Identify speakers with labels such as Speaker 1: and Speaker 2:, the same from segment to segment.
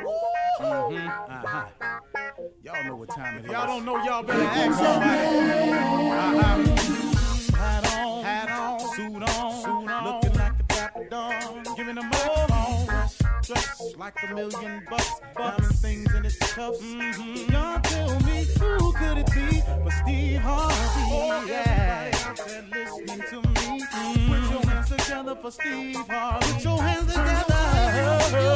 Speaker 1: Mm-hmm.
Speaker 2: Uh-huh.
Speaker 3: Y'all know what time it is. Y'all don't know, y'all better ask somebody. Uh-huh. Hat on, hat on, suit on, suit on. Looking like the dapper dawn. Giving them all Dressed like a million bucks. Diamond things in its cuffs. Mm-hmm. Y'all tell me who could it be but Steve Harvey? Oh, yeah. Everybody out there listening to me. Put your hands together for Steve Harvey. Put your hands together.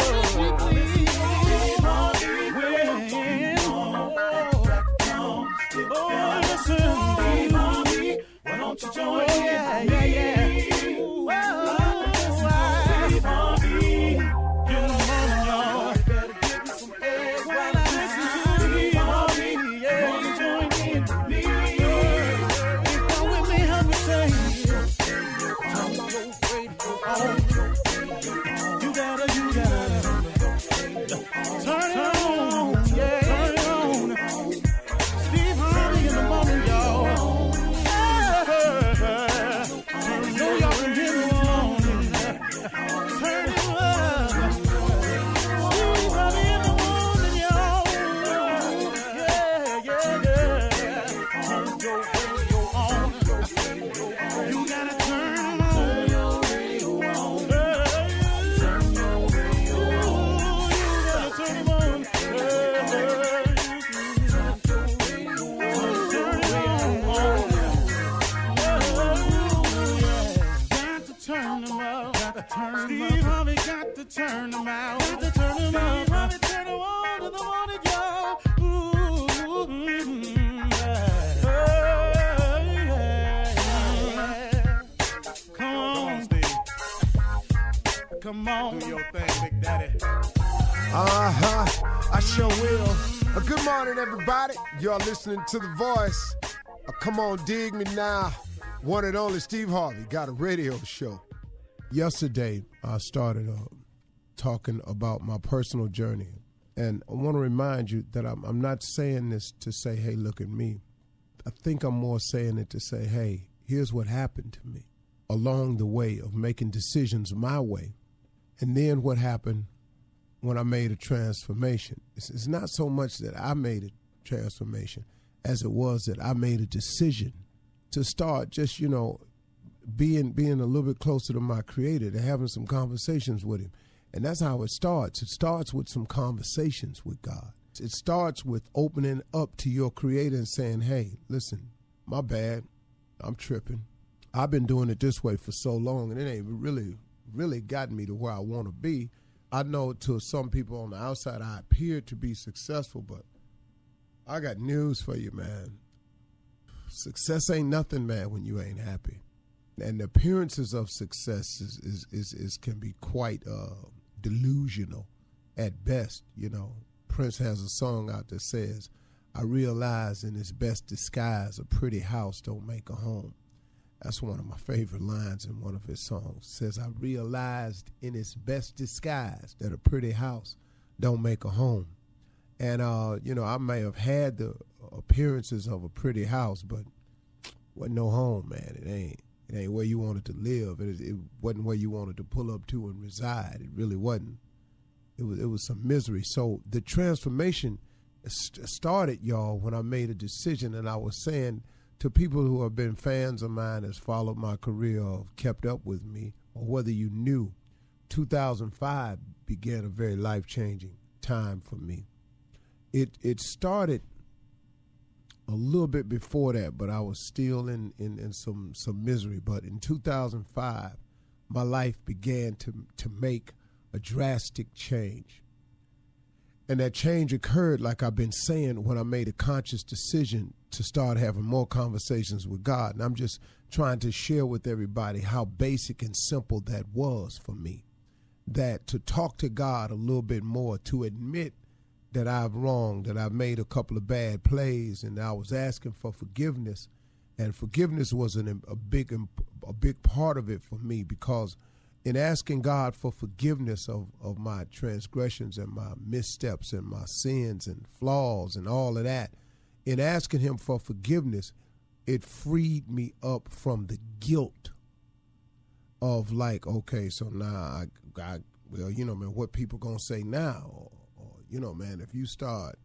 Speaker 3: You gotta, you gotta. Turn it on, yeah, turn it on. Steve Harvey in the morning, y'all. Yeah. I know y'all can hear me moaning. Turn it up. Steve Harvey in the morning, y'all. Yeah, yeah, yeah. Turn your radio on. You gotta turn on. Yeah. Steve Harvey got to turn them out. Got to turn them out. Steve Harvey turn them on to the morning, y'all. Ooh, mm, yeah. Hey, yeah, yeah. Come on, Steve. Come on. Do your thing, Big Daddy.
Speaker 4: Uh huh. I sure will. Uh, good morning, everybody. Y'all listening to The Voice. Uh, come on, dig me now. One and only Steve Harvey got a radio show. Yesterday, I started uh, talking about my personal journey. And I want to remind you that I'm, I'm not saying this to say, hey, look at me. I think I'm more saying it to say, hey, here's what happened to me along the way of making decisions my way. And then what happened when I made a transformation. It's, it's not so much that I made a transformation as it was that I made a decision to start just, you know, being being a little bit closer to my creator, to having some conversations with him. And that's how it starts. It starts with some conversations with God. It starts with opening up to your creator and saying, "Hey, listen, my bad. I'm tripping. I've been doing it this way for so long and it ain't really really gotten me to where I want to be." I know to some people on the outside I appear to be successful, but I got news for you, man. Success ain't nothing, man, when you ain't happy. And the appearances of success is is is, is can be quite uh, delusional at best. You know, Prince has a song out that says, "I realize in its best disguise, a pretty house don't make a home." That's one of my favorite lines in one of his songs. It says, I realized in its best disguise that a pretty house don't make a home. And, uh, you know, I may have had the appearances of a pretty house, but wasn't no home, man. It ain't. It ain't where you wanted to live. It, it wasn't where you wanted to pull up to and reside. It really wasn't. It was, it was some misery. So the transformation st- started, y'all, when I made a decision and I was saying, to people who have been fans of mine has followed my career or kept up with me or whether you knew 2005 began a very life-changing time for me it it started a little bit before that but i was still in in, in some some misery but in 2005 my life began to to make a drastic change and that change occurred, like I've been saying, when I made a conscious decision to start having more conversations with God. And I'm just trying to share with everybody how basic and simple that was for me. That to talk to God a little bit more, to admit that I've wronged, that I've made a couple of bad plays, and I was asking for forgiveness. And forgiveness was an, a big a big part of it for me because in asking God for forgiveness of, of my transgressions and my missteps and my sins and flaws and all of that, in asking Him for forgiveness, it freed me up from the guilt of like, okay, so now I, I well, you know, man, what people gonna say now? Or, or, you know, man, if you start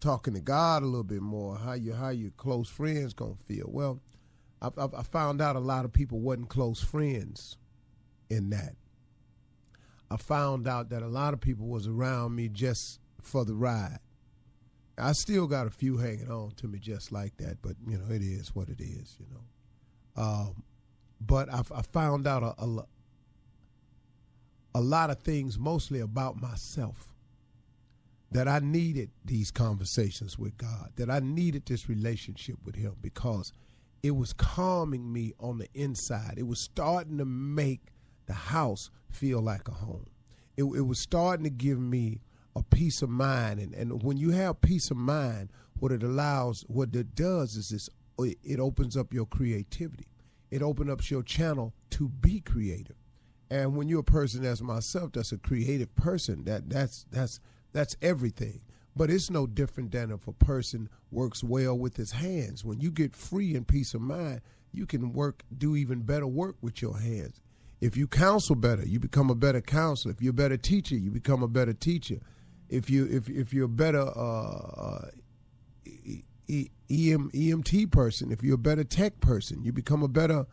Speaker 4: talking to God a little bit more, how you how your close friends gonna feel? Well, I, I, I found out a lot of people wasn't close friends in that. I found out that a lot of people was around me just for the ride. I still got a few hanging on to me just like that, but you know it is what it is, you know. Um, but I, I, found out a, a a lot of things, mostly about myself, that I needed these conversations with God, that I needed this relationship with Him because it was calming me on the inside. It was starting to make the house feel like a home. It, it, was starting to give me a peace of mind. And, and when you have peace of mind, what it allows, what it does is this, it opens up your creativity. It opens up your channel to be creative. And when you're a person as myself, that's a creative person, that that's that's that's everything. But it's no different than if a person works well with his hands. When you get free and peace of mind, you can work do even better work with your hands. If you counsel better, you become a better counselor. If you're a better teacher, you become a better teacher. If you if if you're a better uh, e- e- EM, EMT person, if you're a better tech person, you become a better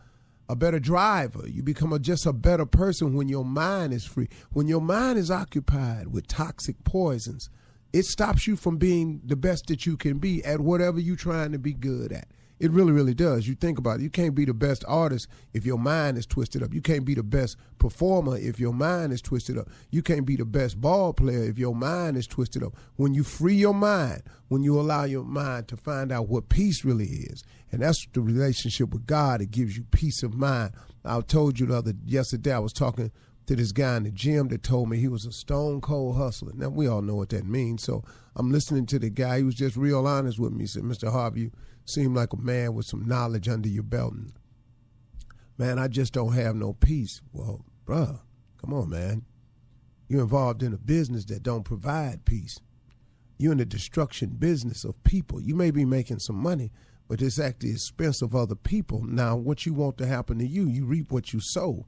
Speaker 4: a better driver. You become a, just a better person when your mind is free. When your mind is occupied with toxic poisons, it stops you from being the best that you can be at whatever you're trying to be good at. It really, really does. You think about it. You can't be the best artist if your mind is twisted up. You can't be the best performer if your mind is twisted up. You can't be the best ball player if your mind is twisted up. When you free your mind, when you allow your mind to find out what peace really is, and that's the relationship with God. It gives you peace of mind. I told you the other yesterday. I was talking to this guy in the gym that told me he was a stone cold hustler. Now we all know what that means. So I'm listening to the guy. He was just real honest with me. He said, "Mr. Harvey, you seem like a man with some knowledge under your belt." And, man, I just don't have no peace. Well, bruh, come on, man. You're involved in a business that don't provide peace. You're in the destruction business of people. You may be making some money, but it's at the expense of other people. Now, what you want to happen to you, you reap what you sow.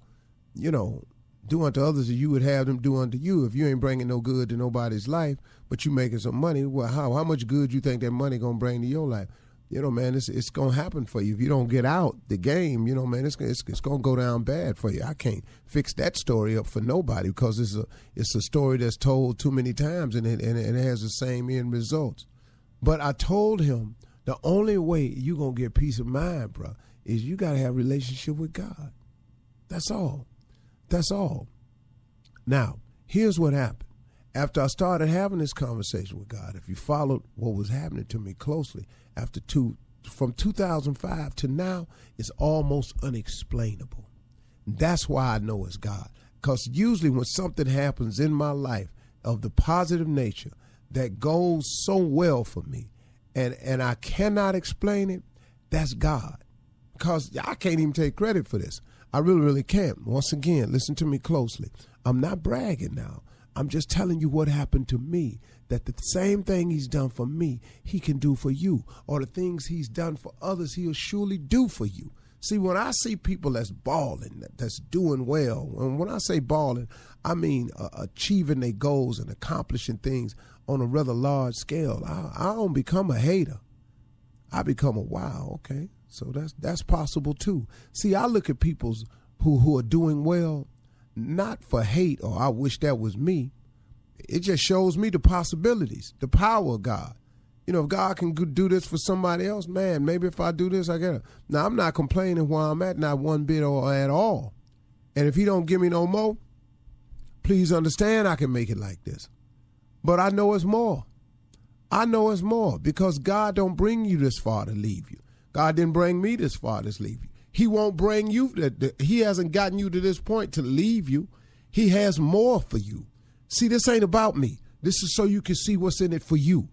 Speaker 4: You know, do unto others as you would have them do unto you. If you ain't bringing no good to nobody's life, but you making some money, well, how how much good you think that money gonna bring to your life? You know, man, it's it's gonna happen for you if you don't get out the game. You know, man, it's it's, it's gonna go down bad for you. I can't fix that story up for nobody because it's a it's a story that's told too many times and it, and it, and it has the same end results. But I told him the only way you gonna get peace of mind, bro, is you gotta have a relationship with God. That's all. That's all. Now, here's what happened. After I started having this conversation with God, if you followed what was happening to me closely, after two from 2005 to now, it's almost unexplainable. That's why I know it's God. Because usually when something happens in my life of the positive nature that goes so well for me and, and I cannot explain it, that's God. Because I can't even take credit for this. I really, really can't. Once again, listen to me closely. I'm not bragging now. I'm just telling you what happened to me. That the same thing he's done for me, he can do for you. Or the things he's done for others, he'll surely do for you. See, when I see people that's balling, that's doing well, and when I say balling, I mean uh, achieving their goals and accomplishing things on a rather large scale. I, I don't become a hater. I become a wow, okay. So that's that's possible too. See, I look at people's who who are doing well, not for hate or I wish that was me. It just shows me the possibilities, the power of God. You know, if God can do this for somebody else, man, maybe if I do this, I get it. Now I'm not complaining where I'm at, not one bit or at all. And if He don't give me no more, please understand I can make it like this. But I know it's more. I know it's more because God don't bring you this far to leave you. God didn't bring me this far to leave you. He won't bring you. He hasn't gotten you to this point to leave you. He has more for you. See, this ain't about me. This is so you can see what's in it for you.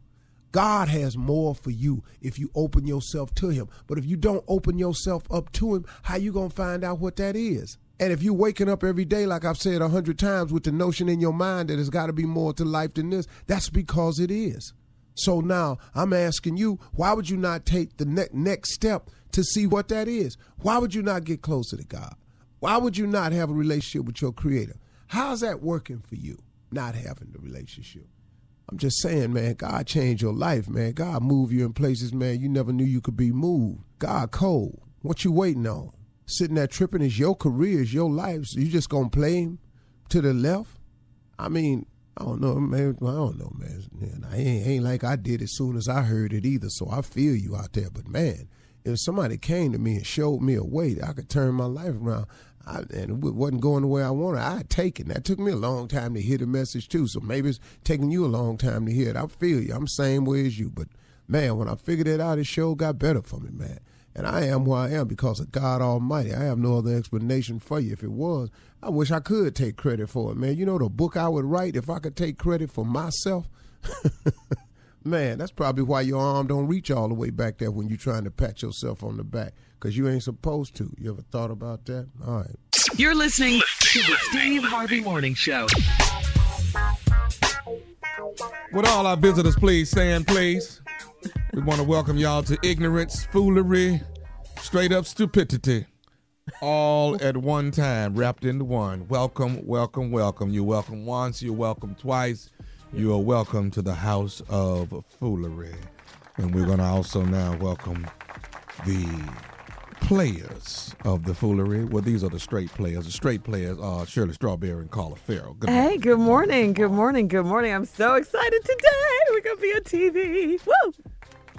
Speaker 4: God has more for you if you open yourself to Him. But if you don't open yourself up to Him, how you gonna find out what that is? And if you're waking up every day, like I've said a hundred times, with the notion in your mind that there's got to be more to life than this, that's because it is. So now I'm asking you, why would you not take the ne- next step to see what that is? Why would you not get closer to God? Why would you not have a relationship with your Creator? How's that working for you, not having the relationship? I'm just saying, man, God changed your life, man. God moved you in places, man, you never knew you could be moved. God cold. What you waiting on? Sitting there tripping is your career, is your life. So you just gonna play him to the left? I mean, I don't know, man. I don't know, man. man I ain't, ain't, like I did as soon as I heard it either. So I feel you out there. But man, if somebody came to me and showed me a way that I could turn my life around, I, and it wasn't going the way I wanted, I'd take it. That took me a long time to hear the message too. So maybe it's taking you a long time to hear it. I feel you. I'm same way as you. But man, when I figured it out, it sure got better for me, man. And I am who I am because of God Almighty. I have no other explanation for you. If it was, I wish I could take credit for it, man. You know the book I would write if I could take credit for myself? man, that's probably why your arm don't reach all the way back there when you're trying to pat yourself on the back because you ain't supposed to. You ever thought about that? All right.
Speaker 5: You're listening to the Steve Harvey Morning Show.
Speaker 6: With all our visitors, please stand, please. We want to welcome y'all to ignorance, foolery, straight up stupidity, all at one time, wrapped into one. Welcome, welcome, welcome. You're welcome once, you're welcome twice. You are welcome to the house of foolery. And we're going to also now welcome the players of the foolery. Well, these are the straight players. The straight players are Shirley Strawberry and Carla Farrell. Good
Speaker 1: hey, good morning, good morning, good morning. I'm so excited today. We're gonna be on TV. Woo!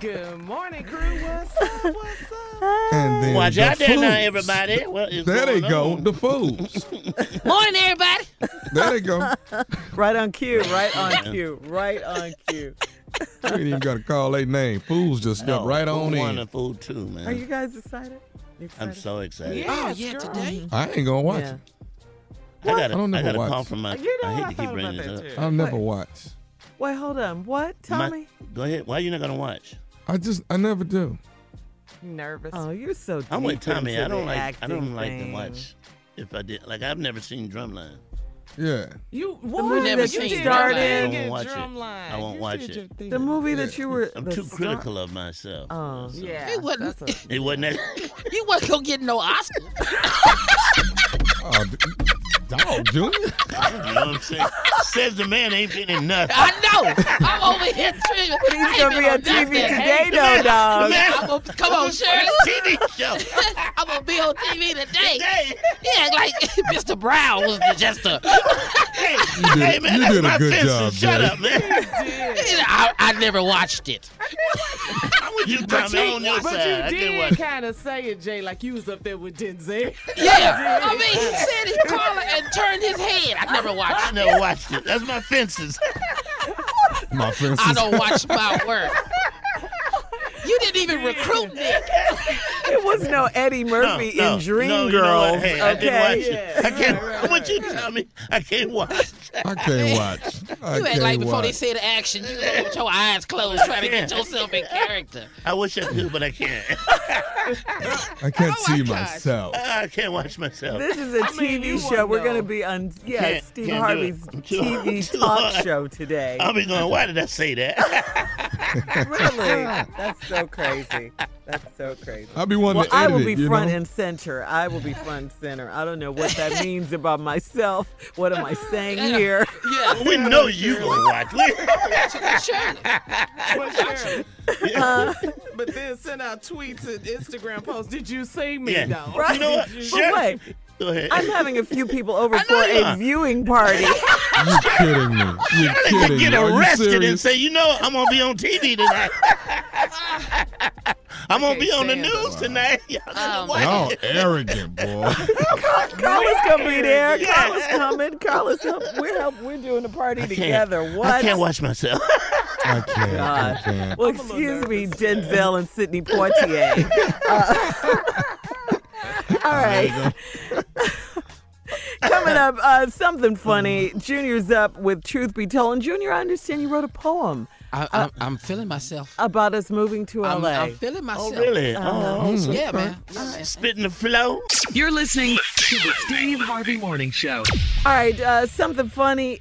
Speaker 7: good morning, crew. What's up? What's up?
Speaker 6: And then
Speaker 8: Watch
Speaker 6: the
Speaker 8: out there now,
Speaker 6: fools.
Speaker 8: everybody. What is
Speaker 6: There they
Speaker 8: going
Speaker 6: go,
Speaker 8: on?
Speaker 6: the fools.
Speaker 7: Morning, everybody.
Speaker 6: There they go.
Speaker 1: Right on cue, right on cue, right on cue.
Speaker 6: We ain't even got to call their name. Fools just step
Speaker 8: No,
Speaker 6: right
Speaker 8: fool
Speaker 6: on
Speaker 8: One
Speaker 6: in.
Speaker 8: and fool two, man.
Speaker 1: Are you guys excited?
Speaker 8: I'm so excited.
Speaker 7: oh, yeah, today.
Speaker 6: I ain't gonna watch
Speaker 7: Yeah.
Speaker 6: it.
Speaker 8: I got a,
Speaker 6: I don't
Speaker 8: I
Speaker 6: never
Speaker 8: got a
Speaker 6: watch.
Speaker 8: call from my.
Speaker 1: You know,
Speaker 8: I
Speaker 1: I
Speaker 8: hate to keep
Speaker 1: thought
Speaker 8: bringing
Speaker 1: about
Speaker 8: this
Speaker 1: that
Speaker 8: up.
Speaker 1: too.
Speaker 6: I'll never watch.
Speaker 1: Wait, hold on. What? Tell
Speaker 8: My-
Speaker 1: me.
Speaker 8: Go ahead. Why you not gonna watch?
Speaker 6: I just I never do.
Speaker 7: Nervous.
Speaker 1: Oh, you're so.
Speaker 8: I'm with
Speaker 1: deep
Speaker 8: Tommy.
Speaker 1: into
Speaker 8: I don't
Speaker 1: the
Speaker 8: like. I
Speaker 1: acting
Speaker 8: don't like to
Speaker 1: thing.
Speaker 8: watch. If I did, like, I've never seen Drumline.
Speaker 6: Yeah.
Speaker 1: You
Speaker 7: The
Speaker 1: what?
Speaker 7: movie
Speaker 1: that
Speaker 7: never
Speaker 1: you
Speaker 7: seen Drumline.
Speaker 8: I
Speaker 1: started.
Speaker 8: won't watch
Speaker 7: Drumline.
Speaker 8: it. I won't
Speaker 7: You
Speaker 8: watch
Speaker 7: did your
Speaker 8: it.
Speaker 7: thing.
Speaker 1: The movie that you were.
Speaker 8: I'm
Speaker 1: the
Speaker 8: too
Speaker 1: star-
Speaker 8: critical of myself.
Speaker 1: Oh,
Speaker 7: Yeah. It wasn't.
Speaker 1: that's
Speaker 8: It wasn't that.
Speaker 7: He wasn't gonna get no Oscar.
Speaker 6: Oh, d- dog, Junior.
Speaker 8: you know what I'm saying? Says the man ain't getting nothing.
Speaker 7: I know. I'm over here. Tripping.
Speaker 1: But
Speaker 7: I
Speaker 1: he's
Speaker 7: ain't
Speaker 1: gonna
Speaker 7: been
Speaker 1: be on
Speaker 7: nothing.
Speaker 1: TV today, though,
Speaker 8: The
Speaker 1: dog.
Speaker 8: man-
Speaker 7: I'm gonna, come on, Shirley.
Speaker 8: TV show.
Speaker 7: I'm gonna be on TV today. He act like Mr. Brown was just a.
Speaker 8: Hey,
Speaker 6: did-
Speaker 8: hey man,
Speaker 6: you
Speaker 8: that's
Speaker 6: did a
Speaker 8: my
Speaker 6: good
Speaker 8: sister.
Speaker 6: job,
Speaker 8: Shut
Speaker 6: Jay.
Speaker 8: up, man.
Speaker 7: I, I never watched it.
Speaker 8: I'm with you, Tommy. I'm on your
Speaker 7: but
Speaker 8: side. I
Speaker 7: you
Speaker 8: didn't
Speaker 7: did
Speaker 8: watch it.
Speaker 7: kind of say it, Jay, like you was up there with Denzel. Yeah, I mean, he said he called and turned his head. I never
Speaker 8: I
Speaker 7: watched. it.
Speaker 8: never watched it. That's my fences.
Speaker 6: My friends.
Speaker 7: I don't watch my work. You didn't even recruit me.
Speaker 1: It was no Eddie Murphy
Speaker 8: no,
Speaker 1: in Dream
Speaker 8: no, you know
Speaker 1: Girls.
Speaker 8: what? Oh, Hey, I didn't
Speaker 1: okay.
Speaker 8: watch it. I can't. What you tell me? I can't watch.
Speaker 6: I can't watch. I
Speaker 7: You act
Speaker 6: can't
Speaker 7: like before they
Speaker 6: watch.
Speaker 7: said action, you was with your eyes closed trying to get
Speaker 8: Yeah.
Speaker 7: yourself in character.
Speaker 8: I wish I could, but I can't.
Speaker 6: I can't
Speaker 7: my
Speaker 6: see
Speaker 7: God.
Speaker 6: myself.
Speaker 8: I can't watch myself.
Speaker 1: This is a TV
Speaker 7: mean, you
Speaker 1: show.
Speaker 7: wouldn't
Speaker 1: We're going
Speaker 7: know.
Speaker 1: to be on yeah,
Speaker 8: Can't-
Speaker 1: Steve
Speaker 8: can't do
Speaker 1: Harvey's
Speaker 8: it. I'm too- I'm
Speaker 1: TV
Speaker 8: too
Speaker 1: talk
Speaker 8: hard.
Speaker 1: show today.
Speaker 8: I'll be going. Why did I say that?
Speaker 1: really?
Speaker 8: Ah.
Speaker 1: That's so crazy. That's so crazy.
Speaker 6: I'll be one
Speaker 1: Well,
Speaker 6: to
Speaker 1: I
Speaker 6: edit
Speaker 1: will
Speaker 6: it,
Speaker 1: be
Speaker 6: you
Speaker 1: front
Speaker 6: know?
Speaker 1: and center. I will be front and center. I don't know what that means about myself. What am I saying here?
Speaker 7: Yeah,
Speaker 8: we know you gonna watch. We-
Speaker 7: Shirley.
Speaker 3: But, Shirley,
Speaker 1: Uh,
Speaker 3: but then send out tweets and Instagram posts. Did you see me
Speaker 8: Yeah.
Speaker 3: though?
Speaker 1: Right?
Speaker 8: You know what?
Speaker 1: But
Speaker 8: Sure.
Speaker 1: wait,
Speaker 8: Go ahead.
Speaker 1: I'm having a few people over for
Speaker 8: you
Speaker 1: a
Speaker 8: are.
Speaker 1: viewing party.
Speaker 6: You kidding me? You kidding
Speaker 8: They could get
Speaker 6: me? Are you
Speaker 8: arrested and
Speaker 6: serious?
Speaker 8: say, you know, I'm gonna be on TV tonight. I'm gonna be on the
Speaker 7: stand
Speaker 8: news tonight. Y'all gonna
Speaker 7: Um,
Speaker 8: watch
Speaker 6: Y'all
Speaker 8: it.
Speaker 6: arrogant, boy.
Speaker 1: "Oh, Carla's gonna be there. Carla's coming. Carla's help. We're help. We're doing a party
Speaker 8: can't.
Speaker 1: together. What?
Speaker 8: I can't watch myself.
Speaker 6: I can't. I can't.
Speaker 1: Well, excuse me, Denzel and Sidney Poitier. Uh, all right. Coming up, uh, something funny. Junior's up with Truth Be Told. And Junior, I understand you wrote a poem Uh,
Speaker 9: I, I'm, I'm feeling myself.
Speaker 1: about us moving to Uh-huh. LA.
Speaker 9: I'm, I'm feeling myself.
Speaker 8: oh, really? Oh,
Speaker 9: Yeah, man.
Speaker 8: Uh, spitting the flow.
Speaker 5: You're listening to the Steve Harvey Morning Show.
Speaker 1: all right, uh, something funny.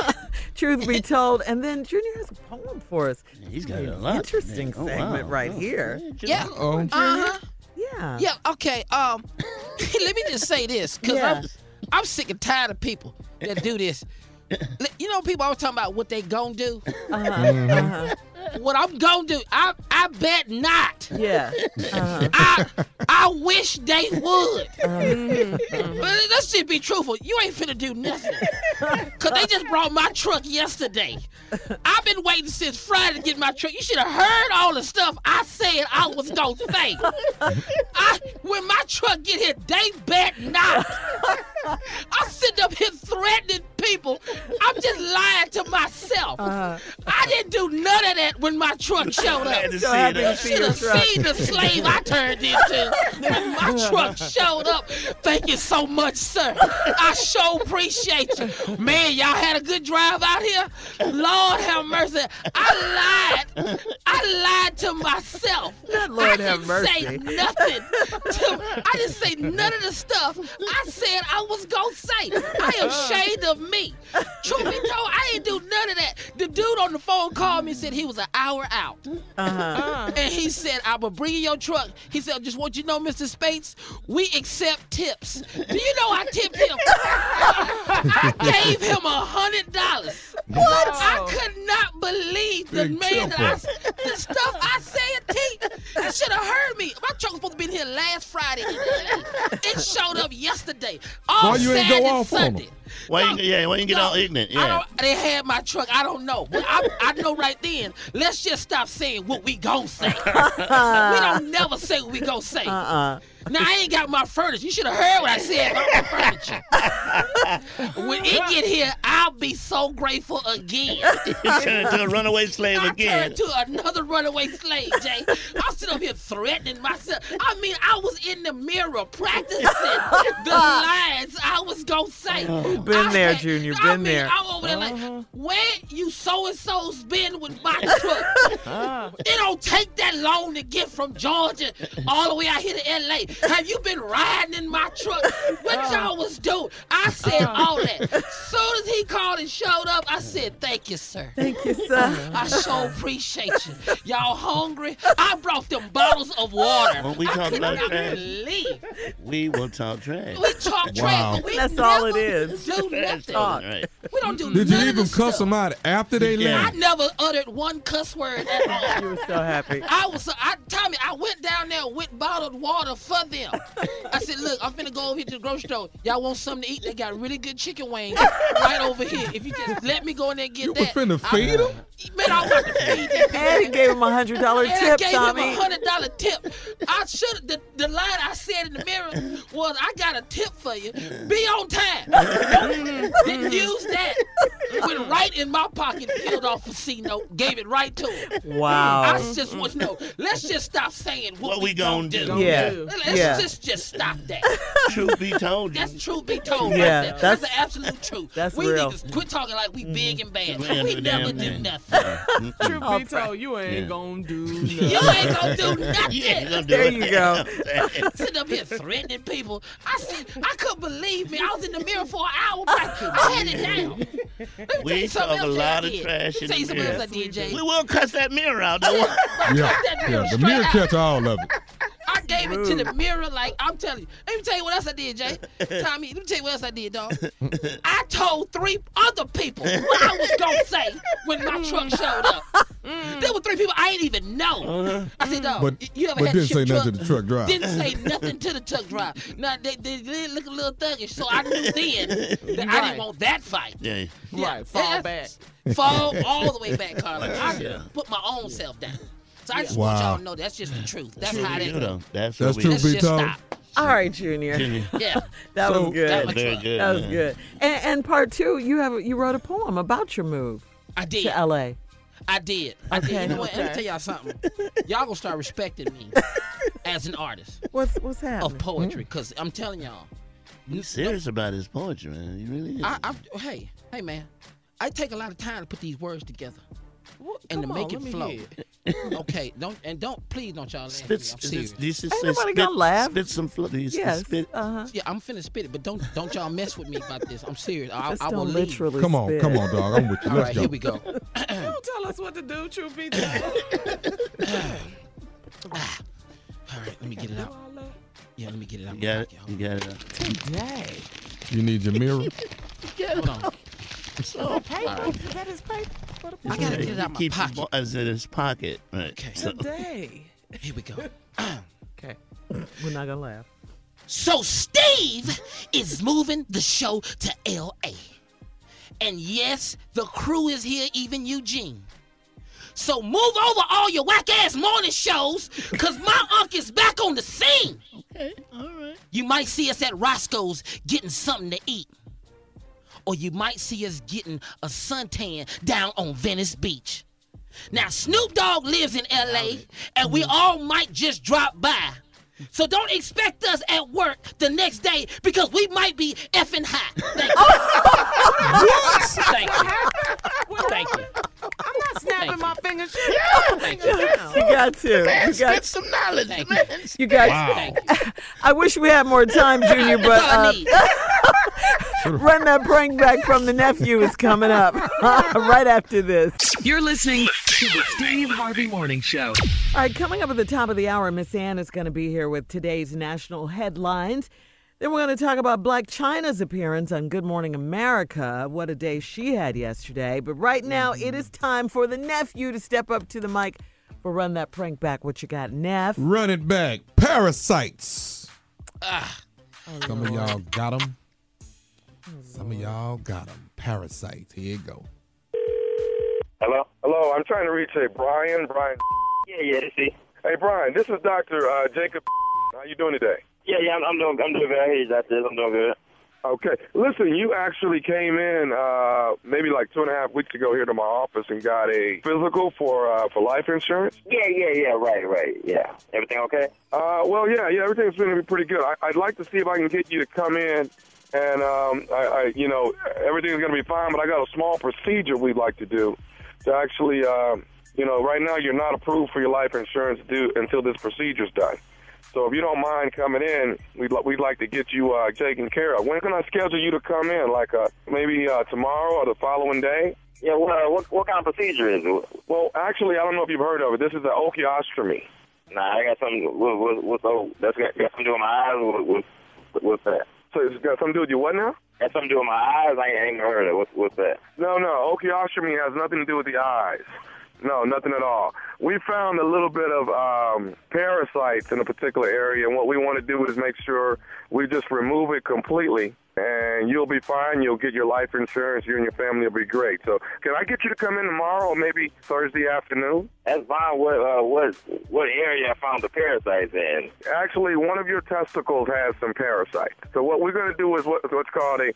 Speaker 1: Truth Be Told. And then Junior has a poem for us.
Speaker 8: He's got a lot.
Speaker 1: Interesting
Speaker 8: man. Oh, wow.
Speaker 1: segment right
Speaker 8: Oh,
Speaker 1: here.
Speaker 7: Yeah.
Speaker 6: Oh,
Speaker 7: Uh huh.
Speaker 1: Yeah.
Speaker 7: Yeah. Okay. Um, let me just say this because
Speaker 1: Yeah.
Speaker 7: I'm, I'm sick and tired of people that do this. Li- You know, people always talking about what they gonna do.
Speaker 1: Uh-huh. uh-huh.
Speaker 7: What I'm gonna do, I I bet not.
Speaker 1: Yeah. Uh-huh.
Speaker 7: I I wish they would.
Speaker 1: Mm-hmm,
Speaker 7: But let's just be truthful. You ain't finna do nothing. Cause they just brought my truck yesterday. I've been waiting since Friday to get my truck. You should have heard all the stuff I said I was gonna say. I when my truck get here, they bet not. I'm sitting up here threatening people. I'm just lying to myself.
Speaker 1: Uh-huh.
Speaker 7: I didn't do none of that when my truck showed up.
Speaker 8: Glad to
Speaker 1: So
Speaker 8: see
Speaker 1: happy to
Speaker 8: that.
Speaker 1: see
Speaker 7: Should
Speaker 1: your
Speaker 7: have
Speaker 1: truck.
Speaker 7: seen the slave I turned into. When my truck showed up. Thank you so much, sir. I sure appreciate you. Man, y'all had a good drive out here. Lord have mercy. I lied. I lied to myself.
Speaker 1: Not Lord
Speaker 7: I
Speaker 1: have
Speaker 7: didn't say
Speaker 1: mercy.
Speaker 7: nothing. To, I didn't say none of the stuff I said I was gonna say. I am ashamed of me. Truth be told, I ain't do none of that. The dude on the phone called me and said he was an hour out.
Speaker 1: Uh-huh.
Speaker 7: And he said, I'm going to bring you your truck. He said, I just want you to know, Mr. Spates, we accept tips. Do you know I tipped him? I gave him a hundred dollars. What? I could not believe the
Speaker 6: Big
Speaker 7: man that I,
Speaker 6: tipper.
Speaker 7: the stuff I said, T. You should have heard me. My truck was supposed to be in here last Friday. It showed up yesterday. All
Speaker 6: Why you ain't
Speaker 7: Saturday,
Speaker 6: go off on
Speaker 7: Sunday.
Speaker 6: him?
Speaker 8: Why you, yeah, why you get all ignorant?
Speaker 7: I
Speaker 8: Yeah.
Speaker 7: don't, they had my truck. I don't know. But I, I know right then, let's just stop saying what we gon' say. we don't never say what we gon' say.
Speaker 1: Uh-uh.
Speaker 7: Now, I ain't got my furniture. You should have heard what I said about my furniture. when it get here, I'll be so grateful again.
Speaker 8: Turn into a runaway slave again.
Speaker 7: Turned to another runaway slave, Jay. I'm sitting up here threatening myself. I mean, I was in the mirror practicing the lines I was gonna say.
Speaker 1: You've been
Speaker 7: I
Speaker 1: there,
Speaker 7: had-
Speaker 1: Junior,
Speaker 7: I mean,
Speaker 1: been there. Uh-huh.
Speaker 7: I'm over there like, where you so and so's been with my
Speaker 1: Ah.
Speaker 7: truck? it don't take that long to get from Georgia all the way out here to LA. Have you been riding in my truck?
Speaker 1: Ah.
Speaker 7: What y'all was doing? I said all that. Soon as he called and showed up, I said, thank you, sir.
Speaker 1: Thank you, sir.
Speaker 7: I so appreciate you. Y'all hungry? I brought them bottles of water.
Speaker 8: Won't we
Speaker 7: I
Speaker 8: talk
Speaker 7: could
Speaker 8: about
Speaker 7: not
Speaker 8: that?
Speaker 7: believe.
Speaker 8: We will talk trash.
Speaker 7: We talk
Speaker 6: Wow.
Speaker 7: trash, but we
Speaker 1: Oh. That's
Speaker 7: never
Speaker 1: all it is.
Speaker 7: do nothing.
Speaker 1: Talk.
Speaker 7: We don't do
Speaker 6: Did you
Speaker 7: none of
Speaker 6: even
Speaker 7: this
Speaker 6: cuss
Speaker 7: stuff.
Speaker 6: them out after they
Speaker 7: I
Speaker 6: left?
Speaker 7: never uttered one cuss word at all.
Speaker 1: You were so happy.
Speaker 7: I was, I, Tommy, I went down there with bottled water for them. I said, look, I'm finna go over here to the grocery store. Y'all want something to eat? They got really good chicken wings right over here. If you just let me go in there and get
Speaker 6: You were
Speaker 7: that.
Speaker 6: finna
Speaker 7: I-
Speaker 6: feed them?
Speaker 7: Man, I want to feed them.
Speaker 1: And he gave him a hundred dollar
Speaker 7: And
Speaker 1: tip,
Speaker 7: I gave
Speaker 1: Tommy.
Speaker 7: him a hundred dollar tip. I should the the line I said in the mirror was, "I got a tip for you. Be on time."
Speaker 3: Mm-hmm.
Speaker 1: Mm-hmm.
Speaker 7: Didn't use that. Went right in my pocket, peeled off a C note, gave it right to him.
Speaker 1: Wow.
Speaker 7: I just want to know. Let's just stop saying what,
Speaker 8: What we
Speaker 7: gonna,
Speaker 8: gonna
Speaker 7: do.
Speaker 8: do.
Speaker 1: Yeah.
Speaker 7: Let's
Speaker 1: Yeah.
Speaker 7: just just stop that.
Speaker 8: Truth be told, you.
Speaker 7: That's truth be told.
Speaker 1: Yeah,
Speaker 7: right there.
Speaker 1: that's-
Speaker 7: that's the absolute truth.
Speaker 1: that's
Speaker 7: we
Speaker 1: real.
Speaker 7: need to quit talking like we big
Speaker 8: Mm-hmm.
Speaker 7: and bad.
Speaker 8: We ain't
Speaker 7: We
Speaker 8: do
Speaker 7: never
Speaker 8: damn
Speaker 7: do
Speaker 8: thing.
Speaker 7: nothing.
Speaker 3: Truth be told, you ain't
Speaker 8: Yeah.
Speaker 3: gonna do
Speaker 7: You
Speaker 3: nothing.
Speaker 7: ain't gonna do nothing.
Speaker 8: You ain't gonna do
Speaker 1: There
Speaker 8: it.
Speaker 1: you go.
Speaker 7: sitting up here threatening people. I see, I couldn't believe me. I was in the mirror for an hour. Like, I had it down. Let me tell
Speaker 8: We
Speaker 7: you something
Speaker 8: talk a
Speaker 7: else that
Speaker 8: lot
Speaker 7: I
Speaker 8: of
Speaker 7: did.
Speaker 8: trash
Speaker 7: Let me tell you
Speaker 8: in the
Speaker 7: something
Speaker 8: mirror.
Speaker 7: else I did, Jay.
Speaker 8: we will cuss that mirror out. Though.
Speaker 6: Yeah,
Speaker 7: that
Speaker 6: yeah.
Speaker 7: mirror
Speaker 6: The
Speaker 7: straight
Speaker 6: mirror
Speaker 7: out.
Speaker 6: catch all of it.
Speaker 7: I gave it to the mirror like I'm telling you. Let me tell you what else I did, Jay. Tommy, let me tell you what else I did, dog. I told three other people what I was gonna say when my truck showed up. There were three people I didn't even know. I said,
Speaker 6: Mm.
Speaker 7: dog,
Speaker 6: Uh-huh. But,
Speaker 7: you ever
Speaker 6: but
Speaker 7: had to
Speaker 6: didn't
Speaker 7: ship
Speaker 6: say
Speaker 7: truck?
Speaker 6: nothing to the truck driver.
Speaker 7: Didn't say nothing to the truck driver. Now they, they did look a little thuggish, so I knew then that I didn't
Speaker 3: Right.
Speaker 7: want that fight.
Speaker 8: Yeah.
Speaker 3: Right, fall
Speaker 7: Yeah,
Speaker 3: back.
Speaker 7: Fall all the way back, Carla. I
Speaker 8: Yeah.
Speaker 7: put my own self down. So I just want
Speaker 6: Wow.
Speaker 7: y'all to know that's just the truth. That's
Speaker 8: Truth
Speaker 7: how
Speaker 8: be
Speaker 7: it
Speaker 8: told,
Speaker 7: is.
Speaker 8: though. That's,
Speaker 6: That's
Speaker 8: what
Speaker 6: true,
Speaker 8: we
Speaker 7: Let's
Speaker 6: be
Speaker 7: just
Speaker 6: told.
Speaker 7: stop.
Speaker 1: All right, Junior.
Speaker 8: Junior.
Speaker 7: Yeah.
Speaker 1: That
Speaker 6: So-
Speaker 1: was good.
Speaker 7: That was
Speaker 8: Very good.
Speaker 1: That was
Speaker 8: man.
Speaker 1: good. And, and part two, you have you wrote a poem about your move
Speaker 7: I did.
Speaker 1: to LA.
Speaker 7: I did. I did.
Speaker 1: Okay.
Speaker 7: You know what? Let me
Speaker 3: Okay.
Speaker 7: tell y'all something. Y'all gonna start respecting me as an artist
Speaker 1: What's what's happening? Mm.
Speaker 7: of poetry, cause I'm telling y'all,
Speaker 8: You serious about his poetry, man. You really is.
Speaker 7: I, I hey, hey man, I take a lot of time to put these words together
Speaker 3: What-
Speaker 7: and
Speaker 3: come
Speaker 7: to
Speaker 3: on,
Speaker 7: make
Speaker 3: let me
Speaker 7: it flow.
Speaker 3: hear
Speaker 7: okay, don't and don't please don't y'all laugh at me.
Speaker 8: Spit,
Speaker 7: I'm
Speaker 8: is
Speaker 7: serious.
Speaker 8: this, this is,
Speaker 1: Ain't
Speaker 8: spit,
Speaker 1: nobody gonna laugh.
Speaker 8: Spit some fl- these-
Speaker 1: Yes.
Speaker 8: Spit.
Speaker 1: Uh-huh.
Speaker 7: yeah, I'm finna spit it, but don't don't y'all mess with me about this. I'm serious. I,
Speaker 1: Just
Speaker 7: I will
Speaker 1: don't
Speaker 7: leave.
Speaker 1: literally
Speaker 6: Come on,
Speaker 1: spit.
Speaker 6: come on, dog. I'm with you.
Speaker 7: All
Speaker 6: Let's
Speaker 7: right,
Speaker 6: go.
Speaker 7: here we go.
Speaker 3: Don't tell us what to do, truth be told.
Speaker 7: All right, let me get it out. Yeah, let me get it out.
Speaker 8: You got it. You got it.
Speaker 3: Today.
Speaker 6: You need your mirror.
Speaker 7: Hold on.
Speaker 3: Paper? Is that his paper? For the
Speaker 7: I gotta get it out my
Speaker 8: Keep
Speaker 7: pocket.
Speaker 8: it as in his pocket. Right.
Speaker 7: Okay.
Speaker 8: So,
Speaker 3: Today.
Speaker 7: Here we go.
Speaker 1: Okay. We're not gonna laugh.
Speaker 7: So Steve is moving the show to LA. And yes, the crew is here, even Eugene. So move over all your whack ass morning shows, cause my unk is back on the scene.
Speaker 8: okay. All right.
Speaker 7: You might see us at Roscoe's getting something to eat. Or you might see us getting a suntan down on Venice Beach. Now, Snoop Dogg lives in LA, and we all might just drop by. So don't expect us at work the next day because we might be effing high. Thank you. Thank you. Thank you.
Speaker 3: I'm not snapping my fingers.
Speaker 7: Thank you.
Speaker 1: You got to.
Speaker 8: Man,
Speaker 1: You
Speaker 8: spit
Speaker 1: got,
Speaker 8: some knowledge,
Speaker 7: Thank you.
Speaker 8: man.
Speaker 1: you got
Speaker 7: Thank you.
Speaker 1: I wish we had more time, Junior,
Speaker 7: That's
Speaker 1: but
Speaker 7: all I
Speaker 1: uh,
Speaker 7: need.
Speaker 1: run that prank back from the nephew is coming up right after this.
Speaker 5: You're listening to the Steve Harvey Morning Show.
Speaker 1: All right, coming up at the top of the hour, Miss Ann is going to be here with today's national headlines. Then we're going to talk about Black China's appearance on Good Morning America. What a day she had yesterday. But right now, it is time for the nephew to step up to the mic for Run That Prank Back. What you got, Neff?
Speaker 6: Run it back.
Speaker 1: Oh,
Speaker 6: Parasites. Some of y'all got them. Some of y'all got them. Parasites. Here you go.
Speaker 2: Hello? Hello, I'm trying to reach a Brian. Brian. Yeah, yeah, this is. Hey, Brian, this is Dr. Uh, Jacob. How you doing today?
Speaker 10: Yeah, yeah, I'm, I'm doing, I'm doing good. I hear you, Doctor. I'm doing good.
Speaker 2: Okay. Listen, you actually came in uh, maybe like two and a half weeks ago here to my office and got a physical for uh, for life insurance.
Speaker 10: Yeah, yeah, yeah. Right, right. Yeah. Everything okay?
Speaker 2: Uh, well, yeah, yeah, everything's going to be pretty good. I, I'd like to see if I can get you to come in, and um, I, I, you know, everything's going to be fine. But I got a small procedure we'd like to do to actually, uh, you know, right now you're not approved for your life insurance due until this procedure's done. So if you don't mind coming in, we'd li- we'd like to get you uh, taken care of. When can I schedule you to come in? Like uh, maybe uh, tomorrow or the following day?
Speaker 10: Yeah. What, uh, what what kind of procedure is it?
Speaker 2: Well, actually, I don't know if you've heard of it. This is an osteostomy.
Speaker 10: Nah, I got something. What, what, what's oh, that's got, got something to do with my eyes. What, what, what's that?
Speaker 2: So it's got something to do with your what now?
Speaker 10: Got something to do with my eyes. I ain't, I ain't never heard of. It. What's what's that?
Speaker 2: No, no, osteostomy has nothing to do with the eyes. No, nothing at all. We found a little bit of um, parasites in a particular area, and what we want to do is make sure we just remove it completely, and you'll be fine. You'll get your life insurance. You and your family will be great. So, can I get you to come in tomorrow, or maybe Thursday afternoon?
Speaker 10: That's fine. What uh, what what area I found the parasites in?
Speaker 2: Actually, one of your testicles has some parasites. So, what we're going to do is what, what's called a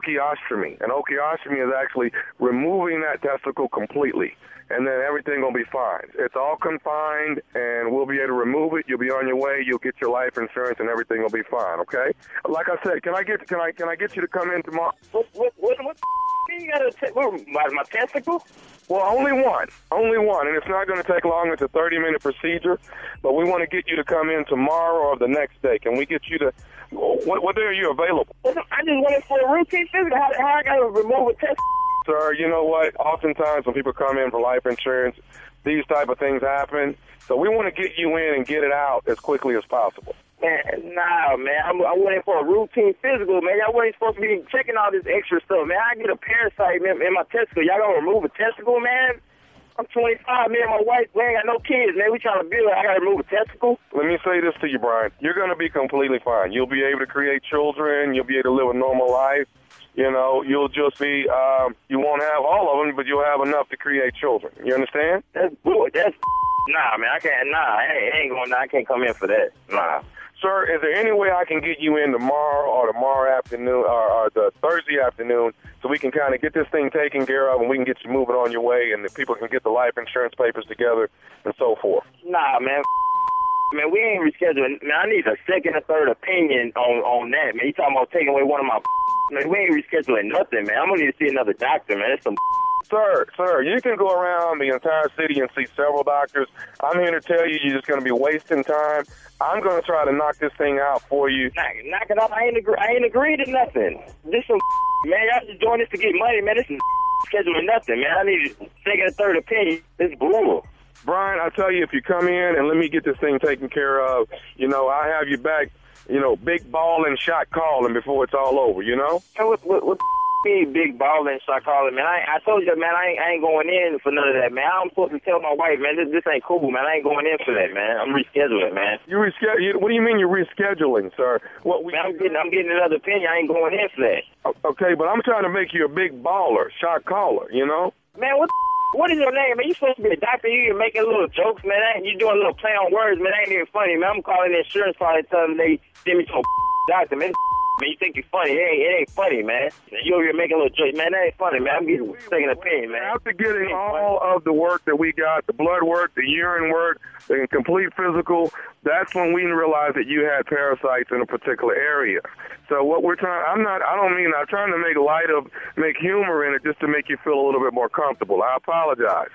Speaker 2: ocheostomy. And ocheostomy is actually removing that testicle completely. And then everything will be fine. It's all confined, and we'll be able to remove it. You'll be on your way. You'll get your life insurance, and everything will be fine. Okay? Like I said, can I get can I can I get you to come in tomorrow?
Speaker 10: What what what, what the f- you got a te- what, my my testicle?
Speaker 2: Well, only one, only one, and it's not going to take long. It's a thirty-minute procedure, but we want to get you to come in tomorrow or the next day. Can we get you to? What, what day are you available?
Speaker 10: I just wanted for a routine physical. How, how I got to remove a test?
Speaker 2: Sir, you know what? Oftentimes when people come in for life insurance, these type of things happen. So we want to get you in and get it out as quickly as possible.
Speaker 10: Man, nah, man. I'm, I went in for a routine physical, man. Y'all wasn't supposed to be checking all this extra stuff, man. I get a parasite in, in my testicle. Y'all gonna remove a testicle, man? I'm 25, man. My wife, we ain't got no kids, man. We trying to build. I gotta remove a testicle.
Speaker 2: Let me say this to you, Brian. You're gonna be completely fine. You'll be able to create children. You'll be able to live a normal life. You know, you'll just be. Um, you won't have all of them, but you'll have enough to create children. You understand?
Speaker 10: That's good. That's nah, man. I can't. Nah, I ain't, I ain't going. I can't come in for that. Nah.
Speaker 2: Sir, is there any way I can get you in tomorrow or tomorrow afternoon or, or the Thursday afternoon so we can kind of get this thing taken care of and we can get you moving on your way and the people can get the life insurance papers together and so forth?
Speaker 10: Nah, man. Man, we ain't rescheduling. Man, I need a second or third opinion on on that. Man, you talking about taking away one of my? Man, we ain't rescheduling nothing, man. I'm gonna need to see another doctor, man. That's some.
Speaker 2: Sir, sir, you can go around the entire city and see several doctors. I'm here to tell you, you're just going to be wasting time. I'm going to try to knock this thing out for you.
Speaker 10: Knock, knock it off. I ain't agree. I ain't agreed to nothing. This some man. Y'all just doing this to get money, man. This is scheduling nothing, man. I need a second or third opinion. This bull.
Speaker 2: Brian, I tell you, if you come in and let me get this thing taken care of, you know, I have you back. You know, big ball and shot calling before it's all over. You know.
Speaker 10: And what, what, what big, big balling psychology, man. I, I told you, man, I ain't, I ain't going in for none of that, man. I'm supposed to tell my wife, man, this, this ain't cool, man. I ain't going in for that, man. I'm rescheduling, man.
Speaker 2: You reschedule? What do you mean you're rescheduling, sir? What we?
Speaker 10: Man, I'm getting, I'm getting another opinion. I ain't going in for that.
Speaker 2: Okay, but I'm trying to make you a big baller, shot caller. You know?
Speaker 10: Man, what? What is your name, man? You supposed to be a doctor. You're making little jokes, man. Ain't, you doing little play on words, man. That ain't even funny, man. I'm calling the insurance probably telling them they send me to a doctor, man. Man, you think you're funny? It ain't, it ain't funny, man. You over here making little jokes, man. That ain't funny, man. I'm getting second opinion, man.
Speaker 2: After getting all of the work that we got, the blood work, the urine work, the complete physical, that's when we realized that you had parasites in a particular area. So what we're trying, I'm not, I don't mean, I'm trying to make light of, make humor in it just to make you feel a little bit more comfortable. I apologize.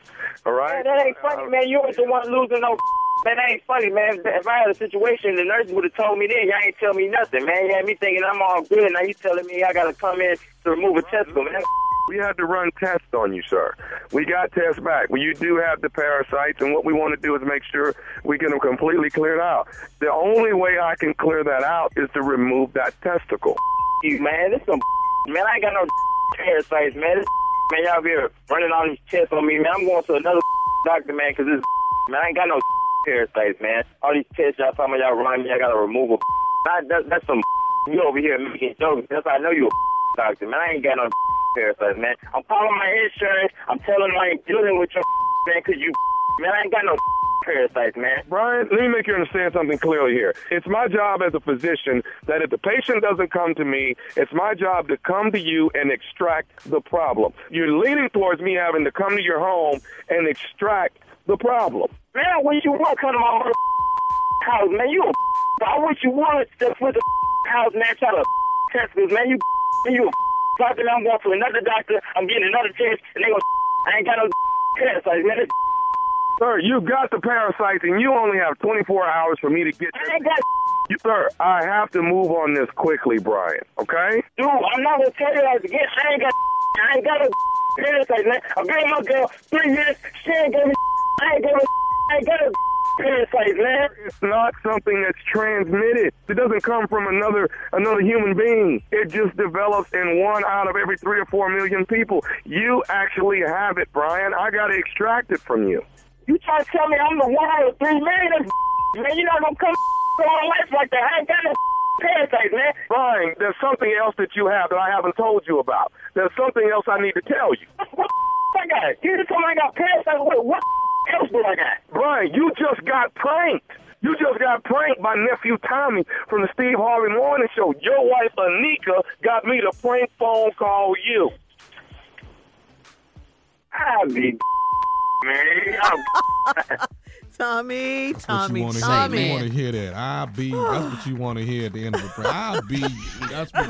Speaker 2: All
Speaker 10: Man,
Speaker 2: right?
Speaker 10: that ain't funny, man. You ain't the one losing no Man, that ain't funny, man. If I had a situation, the nurse would have told me then. Y'all ain't tell me nothing, man. You had me thinking I'm all good. Now you telling me I gotta come in to remove a testicle, man.
Speaker 2: We had to run tests on you, sir. We got tests back. Well, you do have the parasites, and what we want to do is make sure we get them completely cleared out. The only way I can clear that out is to remove that testicle.
Speaker 10: You man, this some man. I ain't got no parasites, man. This man, y'all here running all these tests on me, man. I'm going to another doctor, man, because this man I ain't got no parasites, man. All these tests y'all talking about y'all running, y'all gotta remove a. That, that, that's some. You over here making jokes. That's how I know you a doctor, man. I ain't got no parasites, man. I'm calling my insurance. I'm telling them I ain't dealing with your man because you, man. I ain't got no parasites, man.
Speaker 2: Brian, let me make you understand something clearly here. It's my job as a physician that if the patient doesn't come to me, it's my job to come to you and extract the problem. You're leaning towards me having to come to your home and extract the problem.
Speaker 10: Man, when you want to come to my mother house, man, you a I wish you wanted to put the house, man, try to test this, man. You man, you a doctor, man. I'm going to another doctor. I'm getting another test, and they gonna I ain't got no test. Like, man, this
Speaker 2: Sir, you got the parasites, and you only have 24 hours for me to get.
Speaker 10: I ain't got
Speaker 2: You, sir, I have to move on this quickly, Brian. Okay?
Speaker 10: Dude, I'm not gonna tell you that again. I ain't got, I ain't got no parasites, man. I've been with my girl three years. She ain't gave me. I ain't gave me. I ain't got no parasites, man.
Speaker 2: It's not something that's transmitted. It doesn't come from another another human being. It just develops in one out of every three or four million people. You actually have it, Brian. I got to extract it from you.
Speaker 10: You try to tell me I'm the one out of three million? That's man, you not gonna come to my life like that. I ain't got no parasites, man.
Speaker 2: Brian, there's something else that you have that I haven't told you about. There's something else I need to tell you.
Speaker 10: I got. You just told me I got parasites. What, what else do I got?
Speaker 2: Brian, you just got pranked. You just got pranked by nephew Tommy from the Steve Harvey Morning Show. Your wife Anika got me to prank phone call you.
Speaker 10: I be man. I'm
Speaker 1: Tommy,
Speaker 6: What
Speaker 1: Tommy,
Speaker 6: you want to hear?
Speaker 1: Tommy.
Speaker 6: You want to hear that? I be. That's what you want to hear at the end of the prayer. I be. That's what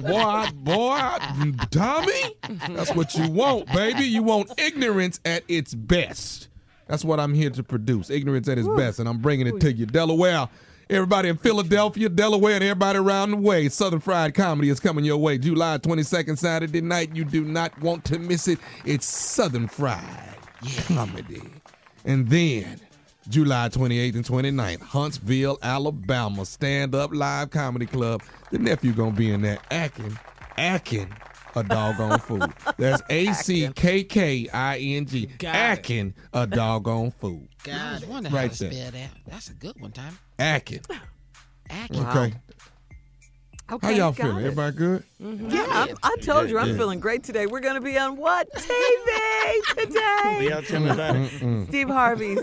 Speaker 6: you want. Boy, I- boy, I- Tommy. That's what you want, baby. You want ignorance at its best. That's what I'm here to produce. Ignorance at its best, and I'm bringing it to you, Delaware. Everybody in Philadelphia, Delaware, and everybody around the way, Southern Fried Comedy is coming your way. July 22nd, Saturday night. You do not want to miss it. It's Southern Fried Comedy. And then July 28th and 29th, Huntsville, Alabama, Stand Up Live Comedy Club. The nephew gonna be in there acting, acting a doggone fool. That's A C K K I N G, acting a doggone fool.
Speaker 7: I was wondering
Speaker 6: Right
Speaker 7: how to
Speaker 6: there.
Speaker 7: spell that. That's a good one, Tommy.
Speaker 6: Acting.
Speaker 7: Acting.
Speaker 6: Okay. How y'all feeling? Everybody good?
Speaker 1: Yeah, I'm, I told you I'm
Speaker 6: Yeah.
Speaker 1: feeling great today. We're going to be on what TV today? Steve Harvey's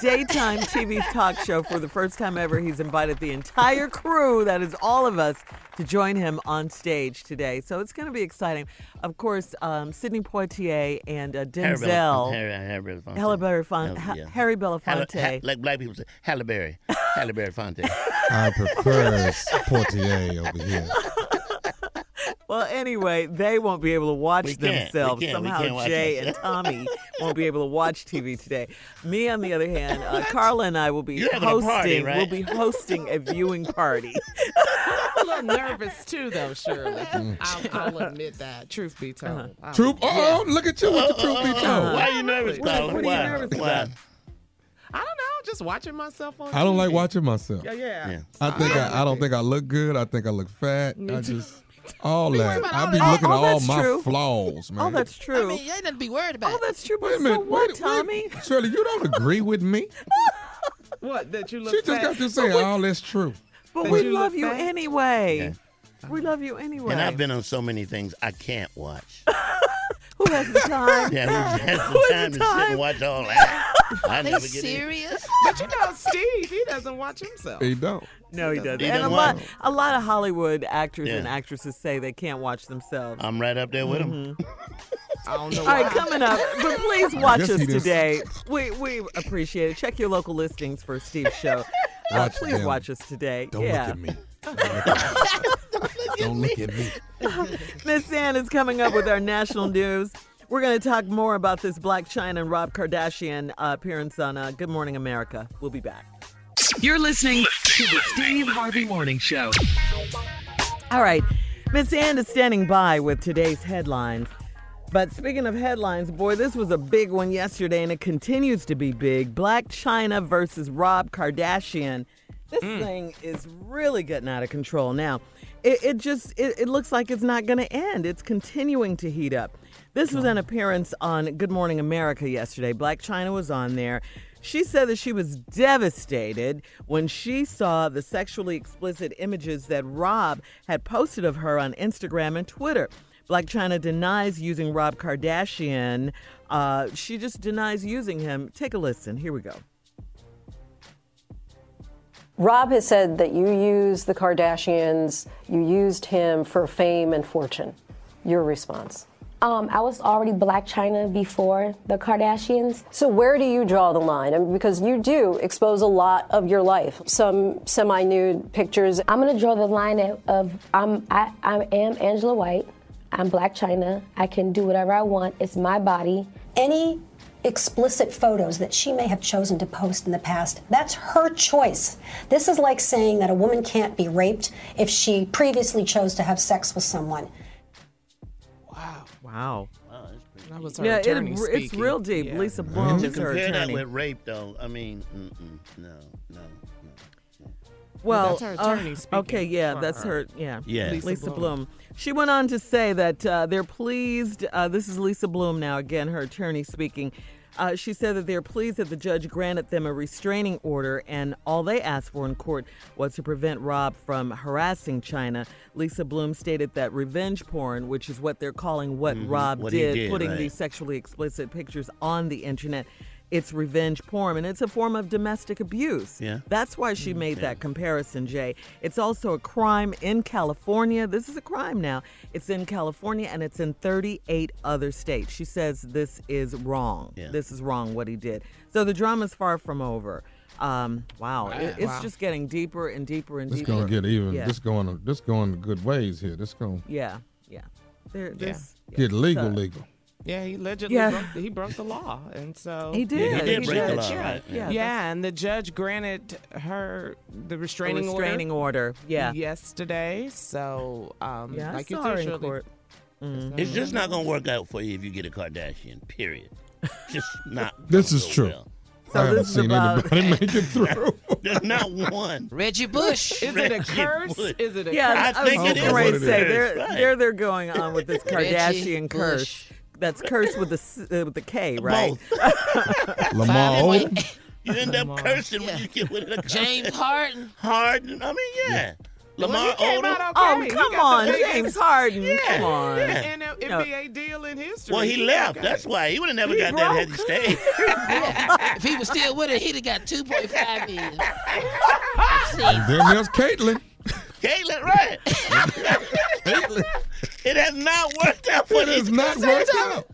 Speaker 1: daytime TV talk show for the first time ever. He's invited the entire crew, that is all of us, to join him on stage today. So it's going to be exciting. Of course, um, Sidney Poitier and uh,
Speaker 8: Harry Belafonte.
Speaker 1: Denzel.
Speaker 8: Harry, Harry Belafonte.
Speaker 1: Halle Berry Fon-
Speaker 8: Hell, yeah.
Speaker 1: Ha- Harry
Speaker 8: Halle-
Speaker 1: Belafonte.
Speaker 8: ha- like black people say, Halle Berry. Halle Berry Fonte.
Speaker 6: I prefer Portier over here.
Speaker 1: Well, anyway, they won't be able to watch
Speaker 8: We can't. We
Speaker 1: themselves.
Speaker 8: can't. We
Speaker 1: Somehow,
Speaker 8: can't watch
Speaker 1: Jay and
Speaker 8: ourselves.
Speaker 1: Tommy won't be able to watch TV today. Me, on the other hand, uh, Carla and I will be
Speaker 8: You're having a
Speaker 1: hosting.
Speaker 8: party, right?
Speaker 1: We'll be hosting a viewing party.
Speaker 3: a little nervous too, though. Surely, I'll, I'll admit that. Truth be told, I'll- Uh-huh.
Speaker 6: Troop. Oh, look at you with the truth be
Speaker 8: Uh-oh.
Speaker 6: told.
Speaker 8: Why you nervous,
Speaker 3: What-
Speaker 8: Carla?
Speaker 3: what are you
Speaker 8: Why?
Speaker 3: nervous
Speaker 8: Why?
Speaker 3: about? I don't know. Just watching myself on.
Speaker 6: I don't like
Speaker 3: TV.
Speaker 6: watching myself.
Speaker 3: Yeah, yeah.
Speaker 6: I think I, I don't think I look good. I think I look fat.
Speaker 3: Me
Speaker 6: I
Speaker 3: too.
Speaker 6: just all that.
Speaker 3: about
Speaker 6: I
Speaker 3: all
Speaker 6: be
Speaker 3: that.
Speaker 6: looking
Speaker 3: Oh,
Speaker 6: at all
Speaker 3: that's
Speaker 6: my
Speaker 3: true.
Speaker 6: flaws, man.
Speaker 1: Oh, that's
Speaker 7: I
Speaker 1: true.
Speaker 7: mean, you ain't nothing to be worried about.
Speaker 1: oh, that's true. But
Speaker 6: Wait a
Speaker 1: so
Speaker 6: minute.
Speaker 1: what,
Speaker 6: wait,
Speaker 1: Tommy?
Speaker 6: Wait. Shirley, you don't agree with me.
Speaker 3: What that you look.
Speaker 6: She just
Speaker 3: fat?
Speaker 6: got to say all that's true.
Speaker 1: But
Speaker 3: Did
Speaker 1: we
Speaker 3: you look
Speaker 1: love you
Speaker 3: fat?
Speaker 1: anyway. We love you anyway.
Speaker 8: And I've been on so many things I can't watch.
Speaker 1: Who has the time?
Speaker 8: Yeah, we had some
Speaker 1: Who has
Speaker 8: time
Speaker 1: the
Speaker 8: to sit
Speaker 1: time?
Speaker 8: and watch all that. I
Speaker 7: They
Speaker 8: never get in.
Speaker 7: serious?
Speaker 3: But you know, Steve, he doesn't watch himself.
Speaker 6: He don't.
Speaker 1: No, he doesn't.
Speaker 8: He
Speaker 1: and a
Speaker 8: doesn't
Speaker 1: lot,
Speaker 8: want
Speaker 1: a lot of Hollywood actors and
Speaker 8: Yeah.
Speaker 1: actresses say they can't watch themselves.
Speaker 8: I'm right up there with him.
Speaker 3: I don't know.
Speaker 1: All right,
Speaker 3: why.
Speaker 1: coming up, but please watch
Speaker 6: guess
Speaker 1: us
Speaker 6: he just-
Speaker 1: today. We we appreciate it. Check your local listings for Steve's show. Uh,
Speaker 6: Watch
Speaker 1: please
Speaker 6: them.
Speaker 1: watch us today.
Speaker 6: Don't
Speaker 1: yeah.
Speaker 6: look at me. Don't look at me. Don't look at me.
Speaker 1: Miss Ann is coming up with our national news. We're going to talk more about this Black China and Rob Kardashian uh, appearance on uh, Good Morning America. We'll be back.
Speaker 5: You're listening to the Steve Harvey Morning Show.
Speaker 1: All right, Miss Ann is standing by with today's headlines. But speaking of headlines, boy, this was a big one yesterday, and it continues to be big. Black China versus Rob Kardashian. This thing is really getting out of control now. It, it just it, it looks like it's not going to end. It's continuing to heat up. This was an appearance on Good Morning America yesterday. Black China was on there. She said that she was devastated when she saw the sexually explicit images that Rob had posted of her on Instagram and Twitter. Black China denies using Rob Kardashian. Uh, she just denies using him. Take a listen. Here we go.
Speaker 11: Rob has said that you use the Kardashians, you used him for fame and fortune. Your response?
Speaker 12: Um, I was already Black China before the Kardashians.
Speaker 11: So where do you draw the line? I mean, because you do expose a lot of your life, some semi-nude pictures.
Speaker 12: I'm gonna draw the line of, of I'm I, I am Angela White. I'm Black China. I can do whatever I want. It's my body.
Speaker 13: Any explicit photos that she may have chosen to post in the past. That's her choice. This is like saying that a woman can't be raped if she previously chose to have sex with someone.
Speaker 1: Wow.
Speaker 3: That was her
Speaker 1: Yeah, it-
Speaker 3: attorney
Speaker 1: it's
Speaker 3: speaking.
Speaker 1: real deep.
Speaker 3: Yeah.
Speaker 1: Lisa Blum
Speaker 8: Mm-hmm. To
Speaker 1: is her
Speaker 8: compare that
Speaker 1: attorney.
Speaker 8: with rape, though, I mean, mm-mm, no, no, no.
Speaker 1: Well,
Speaker 3: That's her
Speaker 1: uh,
Speaker 3: attorney speaking
Speaker 1: okay, yeah,
Speaker 3: for
Speaker 1: that's her.
Speaker 3: her.
Speaker 1: Yeah,
Speaker 8: Yeah.
Speaker 1: Lisa,
Speaker 8: Lisa
Speaker 1: Bloom.
Speaker 8: Bloom.
Speaker 1: She went on to say that uh, they're pleased. Uh, this is Lisa Bloom now again, her attorney speaking. Uh, she said that they're pleased that the judge granted them a restraining order, and all they asked for in court was to prevent Rob from harassing China. Lisa Bloom stated that revenge porn, which is what they're calling what
Speaker 8: Mhm,
Speaker 1: Rob
Speaker 8: what he
Speaker 1: did,
Speaker 8: did,
Speaker 1: putting
Speaker 8: right.
Speaker 1: these sexually explicit pictures on the internet, it's revenge porn, and it's a form of domestic abuse.
Speaker 8: Yeah.
Speaker 1: That's why she made that comparison, Jay. It's also a crime in California. This is a crime now. It's in California and it's in 38 other states. She says this is wrong. This is wrong what he did. So the drama's far from over. Um, wow. It-
Speaker 6: Wow.
Speaker 1: it's
Speaker 6: Wow.
Speaker 1: just getting deeper and deeper and
Speaker 6: This
Speaker 1: deeper.
Speaker 6: gonna get even.
Speaker 1: Yeah.
Speaker 6: This going. This going good ways here. This going
Speaker 1: yeah. Yeah. There, there's-
Speaker 6: to get legal, legal.
Speaker 3: Yeah, he allegedly
Speaker 1: Yeah.
Speaker 3: broke, he broke the law, and so
Speaker 1: He did. Yeah, he did break the
Speaker 3: judge-
Speaker 1: law,
Speaker 3: Yeah,
Speaker 1: right? Yeah.
Speaker 3: yeah, and the judge granted her the restraining order.
Speaker 1: restraining order, yeah.
Speaker 3: yesterday. So, um,
Speaker 1: Yeah, I
Speaker 3: like you
Speaker 1: saw
Speaker 3: said,
Speaker 1: her in
Speaker 3: Shirley,
Speaker 1: court. Mm-hmm.
Speaker 8: It's just not gonna work out for you if you get a Kardashian. Period. Just not.
Speaker 6: This is true.
Speaker 8: So
Speaker 6: I haven't
Speaker 8: this is
Speaker 6: seen
Speaker 8: about-
Speaker 6: anybody make it through.
Speaker 8: There's not one.
Speaker 7: Reggie Bush.
Speaker 3: Is it a curse? Is it a
Speaker 1: Yeah,
Speaker 3: curse?
Speaker 1: I, was
Speaker 8: think it
Speaker 1: just
Speaker 8: is
Speaker 1: going
Speaker 8: what
Speaker 1: to
Speaker 8: it
Speaker 1: say
Speaker 8: is.
Speaker 1: they're,
Speaker 8: Right.
Speaker 1: they're they're going on with this
Speaker 8: Reggie Bush.
Speaker 1: Kardashian curse. That's curse with the s- uh, with the K, right?
Speaker 6: Lamar Odom.
Speaker 8: You end up cursing when you get with a
Speaker 7: James Harden.
Speaker 8: Harden. I mean, yeah. Lamar Odom.
Speaker 1: Oh,
Speaker 3: He
Speaker 1: come
Speaker 3: got
Speaker 1: on,
Speaker 3: the biggest-
Speaker 1: James Harden.
Speaker 3: Yeah,
Speaker 1: come on.
Speaker 3: yeah, and
Speaker 1: No.
Speaker 3: NBA deal in history.
Speaker 8: Well, he left. That's why he would have never got that had he stayed.
Speaker 7: if he was still with her, he'd have got 2.5 million. See,
Speaker 6: And then there's Caitlyn.
Speaker 8: Caitlin, right? it has not worked out for
Speaker 6: It has
Speaker 8: these
Speaker 6: not
Speaker 8: guys.
Speaker 6: worked out.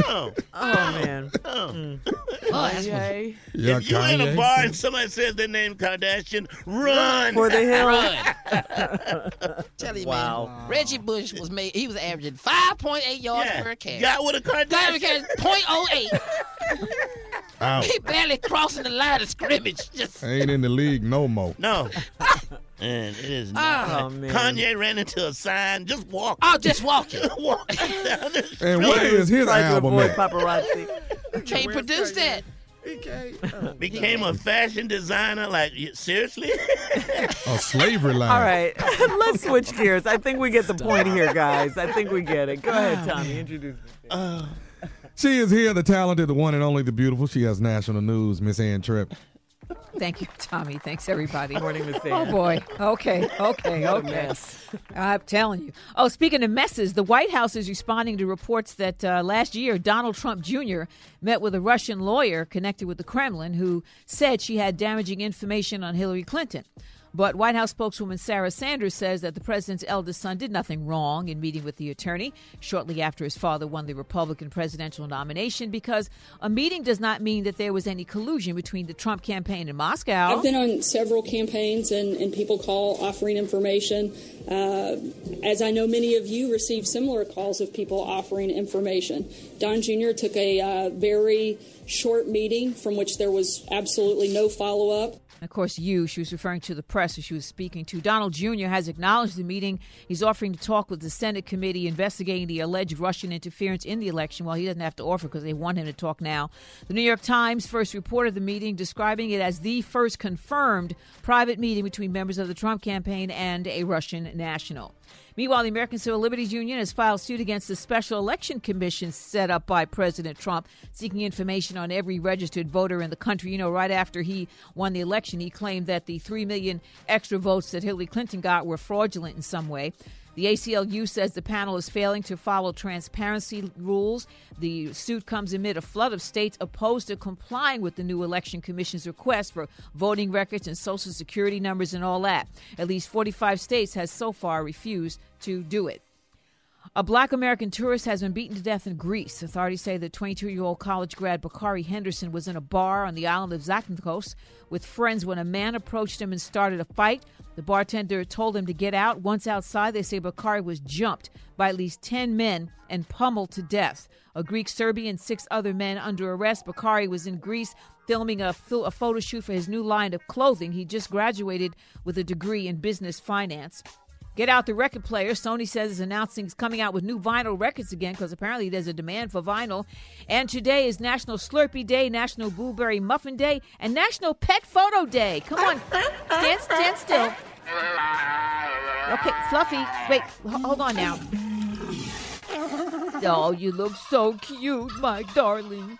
Speaker 8: No.
Speaker 1: Oh man.
Speaker 3: Kanye.
Speaker 6: Yeah,
Speaker 8: if you in a
Speaker 6: Kanye.
Speaker 8: bar and somebody says their name Kardashian, run.
Speaker 1: For the hill.
Speaker 7: Run. Tell you,
Speaker 1: Wow.
Speaker 7: man. Reggie Bush was made. He was averaging 5.8 yards
Speaker 8: Yeah.
Speaker 7: per carry.
Speaker 8: Got with a
Speaker 7: Got him
Speaker 8: Kardashian.
Speaker 7: carrying 0.08.
Speaker 8: Oh.
Speaker 6: Out.
Speaker 7: He barely crossing the line of scrimmage. Just
Speaker 6: Ain't in the league no more.
Speaker 8: No. And it is not.
Speaker 1: Oh, man.
Speaker 8: Kanye ran into a sign. Just walk.
Speaker 7: oh, just walking.
Speaker 8: walk down the street.
Speaker 6: And where is his
Speaker 1: Trying to
Speaker 6: album
Speaker 1: avoid
Speaker 6: at?
Speaker 1: paparazzi.
Speaker 7: Can't produce that.
Speaker 8: Became a fashion designer. Like, you- seriously?
Speaker 6: A slavery line.
Speaker 1: All right, let's switch gears. I think we get the point here, guys. I think we get it. Go ahead, Tommy. Introduce me.
Speaker 6: She is here, the talented, the one and only, the beautiful. She has national news, Miss Ann Tripp.
Speaker 14: Thank you, Tommy. Thanks, everybody.
Speaker 1: Morning, Miss
Speaker 14: Oh
Speaker 1: Ann.
Speaker 14: boy. Okay. Okay.
Speaker 1: What a
Speaker 14: Okay.
Speaker 1: mess.
Speaker 14: I'm telling you. Oh, speaking of messes, the White House is responding to reports that uh, last year Donald Trump Jr. met with a Russian lawyer connected with the Kremlin who said she had damaging information on Hillary Clinton. But White House spokeswoman Sarah Sanders says that the president's eldest son did nothing wrong in meeting with the attorney shortly after his father won the Republican presidential nomination because a meeting does not mean that there was any collusion between the Trump campaign and Moscow.
Speaker 15: I've been on several campaigns, and, and people call offering information. Uh, as I know, many of you received similar calls of people offering information. Don Jr. took a uh, very short meeting from which there was absolutely no follow up.
Speaker 14: And Of course, you, she was referring to the press who she was speaking to. Donald Jr. has acknowledged the meeting. He's offering to talk with the Senate committee investigating the alleged Russian interference in the election. Well, he doesn't have to offer because they want him to talk now. The New York Times first reported the meeting, describing it as the first confirmed private meeting between members of the Trump campaign and a Russian national. Meanwhile, the American Civil Liberties Union has filed suit against the Special Election Commission set up by President Trump, seeking information on every registered voter in the country. You know, right after he won the election, he claimed that the 3 million extra votes that Hillary Clinton got were fraudulent in some way. The ACLU says the panel is failing to follow transparency rules. The suit comes amid a flood of states opposed to complying with the new Election Commission's request for voting records and Social Security numbers and all that. At least 45 states has so far refused to do it. A black American tourist has been beaten to death in Greece. Authorities say the 22 year old college grad Bakari Henderson was in a bar on the island of Zakynthos with friends when a man approached him and started a fight. The bartender told him to get out. Once outside, they say Bakari was jumped by at least 10 men and pummeled to death. A Greek Serbian, six other men under arrest. Bakari was in Greece filming a, a photo shoot for his new line of clothing. He just graduated with a degree in business finance. Get out the record player. Sony says it's announcing it's coming out with new vinyl records again because apparently there's a demand for vinyl. And today is National Slurpee Day, National Blueberry Muffin Day, and National Pet Photo Day. Come on, stand, stand still. Okay, Fluffy, wait, h- hold on now. Oh, you look so cute, my darling.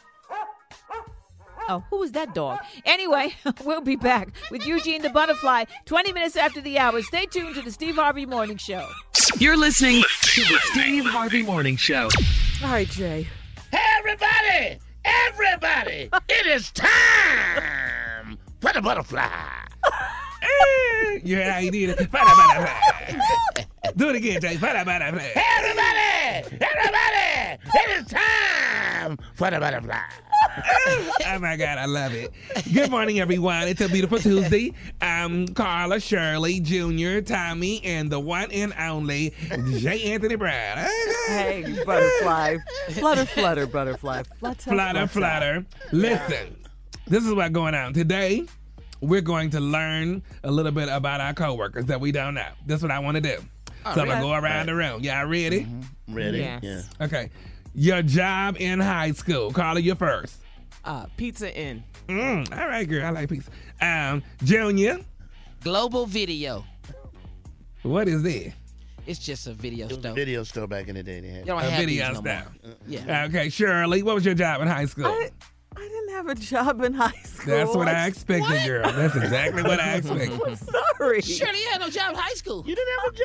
Speaker 14: Oh, who was that dog? Anyway, we'll be back with Eugene the Butterfly 20 minutes after the hour. Stay tuned to the Steve Harvey Morning Show.
Speaker 5: You're listening to the Steve Harvey Morning Show.
Speaker 1: All right, Jay.
Speaker 7: Hey, everybody! Everybody! it is time for the butterfly.
Speaker 5: Yeah, I did it. Bada, bada, bada. Do it again, Jay. Bada, bada, bada.
Speaker 7: Everybody! Everybody! It is time
Speaker 5: For the butterfly. oh my God, I love it. Good morning, everyone. It's a beautiful Tuesday. I'm Carla Shirley Jr., Tommy, and the one and only J. Anthony Brown.
Speaker 1: Hey, butterfly. Flutter, flutter, butterfly. Flutter,
Speaker 5: flutter, flutter. Listen, this is what's going on today. We're going to learn a little bit about our coworkers that we don't know. That's what I want to do.
Speaker 8: All
Speaker 5: so I'm gonna
Speaker 8: right. Mm-hmm.
Speaker 5: go around the room. Y'all ready?
Speaker 8: Ready? Yes. Yeah.
Speaker 5: Okay. Your job in high school. Carla, you're first.
Speaker 3: Uh, Pizza Inn.
Speaker 5: Mm, all right, girl. I like pizza. Um, Junior,
Speaker 7: Global Video.
Speaker 5: what is that?
Speaker 7: It's just a video
Speaker 8: It was a
Speaker 7: store.
Speaker 8: video store back in the day. They had Uh-uh.
Speaker 7: You don't
Speaker 5: a
Speaker 7: have
Speaker 5: video
Speaker 7: these no more.
Speaker 5: style.
Speaker 7: Yeah.
Speaker 5: Okay, Shirley, what was your job in high school?
Speaker 1: I didn't have a job in high school.
Speaker 5: That's what I expected, girl. That's exactly what I expected.
Speaker 1: I'm sorry.
Speaker 7: Shirley, you had no job in high school. You
Speaker 8: didn't have a job?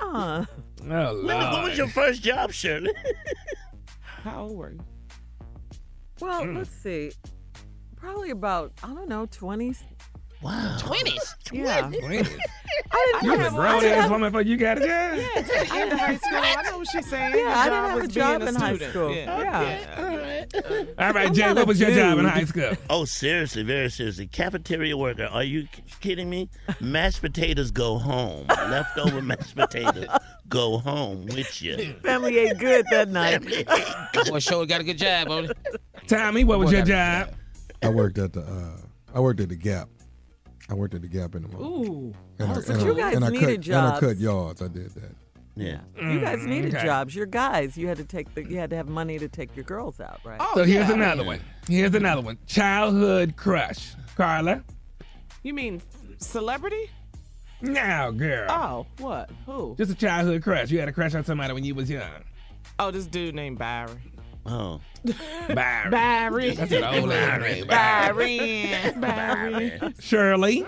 Speaker 1: Uh-uh.
Speaker 5: Oh, Lord.
Speaker 8: What what was your first job, Shirley?
Speaker 3: How old were you?
Speaker 1: Well,
Speaker 8: Mm.
Speaker 1: let's see. Probably about, I don't know, 20s.
Speaker 7: Wow. 20s?
Speaker 1: Yeah.
Speaker 5: Wait,
Speaker 1: I
Speaker 5: you
Speaker 1: didn't
Speaker 5: was a
Speaker 1: have,
Speaker 5: grown
Speaker 1: didn't
Speaker 5: ass
Speaker 1: have-
Speaker 5: woman before you got a job.
Speaker 3: Yeah, take you to high school. I know what she's saying.
Speaker 1: Yeah,
Speaker 3: Your
Speaker 1: I didn't have
Speaker 3: was
Speaker 1: a job
Speaker 3: being
Speaker 1: in high
Speaker 3: student.
Speaker 1: school.
Speaker 5: All right, Jay, what was your job in high school?
Speaker 8: Oh, seriously, very seriously. Cafeteria worker. Are you k- kidding me? Mashed potatoes go home. Leftover mashed potatoes go home with you.
Speaker 1: Family ate good that night.
Speaker 7: Boy, Shirley got a good job, buddy.
Speaker 5: Tommy, what was
Speaker 6: Boy,
Speaker 5: your
Speaker 6: that-
Speaker 5: job?
Speaker 6: I worked at the uh, I worked at the Gap. I worked at the Gap in the morning.
Speaker 1: Ooh.
Speaker 6: And I-
Speaker 1: Oh, so
Speaker 6: and I-
Speaker 1: you guys
Speaker 6: and I
Speaker 1: needed
Speaker 6: cut, And I
Speaker 1: jobs.
Speaker 6: cut yards. I did that.
Speaker 8: Yeah.
Speaker 1: You guys needed
Speaker 6: okay.
Speaker 1: jobs. You're guys. You had to take the, you had to have money to take your girls out, right?
Speaker 5: so here's another one. Here's another one. Childhood crush. Carla?
Speaker 3: You mean celebrity?
Speaker 5: No, girl.
Speaker 3: Oh, what? Who?
Speaker 5: Just a childhood crush. You had a crush on somebody when you was young.
Speaker 3: Oh, this dude named Byron.
Speaker 8: Oh.
Speaker 5: Byron.
Speaker 3: Byron.
Speaker 5: That's an old ass name.
Speaker 3: Byron. Byron.
Speaker 5: Shirley.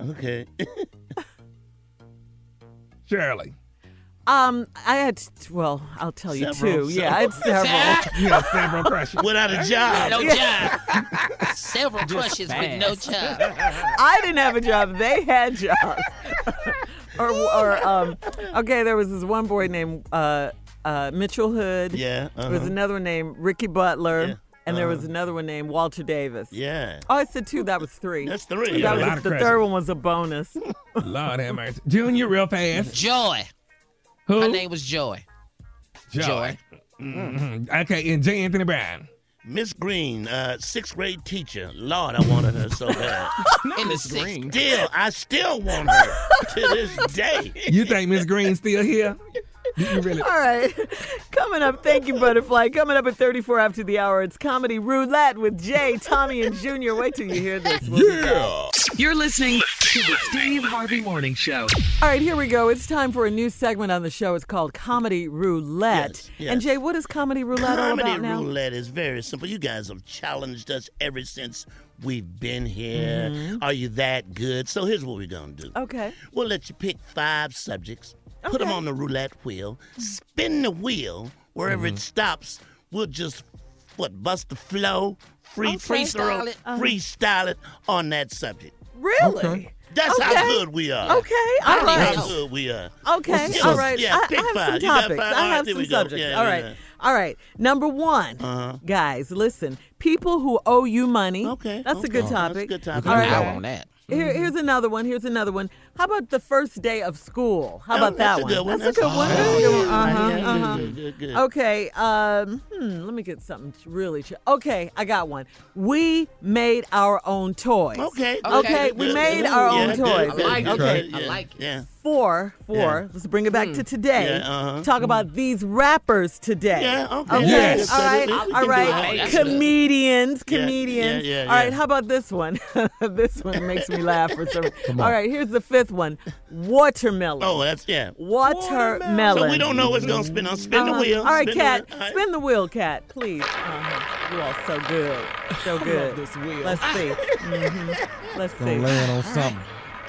Speaker 8: Okay.
Speaker 5: Shirley.
Speaker 1: Um, I had well, I'll tell you
Speaker 5: Several,
Speaker 1: two. Yeah, I had
Speaker 5: several.
Speaker 1: several.
Speaker 5: You had several crushes.
Speaker 8: Without a job.
Speaker 7: No
Speaker 1: Yeah.
Speaker 7: job. Several crushes with no job.
Speaker 1: I didn't have a job. They had jobs. or, or um, okay, there was this one boy named uh, uh, Mitchell Hood.
Speaker 8: Yeah,
Speaker 1: There
Speaker 8: uh-huh.
Speaker 1: was another one named Ricky Butler. And there was
Speaker 8: uh-huh.
Speaker 1: another one named Walter Davis.
Speaker 8: Yeah.
Speaker 1: Oh, I said two. That was three.
Speaker 8: That's three.
Speaker 1: That was-
Speaker 5: A lot of
Speaker 1: the
Speaker 5: credit.
Speaker 1: third one was a bonus.
Speaker 5: Lord have mercy. Junior, real fast.
Speaker 7: Joy.
Speaker 5: Who?
Speaker 7: Her name was Joy.
Speaker 5: Joy. Mhm.
Speaker 6: Mm-hmm.
Speaker 5: Okay, and J. Anthony Brown.
Speaker 8: Miss Green, uh, sixth grade teacher. Lord, I wanted her so bad.
Speaker 7: In the sixth.
Speaker 8: Still, I still want her to this day.
Speaker 5: You think Miss Green's still here? You- You really?
Speaker 1: All right. Coming up, thank you, Butterfly. Coming up at 34 after the hour, it's Comedy Roulette with Jay, Tommy, and Junior. Wait till you hear this. We'll be back.
Speaker 5: Yeah. You're listening to
Speaker 16: to the Steve Harvey Morning Show.
Speaker 1: All right, here we go. It's time for a new segment on the show. It's called Comedy Roulette.
Speaker 8: yes.
Speaker 1: And Jay, what is Comedy Roulette
Speaker 8: Comedy
Speaker 1: all about now?
Speaker 8: roulette is very simple. You guys have challenged us ever since we've been here.
Speaker 1: Mhm.
Speaker 8: Are you that good? So here's what we're gonna do.
Speaker 1: Okay.
Speaker 8: We'll let you pick five subjects, put them on the roulette wheel, spin the wheel wherever
Speaker 1: Mm-hmm.
Speaker 8: it stops. We'll just what bust the flow, free
Speaker 7: Okay. Freestyle
Speaker 8: freestyle it,
Speaker 7: it.
Speaker 8: freestyle it on that subject.
Speaker 1: Uh-huh. Really?
Speaker 8: That's how
Speaker 1: Okay.
Speaker 8: good we are.
Speaker 1: Okay,
Speaker 8: That's
Speaker 1: all right.
Speaker 8: how good we are.
Speaker 1: Okay,
Speaker 8: So,
Speaker 1: all right.
Speaker 8: Yeah,
Speaker 1: I,
Speaker 8: pick
Speaker 1: I have
Speaker 8: five.
Speaker 1: some
Speaker 8: You got
Speaker 1: topics.
Speaker 8: five? All
Speaker 1: I
Speaker 8: right,
Speaker 1: have
Speaker 8: there
Speaker 1: some
Speaker 8: we go.
Speaker 1: subjects.
Speaker 8: Yeah,
Speaker 1: all
Speaker 8: yeah,
Speaker 1: right.
Speaker 8: yeah. Uh-huh.
Speaker 1: All right. Number one, guys, listen. People who owe you money. Okay. That's a good
Speaker 8: okay.
Speaker 1: topic.
Speaker 8: That's a good topic. Mm-hmm.
Speaker 1: All right.
Speaker 8: I want that.
Speaker 1: Here, here's another one. Here's another one. How about the first day of school? How
Speaker 8: Oh,
Speaker 1: about
Speaker 8: that's
Speaker 1: that
Speaker 8: a good one.
Speaker 1: That's a good
Speaker 8: That's-
Speaker 1: one.
Speaker 8: oh,
Speaker 1: That's a good one.
Speaker 8: yeah,
Speaker 1: Uh-huh,
Speaker 8: yeah,
Speaker 1: uh-huh.
Speaker 8: good, good, good.
Speaker 1: Okay. Um, hmm, let me get something really. Ch- okay, I got one. We made our own toys.
Speaker 8: Okay.
Speaker 1: Okay. we made our own toys. okay.
Speaker 8: like it. Yeah.
Speaker 1: Four, four.
Speaker 8: Yeah. Hmm.
Speaker 1: Let's bring it back to today.
Speaker 8: Yeah, uh-huh.
Speaker 1: Talk about these rappers today.
Speaker 8: Yeah, okay. Yes.
Speaker 1: All right.
Speaker 8: We can
Speaker 1: All
Speaker 8: do
Speaker 1: right.
Speaker 8: that. Oh,
Speaker 1: Comedians.
Speaker 8: Yeah, yeah,
Speaker 1: Comedians.
Speaker 8: yeah,
Speaker 1: All right.
Speaker 8: yeah.
Speaker 1: How about this one? this one makes me laugh for some.
Speaker 8: Come on.
Speaker 1: All right. Here's the fifth one. Watermelon.
Speaker 8: Oh, that's yeah.
Speaker 1: Watermelon.
Speaker 8: So we don't know what's gonna spin. on. Spin the
Speaker 1: Uh-huh.
Speaker 8: wheel.
Speaker 1: All right,
Speaker 8: spin
Speaker 1: cat.
Speaker 8: The wheel. All right.
Speaker 1: Spin the wheel, cat. Please. Uh-huh. You all so good. So
Speaker 8: love
Speaker 1: good.
Speaker 8: this wheel.
Speaker 1: Let's see. Mhm. Let's
Speaker 6: Gonna
Speaker 1: see.
Speaker 6: land on something.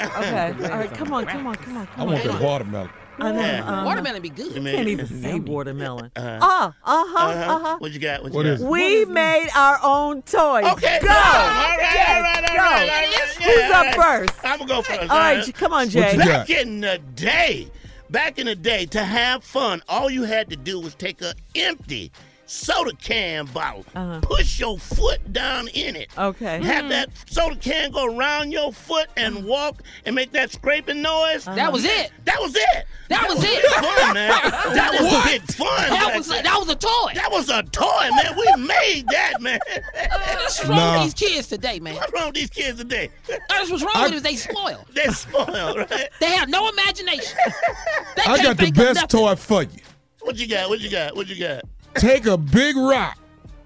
Speaker 1: Okay. All right. Come on. Come on. Come on. Come
Speaker 6: I
Speaker 1: on.
Speaker 6: want
Speaker 1: come
Speaker 6: that
Speaker 1: on.
Speaker 6: watermelon.
Speaker 1: I know,
Speaker 8: Yeah.
Speaker 1: uh-huh.
Speaker 8: Watermelon be good.
Speaker 1: Can't even say watermelon.
Speaker 8: Uh-huh.
Speaker 1: Ah, uh huh,
Speaker 8: Uh-huh.
Speaker 1: uh huh.
Speaker 8: What you got? What,
Speaker 6: What
Speaker 8: you
Speaker 6: is
Speaker 8: got?
Speaker 1: We made our own toys.
Speaker 8: Okay.
Speaker 1: Go.
Speaker 8: All right.
Speaker 1: Yes,
Speaker 8: all right. All
Speaker 1: go.
Speaker 8: right. All right.
Speaker 1: Who's
Speaker 8: yeah,
Speaker 1: up
Speaker 8: all right.
Speaker 1: first?
Speaker 8: I'm gonna go first.
Speaker 1: All right, come on, Jay. What you
Speaker 8: Back
Speaker 1: got?
Speaker 8: in the day, back in the day, to have fun, all you had to do was take a empty soda can bottle, push your foot down in it.
Speaker 1: Uh-huh. Okay. Mm. Hmm. Uh-huh.
Speaker 8: Have that soda can go around your foot and walk and make that scraping noise.
Speaker 7: That was it.
Speaker 8: That was it.
Speaker 7: That was it.
Speaker 8: Fun, man. That was
Speaker 7: What?
Speaker 8: big fun.
Speaker 7: That
Speaker 8: back
Speaker 7: was a-
Speaker 8: then.
Speaker 7: that was a toy.
Speaker 8: That was a toy, man. We made that, man.
Speaker 7: What's wrong
Speaker 8: Nah.
Speaker 7: with these kids today, man? What's
Speaker 8: wrong with these kids today?
Speaker 7: That's what's wrong
Speaker 8: I-
Speaker 7: with them is they spoil.
Speaker 8: They spoil, right?
Speaker 7: They have no imagination. They
Speaker 6: I
Speaker 7: can't
Speaker 6: got the
Speaker 7: think of
Speaker 6: best
Speaker 7: nothing.
Speaker 6: toy for you.
Speaker 8: What you got? What you got? What you got?
Speaker 6: Take a big rock,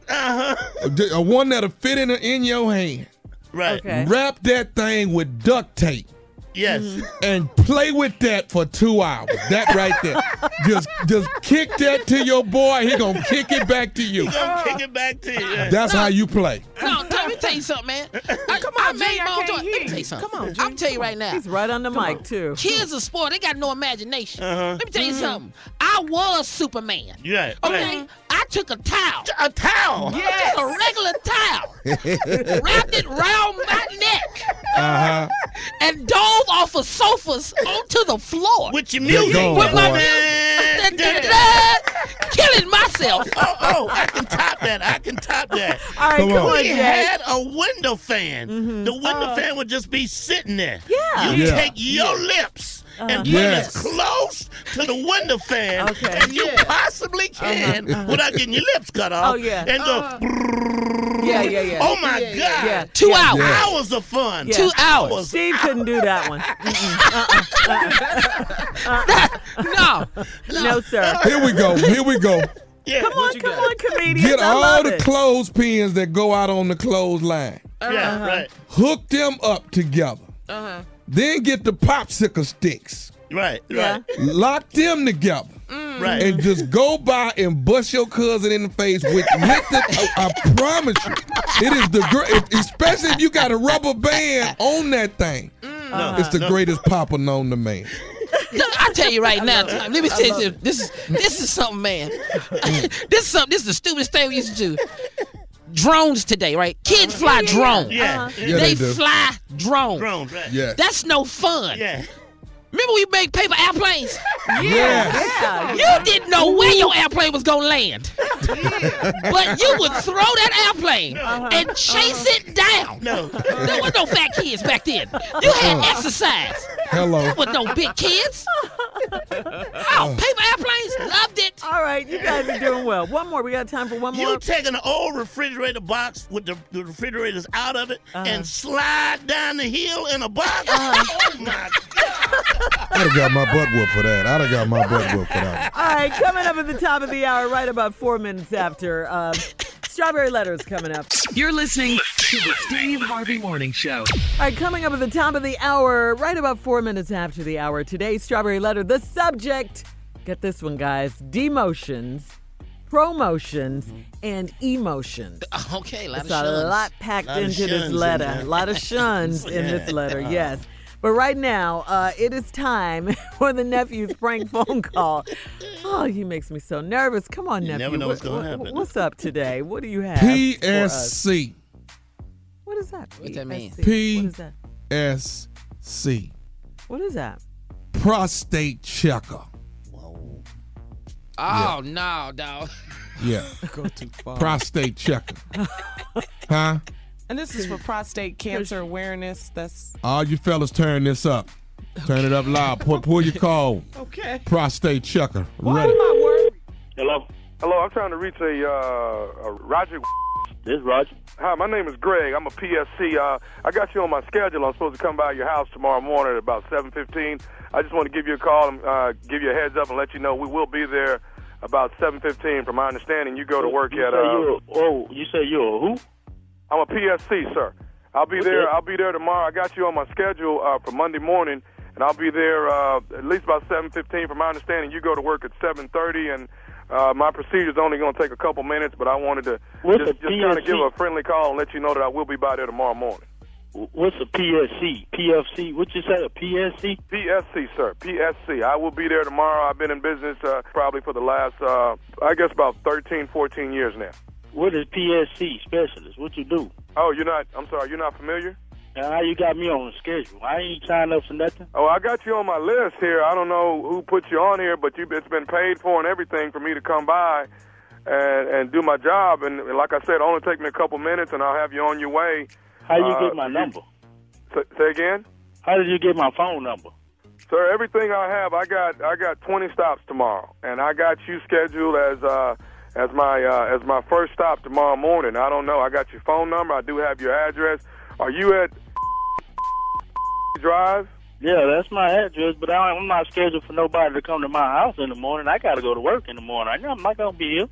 Speaker 8: Uh huh.
Speaker 6: a d- a one that'll fit in in your hand.
Speaker 8: Right. Okay.
Speaker 6: Wrap that thing with duct tape.
Speaker 8: Yes.
Speaker 1: Mm-hmm.
Speaker 6: And play with that for two hours. That right there. just just kick that to your boy. He gonna kick it back to you.
Speaker 8: You gonna kick it back to you.
Speaker 6: That's how you play.
Speaker 7: No, let me tell you something, man. I, Come on, I made my own toy. Let me tell you something. Come on, I'm tell you right now.
Speaker 1: He's right on the mic too.
Speaker 7: Kids are spoiled. They got no imagination.
Speaker 1: Uh-huh.
Speaker 7: Let me tell you
Speaker 1: Mm.
Speaker 7: something. I was Superman.
Speaker 8: Yeah.
Speaker 7: Okay. I took a towel.
Speaker 8: A towel.
Speaker 7: Just a regular towel.
Speaker 6: uh
Speaker 7: Wrapped it round my neck
Speaker 6: huh.
Speaker 1: Uh-huh.
Speaker 7: and dove off of sofas onto the floor.
Speaker 8: With your
Speaker 6: music. Go,
Speaker 7: With my
Speaker 6: boy.
Speaker 7: music. Da-da-da. Killing myself.
Speaker 8: Oh, oh, I can top that. I can top that.
Speaker 7: All right,
Speaker 8: we
Speaker 7: Come come on. on, Jack.
Speaker 8: had a window fan.
Speaker 1: Mm-hmm.
Speaker 8: The
Speaker 1: Uh,
Speaker 8: window fan would just be sitting there.
Speaker 7: Yeah.
Speaker 8: You
Speaker 7: Yeah.
Speaker 8: take your
Speaker 7: Yeah.
Speaker 8: lips and
Speaker 7: Uh-huh.
Speaker 8: put
Speaker 7: Yes.
Speaker 8: as close to the window fan as you possibly
Speaker 1: Uh-huh.
Speaker 8: can without getting your lips cut off.
Speaker 7: Oh, yeah.
Speaker 8: And go.
Speaker 1: Uh-huh. Yeah, yeah, yeah.
Speaker 8: Oh my
Speaker 1: Yeah, yeah,
Speaker 8: God.
Speaker 1: yeah. Two Yeah. hours.
Speaker 8: Hours of fun.
Speaker 1: Yeah. Steve couldn't do that one. Uh-uh. no. No, sir.
Speaker 6: Here we go. Here we go.
Speaker 1: Come on, come on, comedians.
Speaker 6: Get
Speaker 1: I
Speaker 6: all
Speaker 1: love
Speaker 6: the
Speaker 1: it.
Speaker 6: clothespins that go out on the clothesline.
Speaker 8: Yeah,
Speaker 1: Uh-huh.
Speaker 8: right.
Speaker 6: Hook them up together.
Speaker 8: Uh-huh.
Speaker 6: Then get the popsicle sticks.
Speaker 8: Right, right.
Speaker 6: Lock them together.
Speaker 8: Right.
Speaker 6: And just go by and bust your cousin in the face with, with the, I, I promise you, it is the great, especially if you got a rubber band on that thing.
Speaker 7: No,
Speaker 6: it's the
Speaker 7: no.
Speaker 6: greatest popper known to man.
Speaker 7: I tell you right now, Tom, let me
Speaker 1: I
Speaker 7: tell you
Speaker 1: love
Speaker 7: this. This is this is something, man.
Speaker 8: Mm.
Speaker 7: this is something. This is the stupidest thing we used to do. Drones today, right? Kids fly
Speaker 8: Uh-huh. Yeah, yeah,
Speaker 7: drones.
Speaker 8: yeah. Uh-huh. Yeah,
Speaker 7: they,
Speaker 8: they do.
Speaker 7: fly drones.
Speaker 8: Drones, right.
Speaker 6: Yes.
Speaker 7: That's no fun.
Speaker 8: Yeah.
Speaker 7: Remember we made paper airplanes?
Speaker 6: Yes.
Speaker 7: You didn't know where your airplane was gonna land, but you would throw that airplane and chase it down.
Speaker 8: Uh-huh. No, Uh-huh.
Speaker 7: there was no fat kids back then. You had
Speaker 6: Uh-uh.
Speaker 7: exercise.
Speaker 6: Hello.
Speaker 7: There was no big kids. Oh, paper airplanes, loved it.
Speaker 1: Uh. All right, you guys are doing well. One more. We got time for one more.
Speaker 8: You taking an old refrigerator box with the, the refrigerators out of it
Speaker 1: Uh-huh.
Speaker 8: and slide down the hill in a box?
Speaker 1: Uh-huh.
Speaker 8: Oh my
Speaker 6: I done got my butt whooped for that. I done got my butt whooped for that.
Speaker 1: All right, coming up at the top of the hour, right about four minutes after. Uh, Strawberry um, Letters coming up.
Speaker 16: You're listening to the Steve Harvey Morning Show.
Speaker 1: All right, coming up at the top of the hour, right about four minutes after the hour, today's Strawberry Letter, the subject, get this one, guys, demotions, promotions, and emotions.
Speaker 7: Oh, Okay, a lot
Speaker 1: it's
Speaker 7: of shuns.
Speaker 1: a lot packed
Speaker 7: Lot of
Speaker 1: into
Speaker 7: shuns
Speaker 1: this
Speaker 7: in
Speaker 1: letter.
Speaker 7: there.
Speaker 1: a lot of shuns in this
Speaker 7: Yeah.
Speaker 1: letter, yes. But right now, uh, it is time for the nephew's prank phone call. Oh, he makes me so nervous. Come on,
Speaker 8: You
Speaker 1: nephew.
Speaker 8: never know what's gonna happen.
Speaker 1: What's up today? What do you have? for us?
Speaker 6: PSC.
Speaker 1: What is that? What does that mean? What is that?
Speaker 6: PSC.
Speaker 1: What is that?
Speaker 6: Prostate checker.
Speaker 7: Oh no, dog.
Speaker 6: Yeah.
Speaker 3: Go too far.
Speaker 6: Prostate checker. huh?
Speaker 3: And this is for prostate cancer awareness. That's
Speaker 6: All you fellas turn this up. Turn it up loud. Pull, pull your call.
Speaker 3: Okay.
Speaker 6: Prostate checker. Ready.
Speaker 2: Hello. Hello, I'm trying to reach a, uh, a Roger. This Roger. Hi, my name is Greg. I'm a PSC. Uh, I got you on my schedule. I'm supposed to come by your house tomorrow morning at about 7:15. I just want to give you a call and uh, give you a heads up and let you know we will be there about 7:15. From my understanding, you go to work
Speaker 17: You
Speaker 2: at.
Speaker 17: say
Speaker 2: Uh,
Speaker 17: you're- oh, you say you're a who?
Speaker 2: I'm a PSC, sir. I'll be there. I'll be there tomorrow. I got you on my schedule uh, for Monday morning, and I'll be there uh, at least about seven fifteen. From my understanding, you go to work at seven thirty, and uh, my procedure's only going to take a couple minutes. But I wanted to
Speaker 17: What's
Speaker 2: just,
Speaker 17: a
Speaker 2: just kind of
Speaker 17: PSC?
Speaker 2: give a friendly call and let you know that I will be by there tomorrow morning.
Speaker 17: What's a PSC? PFC? What you say? A PSC?
Speaker 2: PSC, sir. PSC. I will be there tomorrow. I've been in business uh, probably for the last, uh, I guess, about thirteen, fourteen years now.
Speaker 17: What is PSC specialist? What you do?
Speaker 2: Oh, you're not. I'm sorry. You're not familiar.
Speaker 17: Now how you got me on the schedule? I ain't signed up for nothing.
Speaker 2: Oh, I got you on my list here. I don't know who put you on here, but you it's been paid for and everything for me to come by and and do my job. And like I said, it'll only take me a couple minutes, and I'll have you on your way.
Speaker 17: How you
Speaker 2: Uh,
Speaker 17: get my
Speaker 2: you-
Speaker 17: number?
Speaker 2: Say, say again,
Speaker 17: How did you get my phone number?
Speaker 2: sir. Everything I have, I got I got 20 stops tomorrow, and I got you scheduled as uh as my uh, as my first stop tomorrow morning. I don't know. I got your phone number. I do have your address. Are you at Drive?
Speaker 17: Yeah, that's my address, but I, I'm not scheduled for nobody to come to my house in the morning. I got to go to work in the morning. I know I'm not gonna be here.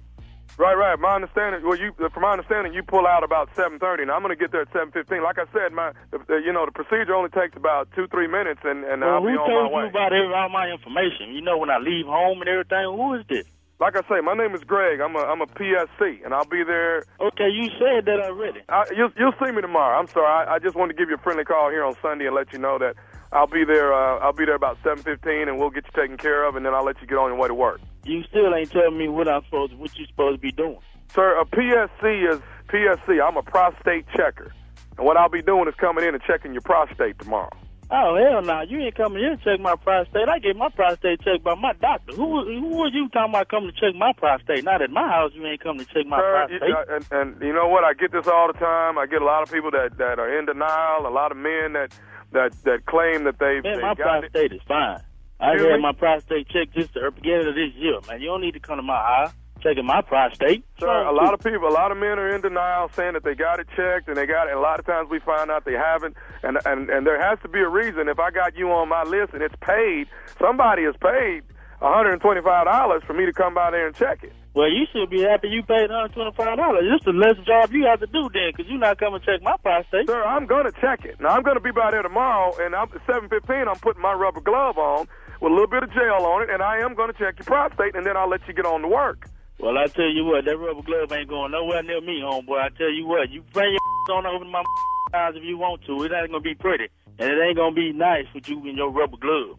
Speaker 2: Right, right. My understanding, well, you from my understanding, you pull out about seven thirty, and I'm going to get there at seven fifteen. Like I said, my the, the, you know the procedure only takes about two three minutes, and and
Speaker 17: well,
Speaker 2: I'll
Speaker 17: who
Speaker 2: be on
Speaker 17: told
Speaker 2: my way.
Speaker 17: you about every, all my information? You know, when I leave home and everything, who is this?
Speaker 2: Like I say, my name is Greg. I'm a I'm a PSC, and I'll be there.
Speaker 17: Okay, you said that already.
Speaker 2: I, you'll you'll see me tomorrow. I'm sorry. I, I just wanted to give you a friendly call here on Sunday and let you know that I'll be there. Uh, I'll be there about seven fifteen, and we'll get you taken care of, and then I'll let you get on your way to work.
Speaker 17: You still ain't telling me what I'm supposed, what you supposed to be doing.
Speaker 2: Sir, a PSC is PSC. I'm a prostate checker, and what I'll be doing is coming in and checking your prostate tomorrow.
Speaker 17: Oh hell no! You ain't coming here to check my prostate. I get my prostate checked by my doctor. Who who are you talking about coming to check my prostate? Not at my house. You ain't coming to check my
Speaker 2: Sir,
Speaker 17: prostate.
Speaker 2: you- uh, and, and you know what? I get this all the time. I get a lot of people that, that are in denial. A lot of men that that that claim that they've
Speaker 17: Man,
Speaker 2: they've
Speaker 17: my
Speaker 2: got it.
Speaker 17: prostate is fine. I
Speaker 2: Really?
Speaker 17: had my prostate checked just the beginning of this year, man. You don't need to come to my house checking my prostate.
Speaker 2: Sir, a lot of people, a lot of men are in denial, saying that they got it checked, and they got it. And a lot of times we find out they haven't, and and and there has to be a reason. If I got you on my list and it's paid, somebody has paid one hundred and twenty-five dollars for me to come by there and check it.
Speaker 17: Well, you should be happy you paid $125. This is the less job you have to do then, 'cause you're not coming to check my prostate.
Speaker 2: Sir, I'm going to check it. Now I'm going to be by there tomorrow, and I'm at 7:15. I'm putting my rubber glove on with a little bit of gel on it, and I am going to check your prostate, and then I'll let you get on to work.
Speaker 17: Well, I tell you what, that rubber glove ain't going nowhere near me, homeboy. I tell you what, you bring your on over to my eyes if you want to. It ain't gonna be pretty, and it ain't gonna be nice with you in your rubber glove.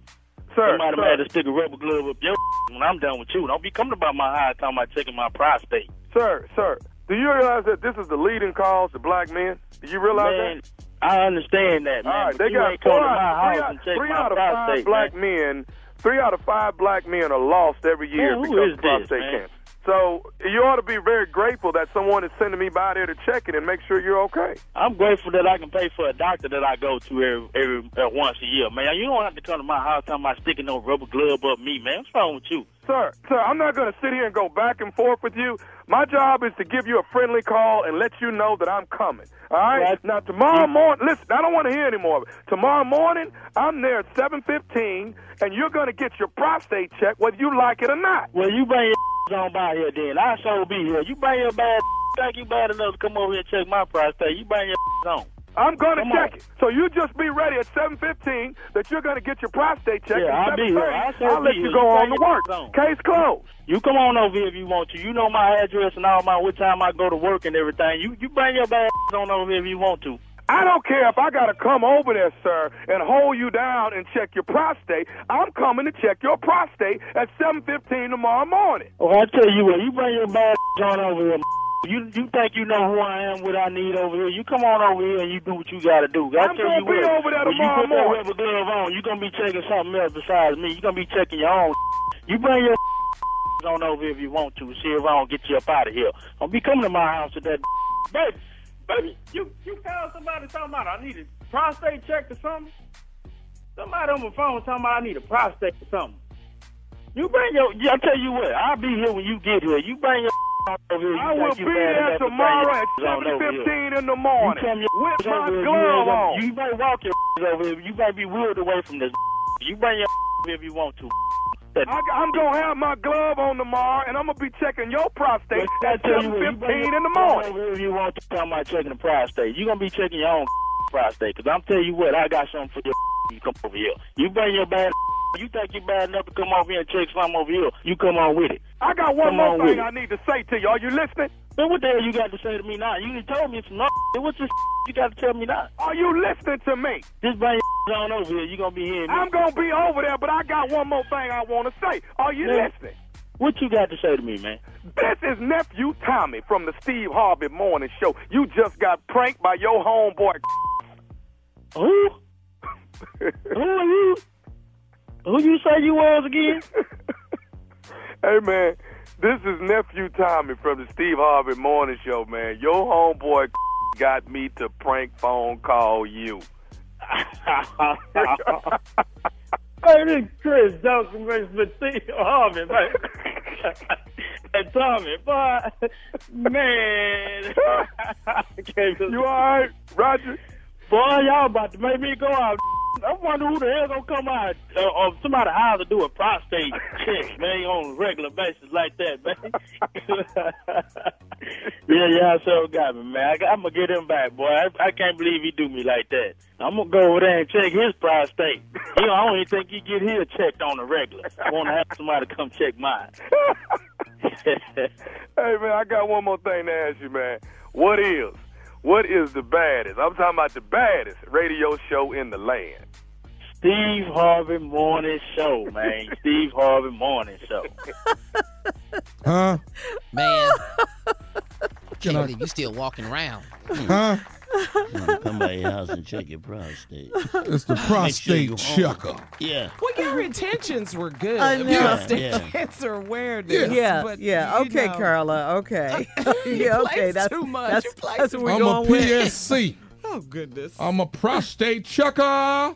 Speaker 2: Sir,
Speaker 17: Somebody
Speaker 2: sir.
Speaker 17: might have to stick a rubber glove up your when I'm done with you. Don't be coming about my eyes talking about checking my prostate.
Speaker 2: Sir, sir, do you realize that this is the leading cause to black men? Do you realize
Speaker 17: Man,
Speaker 2: that?
Speaker 17: I understand that, man.
Speaker 2: All right,
Speaker 17: but
Speaker 2: they
Speaker 17: you
Speaker 2: got
Speaker 17: ain't
Speaker 2: four
Speaker 17: coming to my
Speaker 2: out,
Speaker 17: house
Speaker 2: three out,
Speaker 17: and check
Speaker 2: three
Speaker 17: my
Speaker 2: out of
Speaker 17: prostate,
Speaker 2: five black
Speaker 17: man.
Speaker 2: men. Three out of five black men are lost every year
Speaker 17: Man, who
Speaker 2: because
Speaker 17: is
Speaker 2: of
Speaker 17: this,
Speaker 2: prostate
Speaker 17: man?
Speaker 2: cancer. So you ought to be very grateful that someone is sending me by there to check it and make sure you're okay.
Speaker 17: I'm grateful that I can pay for a doctor that I go to every, every uh, once a year, man. You don't have to come to my house talking about sticking no rubber glove up me, man. What's wrong with you?
Speaker 2: Sir, sir, I'm not going to sit here and go back and forth with you. My job is to give you a friendly call and let you know that I'm coming. All right.
Speaker 17: Right.
Speaker 2: Now tomorrow morning, listen, I don't want to hear any more of it. Tomorrow morning, I'm there at 7:15, and you're going to get your prostate checked, whether you like it or not.
Speaker 17: Well, you bring your on by here then. I sure be here. You bring your bad think you bad enough to come over here and check my prostate. You bring your on.
Speaker 2: I'm going to
Speaker 17: Come
Speaker 2: check
Speaker 17: on.
Speaker 2: it. So you just be ready at 7:15 that you're going to get your prostate checked.
Speaker 17: Yeah,
Speaker 2: at
Speaker 17: I'll be here.
Speaker 2: 7:30.
Speaker 17: I
Speaker 2: I'll let you go on to work.
Speaker 17: Case closed. You come on over here if you want to. You know my address and all my what time I go to work and everything. You you bring your bad on over here if you want to.
Speaker 2: I don't care if I got to come over there, sir, and hold you down and check your prostate. I'm coming to check your prostate at 7:15 tomorrow morning.
Speaker 17: Well, Oh, I tell you what, you bring your bad on over here. You you think you know who I am, what I need over here? You come on over here and you do what you gotta do. I
Speaker 2: I'm
Speaker 17: tell
Speaker 2: gonna
Speaker 17: you
Speaker 2: be
Speaker 17: what,
Speaker 2: over there
Speaker 17: when you
Speaker 2: tomorrow
Speaker 17: put that
Speaker 2: morning.
Speaker 17: rubber glove on, you're gonna be checking something else besides me. You're gonna be checking your own. You bring your on over here if you want to. See if I don't get you up out of here. Don't be coming to my house with that.
Speaker 10: Baby, baby, you, you found somebody talking about I need a prostate check or something? Somebody on my phone talking about I need a prostate or something.
Speaker 17: You bring your. yeah, I tell you what, I'll be here when you get here. You bring your on over here. You
Speaker 2: I will
Speaker 17: think you
Speaker 2: be
Speaker 17: bad
Speaker 2: there
Speaker 17: enough to bring your
Speaker 2: tomorrow at
Speaker 17: on over here.
Speaker 2: 7:15 in the morning
Speaker 17: You come your
Speaker 2: with my
Speaker 17: over here, you
Speaker 2: glove
Speaker 17: ain't
Speaker 2: on.
Speaker 17: gonna- You might walk your over here. You might be wheeled away from this. You bring your over here if you want to. That-
Speaker 2: I, I'm gonna have my glove on tomorrow, and I'm gonna be checking your prostate
Speaker 17: I
Speaker 2: at
Speaker 17: tell you what, you
Speaker 2: 7:15
Speaker 17: bring
Speaker 2: in the
Speaker 17: your
Speaker 2: morning.
Speaker 17: over here If you want to talk about checking the prostate, you're gonna be checking your own prostate. Cause I'm telling you what, I got something for you. You come over here. You bring your bad. You think you bad enough to come over here and check something over here? You come on with it.
Speaker 2: I got one
Speaker 17: Come on
Speaker 2: more
Speaker 17: with
Speaker 2: thing
Speaker 17: it.
Speaker 2: I need to say to you. Are you listening?
Speaker 17: Then what the hell you got to say to me now? You done told me some. other- What's this you got to tell me now?
Speaker 2: Are you listening to me?
Speaker 17: Just bring your on over here. You gonna be hearing me.
Speaker 2: I'm gonna be over there, but I got one more thing I want to say. Are you
Speaker 17: Yeah.
Speaker 2: listening?
Speaker 17: What you got to say to me, man?
Speaker 2: This is nephew Tommy from the Steve Harvey Morning Show. You just got pranked by your homeboy.
Speaker 17: Who? Who are you? Who you say you was again?
Speaker 2: hey man, this is nephew Tommy from the Steve Harvey Morning Show. Man, your homeboy got me to prank phone call you.
Speaker 10: Hey, this is Chris Johnson versus Steve Harvey, man. and Tommy, boy, man. you all
Speaker 2: right, Roger?
Speaker 10: Boy, y'all about to make me go out. I wonder who the hell gonna come out uh, of somebody how to do a prostate check, man, on a regular basis like that, man.
Speaker 17: Yeah, yeah, I sure got me, man. I, I'm gonna get him back, boy. I, I can't believe he do me like that. I'm gonna go over there and check his prostate. You know, I don't even think he get his checked on the regular. I want to have somebody come check mine.
Speaker 2: Hey man, I got one more thing to ask you, man. What is? What is the baddest? I'm talking about the baddest radio show in the land.
Speaker 10: Steve Harvey Morning Show, man. Steve Harvey Morning Show.
Speaker 6: Huh?
Speaker 7: Man.
Speaker 6: Can
Speaker 7: Can't
Speaker 6: I-
Speaker 7: believe you still walking around.
Speaker 6: Huh?
Speaker 8: Come by your house and check your prostate.
Speaker 6: It's the
Speaker 8: Make sure
Speaker 6: prostate
Speaker 8: you home.
Speaker 6: checker.
Speaker 8: Yeah.
Speaker 3: Well, your intentions were good.
Speaker 1: I know.
Speaker 3: Prostate
Speaker 1: Yeah, yeah.
Speaker 3: cancer awareness.
Speaker 1: Yeah, yeah,
Speaker 3: But you
Speaker 1: Okay,
Speaker 3: know.
Speaker 1: Carla. Okay,
Speaker 3: You
Speaker 1: yeah, okay.
Speaker 3: place
Speaker 1: That's
Speaker 3: too much.
Speaker 1: That's,
Speaker 3: You place
Speaker 1: that's
Speaker 3: too
Speaker 1: what we're
Speaker 6: I'm a
Speaker 1: going with.
Speaker 6: PSC.
Speaker 3: Oh goodness.
Speaker 6: I'm a prostate checker.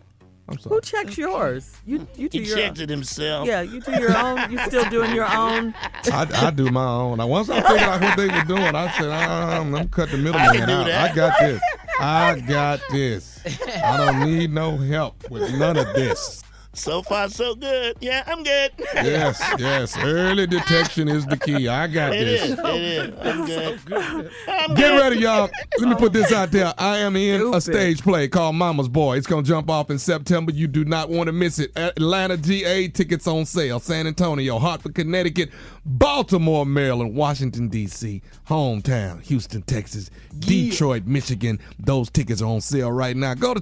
Speaker 6: I'm sorry.
Speaker 1: Who checks yours? You you do
Speaker 6: He
Speaker 1: your
Speaker 6: checked
Speaker 8: it himself.
Speaker 1: Yeah, you do your own. You still doing your own.
Speaker 6: I, I do my own. Now, once I figured out what they were doing, I said, "Um, I'm, I'm cut the
Speaker 8: I
Speaker 6: middleman
Speaker 8: can do
Speaker 6: out.
Speaker 8: that.
Speaker 6: I got this. I got this. I don't need no help with none of this.
Speaker 8: So far, so good. Yeah, I'm good.
Speaker 6: Yes, yes. Early detection is the key. I got
Speaker 8: It
Speaker 6: this.
Speaker 8: is. It is.
Speaker 3: Oh,
Speaker 8: I'm good. I'm
Speaker 6: Get
Speaker 8: good.
Speaker 6: ready, y'all. Let me put this out there. I am in a stage play called Mama's Boy. It's going to jump off in September. You do not want to miss it. Atlanta, GA, tickets on sale. San Antonio, Hartford, Connecticut, Baltimore, Maryland, Washington, D.C., hometown, Houston, Texas, Detroit, Michigan. Those tickets are on sale right now. Go to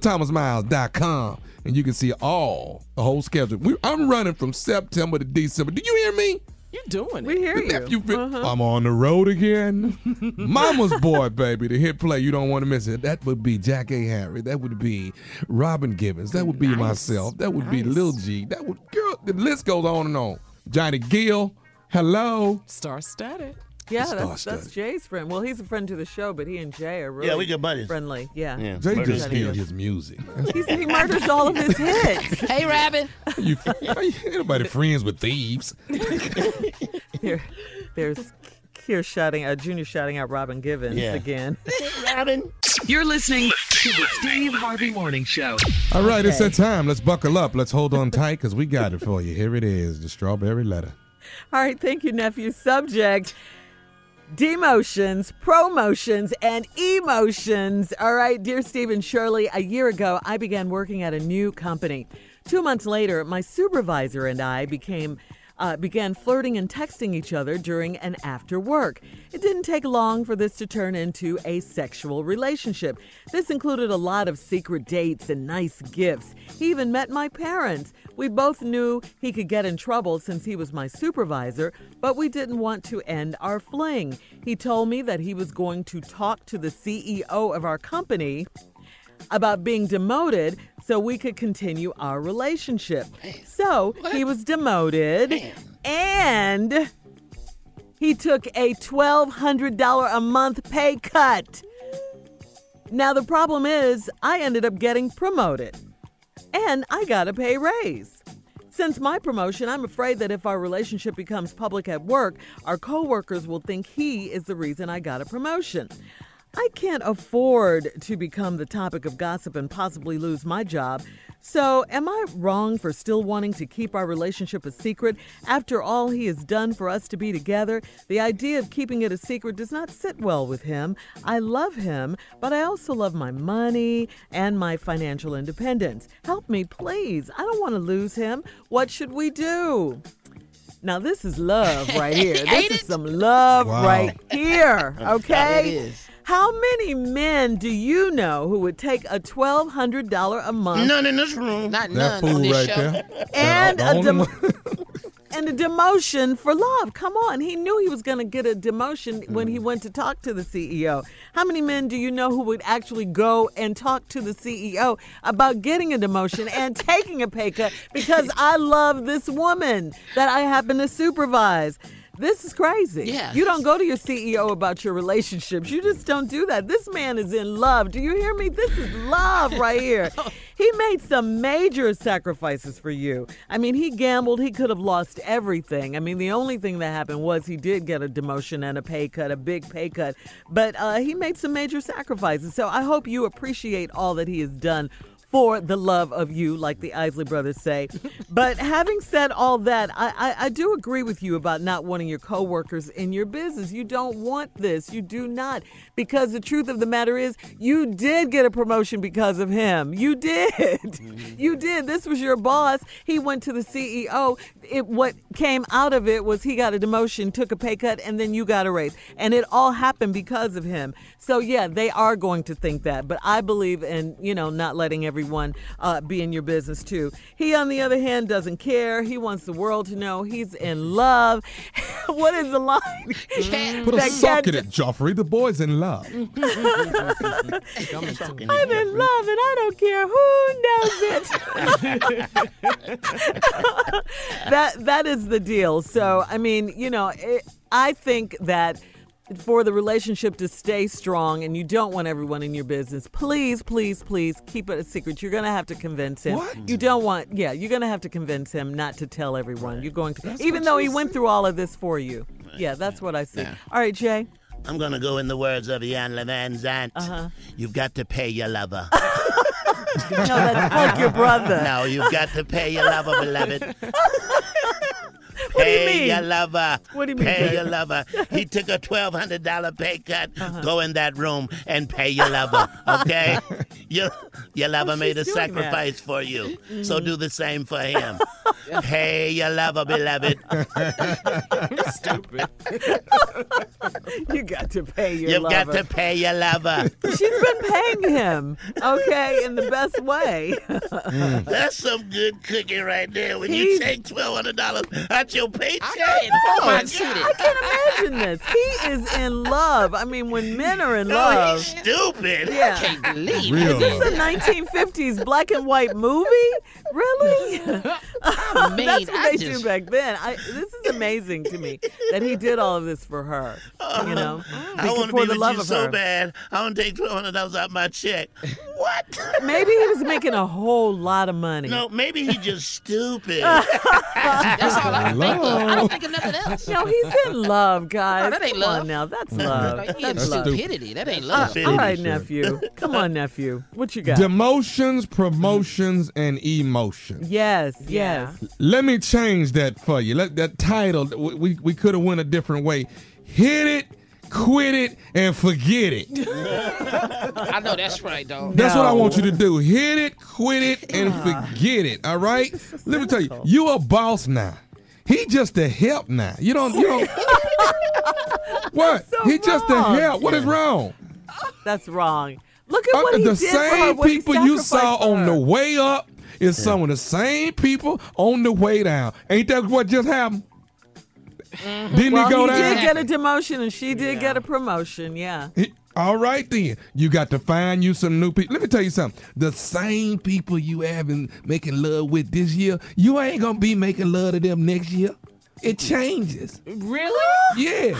Speaker 6: thomasmiles.com and you can see all the whole schedule. We, I'm running from September to December. Do you hear me?
Speaker 3: You doing it?
Speaker 1: We hear you. Uh-huh.
Speaker 6: I'm on the road again. Mama's boy, baby, the hit play. You don't want to miss it. That would be Jack A. Harry. That would be Robin Gibbons. That would be myself. That would be Lil G. That would girl. The list goes on and on. Johnny Gill. Hello.
Speaker 3: Star studded.
Speaker 1: Yeah,
Speaker 6: Star
Speaker 1: that's, that's
Speaker 6: studded.
Speaker 1: Jay's friend. Well, he's a friend to the show, but he and Jay are really
Speaker 6: we good buddies.
Speaker 1: friendly. Yeah.
Speaker 6: Jay just
Speaker 1: Johnny
Speaker 6: steal
Speaker 1: Gill.
Speaker 6: his music.
Speaker 1: He's, he murders all of his hits.
Speaker 7: Hey, Rabbit.
Speaker 6: You, ain't nobody friends with thieves.
Speaker 1: Here, there's Kier shouting, uh, Junior shouting out Robin Givens
Speaker 9: Yeah.
Speaker 1: again.
Speaker 9: Robin. You're listening to the Steve Harvey Morning Show.
Speaker 6: All right, it's that time. Let's buckle up. Let's hold on tight because we got it for you. Here it is, the strawberry letter.
Speaker 1: All right, thank you, nephew. Subject demotions, promotions, and emotions. All right, dear Stephen Shirley, a year ago, I began working at a new company. Two months later, my supervisor and I became uh, began flirting and texting each other during and after work. It didn't take long for this to turn into a sexual relationship. This included a lot of secret dates and nice gifts. He even met my parents. We both knew he could get in trouble since he was my supervisor, but we didn't want to end our fling. He told me that he was going to talk to the CEO of our company about being demoted so we could continue our relationship. So he was demoted and he took a $1,200 a month pay cut. Now, the problem is, I ended up getting promoted and I got a pay raise. Since my promotion, I'm afraid that if our relationship becomes public at work, our coworkers will think he is the reason I got a promotion. I can't afford to become the topic of gossip and possibly lose my job. So, am I wrong for still wanting to keep our relationship a secret after all he has done for us to be together? The idea of keeping it a secret does not sit well with him. I love him, but I also love my money and my financial independence. Help me, please. I don't want to lose him. What should we do? Now, this is love right here. this is some love
Speaker 18: Wow.
Speaker 1: right here, okay?
Speaker 18: It is.
Speaker 1: How many men do you know who would take a twelve hundred dollar a month?
Speaker 7: None in this room. Not
Speaker 6: That fool right there.
Speaker 1: And
Speaker 6: Uh, The
Speaker 1: a dem-
Speaker 6: only
Speaker 1: and a demotion for love. Come on, he knew he was going to get a demotion when
Speaker 6: Mm.
Speaker 1: he went to talk to the CEO. How many men do you know who would actually go and talk to the CEO about getting a demotion and taking a pay cut because I love this woman that I happen to supervise? This is crazy.
Speaker 7: Yes.
Speaker 1: You don't go to your CEO about your relationships. You just don't do that. This man is in love. Do you hear me? This is love right here. He made some major sacrifices for you. I mean, he gambled. He could have lost everything. I mean, the only thing that happened was he did get a demotion and a pay cut, a big pay cut. But uh, he made some major sacrifices. So I hope you appreciate all that he has done for the love of you, like the Isley brothers say. But having said all that, I, I, I do agree with you about not wanting your coworkers in your business. You don't want this. You do not. Because the truth of the matter is, you did get a promotion because of him. You did. You did. This was your boss. He went to the CEO. It, what came out of it was he got a demotion, took a pay cut, and then you got a raise. And it all happened because of him. So yeah, they are going to think that. But I believe in you know not letting everyone uh, be in your business too. He, on the other hand, doesn't care. He wants the world to know he's in love. what is the line?
Speaker 6: Put a
Speaker 1: that
Speaker 6: sock
Speaker 1: Cat-
Speaker 6: in it, Joffrey. The boy's in love.
Speaker 1: I'm in love and I don't care who knows it. that that is the deal. So I mean, you know, it, I think that for the relationship to stay strong and you don't want everyone in your business, please, please, please keep it a secret. You're gonna have to convince him.
Speaker 18: What?
Speaker 1: You don't want yeah, you're gonna have to convince him not to tell everyone. You're going to
Speaker 18: That's
Speaker 1: even
Speaker 18: what
Speaker 1: though
Speaker 18: she
Speaker 1: he went through all of this for you. Yeah, that's what I see. All right, Jay.
Speaker 8: I'm gonna go in the words of Ian Levan Zant. You've got to pay your lover.
Speaker 1: Uh-huh. No, that's like your brother.
Speaker 8: No, you've got to pay your lover, beloved.
Speaker 1: What do you
Speaker 8: pay
Speaker 1: mean?
Speaker 8: your lover.
Speaker 1: What do you mean,
Speaker 8: Pay
Speaker 1: Jay?
Speaker 8: your lover. He took a twelve hundred dollar pay cut.
Speaker 1: Uh-huh.
Speaker 8: Go in that room and pay your lover. Okay? your your lover
Speaker 18: she's
Speaker 8: made a
Speaker 18: doing that.
Speaker 8: sacrifice for you. So
Speaker 18: Mhm.
Speaker 8: do the same for him. Pay your lover, beloved. Stupid.
Speaker 1: you got to pay your
Speaker 8: You've got
Speaker 1: lover.
Speaker 8: to pay your lover.
Speaker 1: She's been paying him, okay, in the best way.
Speaker 8: That's some good cooking right there. When you
Speaker 1: He's-
Speaker 8: take twelve hundred dollars out your paycheck,
Speaker 1: Oh,
Speaker 8: oh my
Speaker 1: I
Speaker 8: god,
Speaker 1: can't imagine this. He is in love. I mean, when men are in
Speaker 8: oh,
Speaker 1: love.
Speaker 8: he's stupid.
Speaker 1: Yeah.
Speaker 8: I can't
Speaker 1: Is
Speaker 8: believe
Speaker 18: Real
Speaker 1: this a 1950s black and white movie? Really?
Speaker 7: mean,
Speaker 1: That's what
Speaker 7: I
Speaker 1: they
Speaker 7: just-
Speaker 1: do back then. I, this is amazing to me that he did all of this for her. You know,
Speaker 8: Oh, I want to
Speaker 1: for
Speaker 8: be
Speaker 1: the
Speaker 8: with
Speaker 1: love
Speaker 8: you
Speaker 1: of
Speaker 8: so
Speaker 1: her.
Speaker 8: bad. I want to take twelve hundred dollars out my check.
Speaker 1: Maybe he was making a whole lot of money.
Speaker 8: No, maybe he just stupid.
Speaker 1: That's all I
Speaker 8: can think of. I don't think
Speaker 7: of nothing else.
Speaker 1: No, he's in love, guys.
Speaker 7: that ain't
Speaker 1: Come on
Speaker 7: love.
Speaker 1: now, that's
Speaker 7: No,
Speaker 1: love.
Speaker 7: you in
Speaker 1: That's love.
Speaker 7: stupidity. That ain't love.
Speaker 1: Uh, all right,
Speaker 6: Stupidity,
Speaker 1: nephew. Come on, nephew. What you got?
Speaker 6: Demotions, promotions, and emotions.
Speaker 1: yes, yes.
Speaker 6: Let me change that for you. Let that title. We we, we could have went a different way. Hit it. quit it, and forget it.
Speaker 7: I know that's right, though.
Speaker 6: That's what I want you to do. Hit it, quit it, and forget it. All right. Let me tell you, you a boss now. He just a help now. You don't. You don't. what? he just a
Speaker 1: wrong.
Speaker 6: help. What is wrong?
Speaker 1: That's wrong. Look at what
Speaker 6: Uh,
Speaker 1: he
Speaker 6: the
Speaker 1: did for her,
Speaker 6: same
Speaker 1: what he
Speaker 6: people you
Speaker 1: sacrificed
Speaker 6: saw
Speaker 1: for
Speaker 6: on
Speaker 1: her.
Speaker 6: the way up is some of the same people on the way down. Ain't that what just happened? Didn't
Speaker 1: Mm-hmm. well,
Speaker 6: he go down?
Speaker 1: did get a demotion and she did get a promotion. Yeah.
Speaker 6: He- All right then, you got to find you some new people. Let me tell you something. The same people you have been making love with this year, you ain't gonna be making love to them next year. It changes.
Speaker 1: Really?
Speaker 6: Yeah.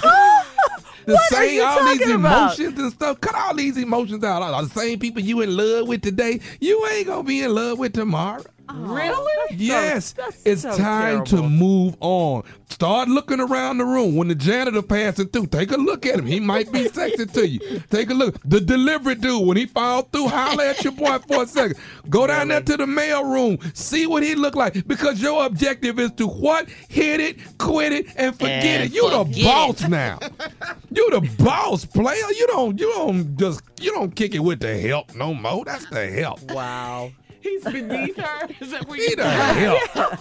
Speaker 6: The
Speaker 1: What are
Speaker 6: same
Speaker 1: you
Speaker 6: all these
Speaker 1: talking about?
Speaker 6: emotions and stuff. Cut all these emotions out. All the same people you in love with today, you ain't gonna be in love with tomorrow.
Speaker 1: Really?
Speaker 6: Yes,
Speaker 1: that's
Speaker 6: it's
Speaker 1: so
Speaker 6: time to
Speaker 1: terrible.
Speaker 6: move on. Start looking around the room. When the janitor passing through, take a look at him. He might be sexy to you. Take a look. The delivery dude, when he fall through, holler at your boy for a second. Go down there to the mail room. See what he look like. Because your objective is to what? Hit it, quit it, and forget
Speaker 8: And
Speaker 6: it. You the
Speaker 8: forget
Speaker 6: boss
Speaker 8: it.
Speaker 6: now. You the boss player. You don't you don't just you don't kick it with the help no more. That's the help.
Speaker 1: Wow.
Speaker 3: He's beneath her. Is that what
Speaker 6: He
Speaker 3: you
Speaker 6: the help.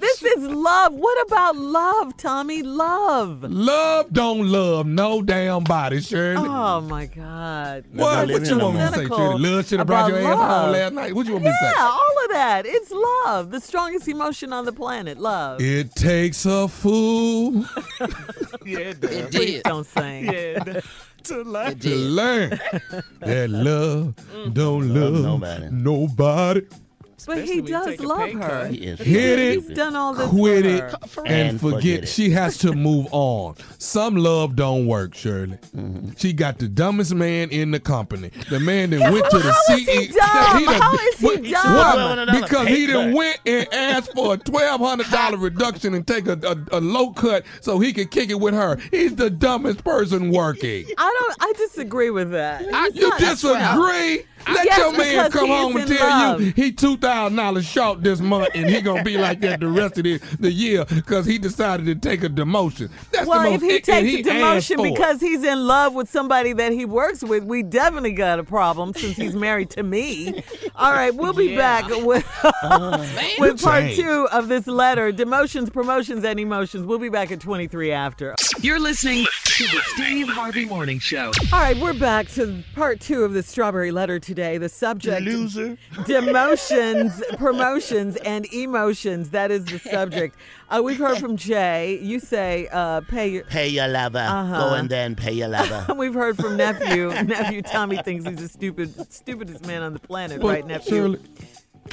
Speaker 1: This is love. What about love, Tommy? Love.
Speaker 6: Love don't love no damn body, Shirley.
Speaker 1: Oh my God.
Speaker 6: What? What you want me to say,
Speaker 1: Cynical
Speaker 6: Shirley? Love should have brought your
Speaker 1: about
Speaker 6: ass home
Speaker 1: love.
Speaker 6: last night. What you want me to
Speaker 1: Yeah,
Speaker 6: say?
Speaker 1: all of that. It's love. The strongest emotion on the planet. Love.
Speaker 6: It takes a fool
Speaker 3: Yeah, it
Speaker 1: does. Please don't sing.
Speaker 3: Yeah, it does. to love.
Speaker 6: to learn that love
Speaker 1: Mm-hmm.
Speaker 6: don't love, nobody. nobody.
Speaker 1: But he does love her.
Speaker 6: He is
Speaker 1: Hit
Speaker 6: Hit
Speaker 1: He's
Speaker 6: it,
Speaker 1: done all this
Speaker 6: Quit
Speaker 1: for
Speaker 6: it
Speaker 1: her.
Speaker 6: and forget.
Speaker 8: it.
Speaker 6: She has to move on. Some love don't work, Shirley. She got the dumbest man in the company. The man that went to the
Speaker 1: How is he
Speaker 6: CEO.
Speaker 1: dumb?
Speaker 6: done-
Speaker 1: Oh, How is he
Speaker 6: what-
Speaker 1: dumb?
Speaker 6: Why? Because he
Speaker 1: Pay
Speaker 6: done
Speaker 1: cut.
Speaker 6: went and asked for a twelve hundred dollar reduction and take a, a, a low cut so he could kick it with her. He's the dumbest person working.
Speaker 1: I don't. I disagree with that. He's
Speaker 6: You
Speaker 1: not-
Speaker 6: disagree? Let
Speaker 1: Yes,
Speaker 6: your man
Speaker 1: because
Speaker 6: come
Speaker 1: he is
Speaker 6: home and
Speaker 1: in
Speaker 6: tell
Speaker 1: love.
Speaker 6: you he two thousand dollars short this month, and he gonna be like that the rest of the, the year because he decided to take a demotion. That's the
Speaker 1: well,
Speaker 6: most,
Speaker 1: if he
Speaker 6: and- and
Speaker 1: takes a
Speaker 6: he asked
Speaker 1: demotion
Speaker 6: for it.
Speaker 1: because he's in love with somebody that he works with, we definitely got a problem since he's married to me. All right, we'll be back with, with part
Speaker 16: Change.
Speaker 1: two of this letter demotions, promotions, and emotions. We'll be back at 23 after.
Speaker 16: You're listening to the Steve Harvey Morning Show.
Speaker 1: All right, we're back to part two of the strawberry letter today. The subject loser demotions, promotions, and emotions. That is the subject. Uh, we've heard from Jay. You say uh, pay your
Speaker 8: Pay your lover.
Speaker 1: Uh-huh.
Speaker 8: Go in there and pay your lover.
Speaker 1: We've heard from nephew. nephew Tommy thinks he's the stupid, stupidest man on the planet,
Speaker 8: But
Speaker 1: right, nephew?
Speaker 8: surely-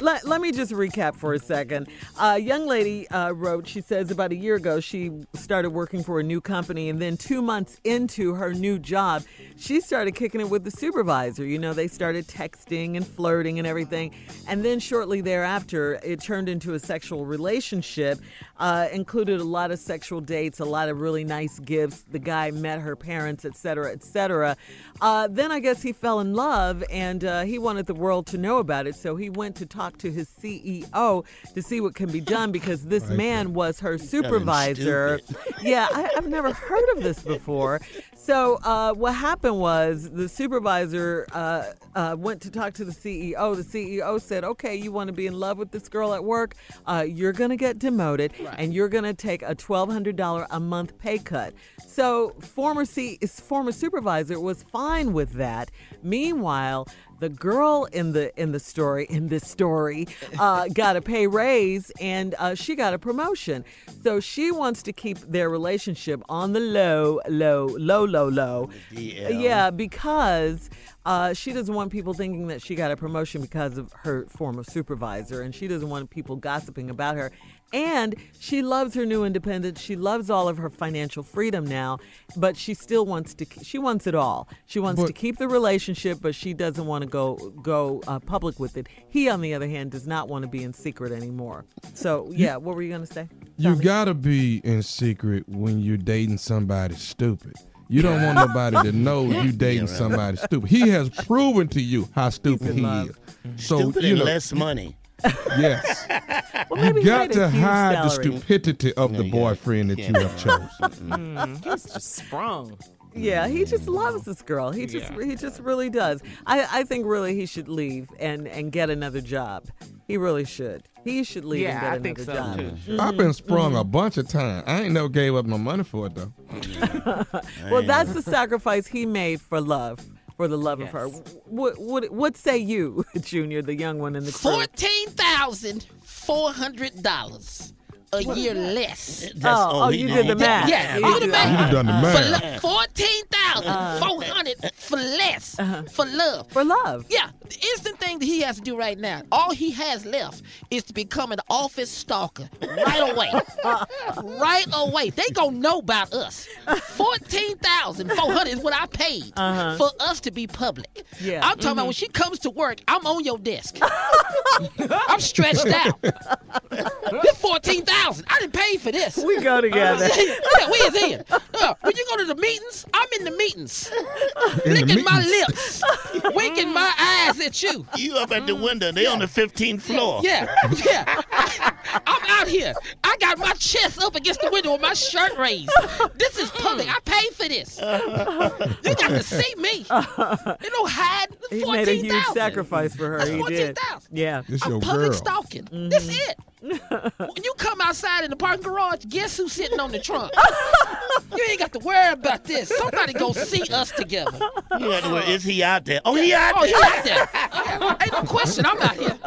Speaker 1: Let, let me just recap for a second. A young lady uh, wrote, she says about a year ago, she started working for a new company, and then two months into her new job, she started kicking it with the supervisor. You know, they started texting and flirting and everything. And then shortly thereafter, it turned into a sexual relationship, uh, included a lot of sexual dates, a lot of really nice gifts. The guy met her parents, et cetera, et cetera. Uh, then I guess he fell in love and uh, he wanted the world to know about it. So he went to talk to his CEO to see what can be done because this man was her supervisor. Yeah, I, I've never heard of this before. So uh, what happened was the supervisor uh, uh, went to talk to the CEO. The CEO said, "Okay, you want to be in love with this girl at work? Uh, you're gonna get demoted, and you're gonna take a twelve hundred dollar a month pay cut." So former C- is- former supervisor was fine with that. Meanwhile. The girl in the in the story in this story uh, got a pay raise and uh, she got a promotion. So she wants to keep their relationship on the low, low, low, low, low.
Speaker 8: DL.
Speaker 1: Yeah, because uh, she doesn't want people thinking that she got a promotion because of her former supervisor, and she doesn't want people gossiping about her. And she loves her new independence. She loves all of her financial freedom now, but she still wants to. She wants it all. She wants to
Speaker 18: But-
Speaker 1: keep the relationship, but she doesn't want to go go uh, public with it. He, on the other hand, does not want to be in secret anymore. So, yeah, what were you gonna say?
Speaker 6: You gotta be in secret when you're dating somebody stupid. You don't want nobody to know you dating somebody stupid. He has proven to you how stupid he is. So
Speaker 8: Stupid
Speaker 6: you
Speaker 8: and
Speaker 6: know,
Speaker 8: less money.
Speaker 6: Yes.
Speaker 8: maybe
Speaker 6: you
Speaker 8: he
Speaker 6: got
Speaker 8: had a
Speaker 6: to
Speaker 8: huge
Speaker 6: hide the
Speaker 8: salary.
Speaker 1: Hmm.
Speaker 6: stupidity of the boyfriend that you have chosen.
Speaker 3: He's just sprung.
Speaker 1: Yeah, he just loves this girl. He just
Speaker 3: Yeah.
Speaker 1: he just really does. I, I think really he should leave and and get another job. He really should. He should leave
Speaker 3: Yeah, I
Speaker 1: and
Speaker 3: think
Speaker 1: get
Speaker 3: so,
Speaker 1: another job. Mm-hmm.
Speaker 6: I've been sprung a bunch of times. I ain't never gave up my money for it though.
Speaker 1: Mm-hmm. Well, that's the sacrifice he made for love, for the love of her. What what what say you, Junior, the young one in the crew?
Speaker 7: Fourteen thousand four hundred dollars a year less.
Speaker 1: That's- Oh, oh, oh, you he- did the math.
Speaker 7: Yeah,
Speaker 1: You
Speaker 7: all the
Speaker 1: did-
Speaker 7: math.
Speaker 1: You done the math.
Speaker 7: For lo- fourteen thousand four hundred for less for love.
Speaker 1: Uh-huh. For love.
Speaker 7: Yeah, the instant thing that he has to do right now, all he has left is to become an office stalker right away. right away, they gonna know about us. Fourteen thousand four hundred is what I paid
Speaker 3: Uh-huh.
Speaker 7: for us to be public.
Speaker 3: Yeah.
Speaker 7: I'm talking
Speaker 1: Mm-hmm.
Speaker 7: about
Speaker 3: Mhm.
Speaker 7: when she comes to work, I'm on your desk. I'm stretched out. this fourteen thousand. I didn't pay for this.
Speaker 1: We go together.
Speaker 7: yeah, we is in. Yeah, when you go to the meetings, I'm in the meetings,
Speaker 8: In the
Speaker 7: licking my lips, winking my eyes at you.
Speaker 8: You up at the window? They on the 15th floor.
Speaker 7: Yeah, yeah. I, am out here. I got my chest up against the window with my shirt raised. This is public. I paid for this. You got to see me. You know, hide
Speaker 1: He made a
Speaker 7: fourteen
Speaker 1: huge
Speaker 7: thousand.
Speaker 1: sacrifice for her.
Speaker 7: That's
Speaker 1: he did.
Speaker 7: 14,000.
Speaker 1: Yeah.
Speaker 6: This
Speaker 7: I'm
Speaker 6: your
Speaker 7: public
Speaker 6: girl.
Speaker 7: stalking.
Speaker 1: Mm-hmm.
Speaker 7: This it. when you come outside in the parking garage, guess who's sitting on the trunk? you ain't got to worry about this. Somebody go see us together.
Speaker 8: You got to worry, is he out there? Oh, he out
Speaker 7: Oh,
Speaker 8: there.
Speaker 7: you out there. Yeah, Ain't no question. I'm out here.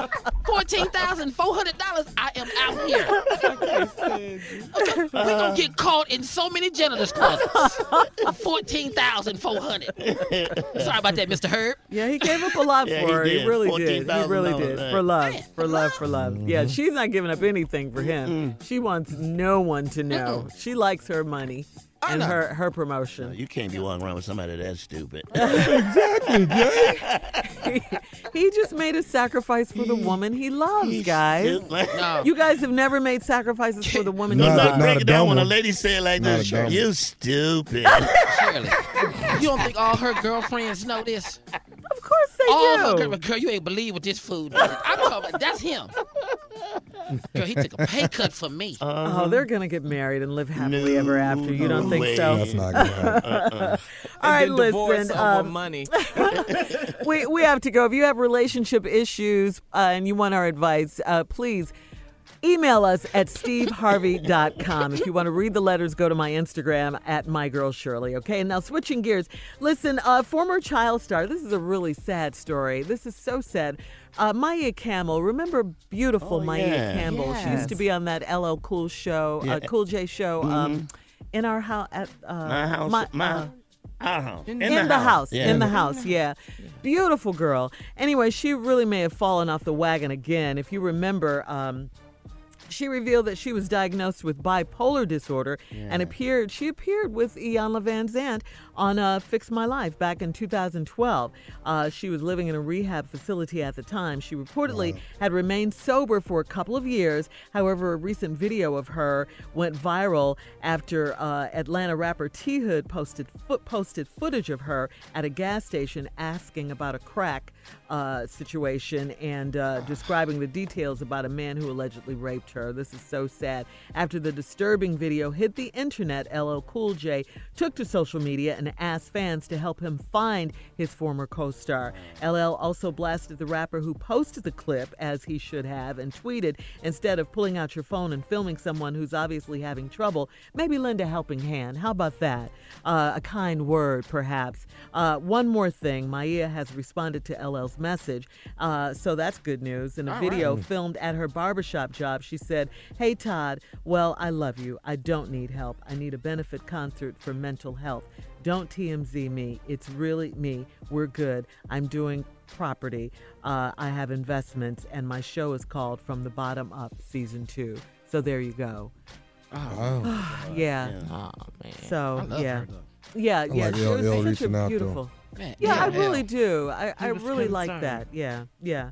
Speaker 7: Fourteen thousand four hundred dollars. I am out here. we gonna get caught in so many janitor's closets. Fourteen thousand four hundred. Sorry about that, Mr. Herb.
Speaker 1: Yeah, he gave up a lot
Speaker 7: Yeah,
Speaker 1: for
Speaker 7: he
Speaker 1: her. He
Speaker 7: did.
Speaker 1: really did. He really
Speaker 7: $14,000
Speaker 1: did.
Speaker 7: thing.
Speaker 1: For love. For love. For love. Yeah, she's not giving up anything for him. She wants no one to know. She likes her money and
Speaker 8: know.
Speaker 1: her, her promotion.
Speaker 8: You can't be walking around with somebody that's stupid.
Speaker 1: He just made a sacrifice for the woman he loves, guys.
Speaker 8: No.
Speaker 1: You guys have never made sacrifices for the woman you
Speaker 8: No,
Speaker 1: love.
Speaker 8: no, break it down when a lady said like
Speaker 6: Not
Speaker 8: this.
Speaker 6: a dumb
Speaker 8: You stupid.
Speaker 7: You don't think all her girlfriends know this? Of
Speaker 1: course they
Speaker 7: all Her
Speaker 8: do.
Speaker 7: girl, girl, you ain't believe what this food did. I'm talking about that's him. Girl, he took a pay cut for me.
Speaker 6: Uh-huh.
Speaker 7: Uh-huh.
Speaker 1: Oh, they're gonna get married and live happily ever after. You don't think
Speaker 3: way.
Speaker 1: so?
Speaker 3: That's not gonna happen. Uh-uh.
Speaker 1: All right,
Speaker 3: And then divorce
Speaker 1: listen.
Speaker 3: over
Speaker 1: um,
Speaker 3: money.
Speaker 1: we we have to go. If you have relationship issues uh, and you want our advice, uh, please. Email us at steveharvey.com. If you want to read the letters, go to my Instagram at my girl Shirley. Okay, and now switching gears. Listen, uh, former child star, this is a really sad story. This is so sad. Uh, Maya Campbell, remember beautiful Maya
Speaker 3: Oh, yeah.
Speaker 1: Campbell? She used to
Speaker 3: Yes. Mm-hmm.
Speaker 1: be on that LL Cool show, uh,
Speaker 8: Yeah.
Speaker 1: Cool J show. Um, in our house, at uh,
Speaker 8: my house. My,
Speaker 1: my- uh,
Speaker 8: house. Our house.
Speaker 1: in, the, house,
Speaker 8: Yeah.
Speaker 1: in the house, yeah. Beautiful girl. Anyway, she really may have fallen off the wagon again. If you remember, um, she revealed that she was diagnosed with bipolar disorder and appeared. She appeared with Iyanla Van Zandt on uh, "Fix My Life" back in 2012. Uh, she was living in a rehab facility at the time. She reportedly had remained sober for a couple of years. However, a recent video of her went viral after uh, Atlanta rapper T Hood posted foot posted footage of her at a gas station asking about a crack uh, situation and uh, describing the details about a man who allegedly raped her. This is so sad. After the disturbing video hit the internet, LL Cool J took to social media and asked fans to help him find his former co star. LL also blasted the rapper who posted the clip, as he should have, and tweeted instead of pulling out your phone and filming someone who's obviously having trouble, maybe lend a helping hand. How about that? Uh, a kind word, perhaps. Uh, one more thing Maya has responded to LL's message, uh, so that's good news. In a
Speaker 3: All
Speaker 1: video
Speaker 3: right.
Speaker 1: filmed at her barbershop job, she said, Hey, Todd, well, I love you. I don't need help. I need a benefit concert for mental health. Don't TMZ me. It's really me. We're good. I'm doing property. Uh, I have investments, and my show is called From the Bottom Up Season 2. So there you go.
Speaker 6: Oh.
Speaker 1: yeah.
Speaker 6: Oh, man.
Speaker 1: So,
Speaker 6: I love
Speaker 1: yeah.
Speaker 6: her, though.
Speaker 1: yeah,
Speaker 6: I
Speaker 1: yeah.
Speaker 6: like
Speaker 1: she
Speaker 6: LL
Speaker 1: was such a
Speaker 6: reaching out to him.
Speaker 1: beautiful.
Speaker 6: Man,
Speaker 1: yeah, I
Speaker 6: LL.
Speaker 1: really do. I, I
Speaker 3: He was
Speaker 1: really like
Speaker 3: concerned.
Speaker 1: that. Yeah, yeah.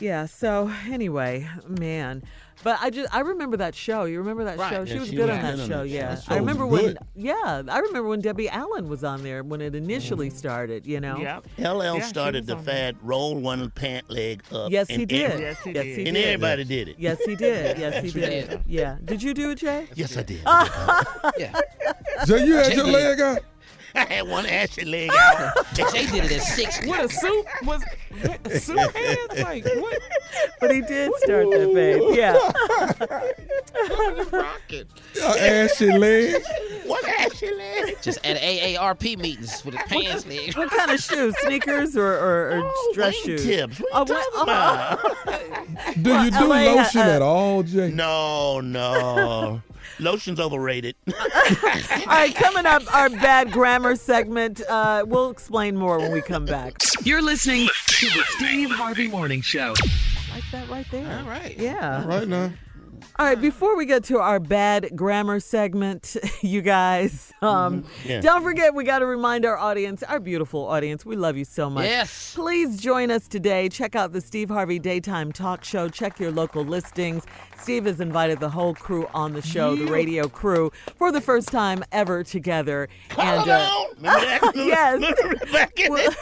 Speaker 1: Yeah, so anyway, man. But I just I remember that show. You remember that
Speaker 3: Right.
Speaker 1: show?
Speaker 3: Yeah,
Speaker 1: she was
Speaker 3: she
Speaker 1: good
Speaker 3: was
Speaker 1: on that
Speaker 3: good on
Speaker 1: show,
Speaker 3: that show.
Speaker 1: yeah.
Speaker 3: That show
Speaker 1: I
Speaker 3: was
Speaker 1: remember when
Speaker 3: good.
Speaker 1: yeah, I remember when Debbie Allen was on there when it
Speaker 3: Mm-hmm.
Speaker 1: initially started, you know.
Speaker 8: LL
Speaker 1: Yeah, she
Speaker 8: started
Speaker 1: was
Speaker 8: the
Speaker 1: on there.
Speaker 8: fad, roll one pant leg up.
Speaker 1: Yes,
Speaker 8: and
Speaker 1: he did.
Speaker 8: every-
Speaker 1: Yes, he Yes, did. he
Speaker 8: And
Speaker 1: did.
Speaker 8: everybody did it.
Speaker 1: Yes, he did. Yes, he
Speaker 8: She
Speaker 1: did.
Speaker 8: did.
Speaker 1: Yeah. Did you do it, Jay?
Speaker 8: Yes, I did.
Speaker 1: yeah.
Speaker 6: Jay, you had your leg out?
Speaker 8: I had one ashy leg out.
Speaker 7: they did it at six.
Speaker 3: What a soup was soup hands like what?
Speaker 1: But he did start that, babe. Yeah.
Speaker 6: Your ashy leg.
Speaker 7: What ashy leg? Just at AARP meetings with his pants leg.
Speaker 1: What kind of shoes? Sneakers or, or, or dress shoes?
Speaker 8: Tips.
Speaker 1: Oh, what- oh,
Speaker 6: Do you do
Speaker 8: LA,
Speaker 6: lotion
Speaker 8: uh,
Speaker 6: at all, Jay?
Speaker 8: No, no. Lotion's overrated.
Speaker 1: All right, coming up, our bad grammar segment. Uh, we'll explain more when we come back.
Speaker 16: You're listening to the Steve Harvey Morning Show.
Speaker 1: Like that right there. All
Speaker 7: right.
Speaker 1: Yeah.
Speaker 6: Right now.
Speaker 1: All right, before we get to our bad grammar segment, you guys, um,
Speaker 3: Yeah.
Speaker 1: don't forget we got to remind our audience, our beautiful audience, we love you so much.
Speaker 3: Yes.
Speaker 1: Please join us today. Check out the Steve Harvey Daytime Talk Show. Check your local listings. Steve has invited the whole crew on the show, the
Speaker 3: Yeah.
Speaker 1: radio crew, for the first time ever together. and uh, yes. We'll-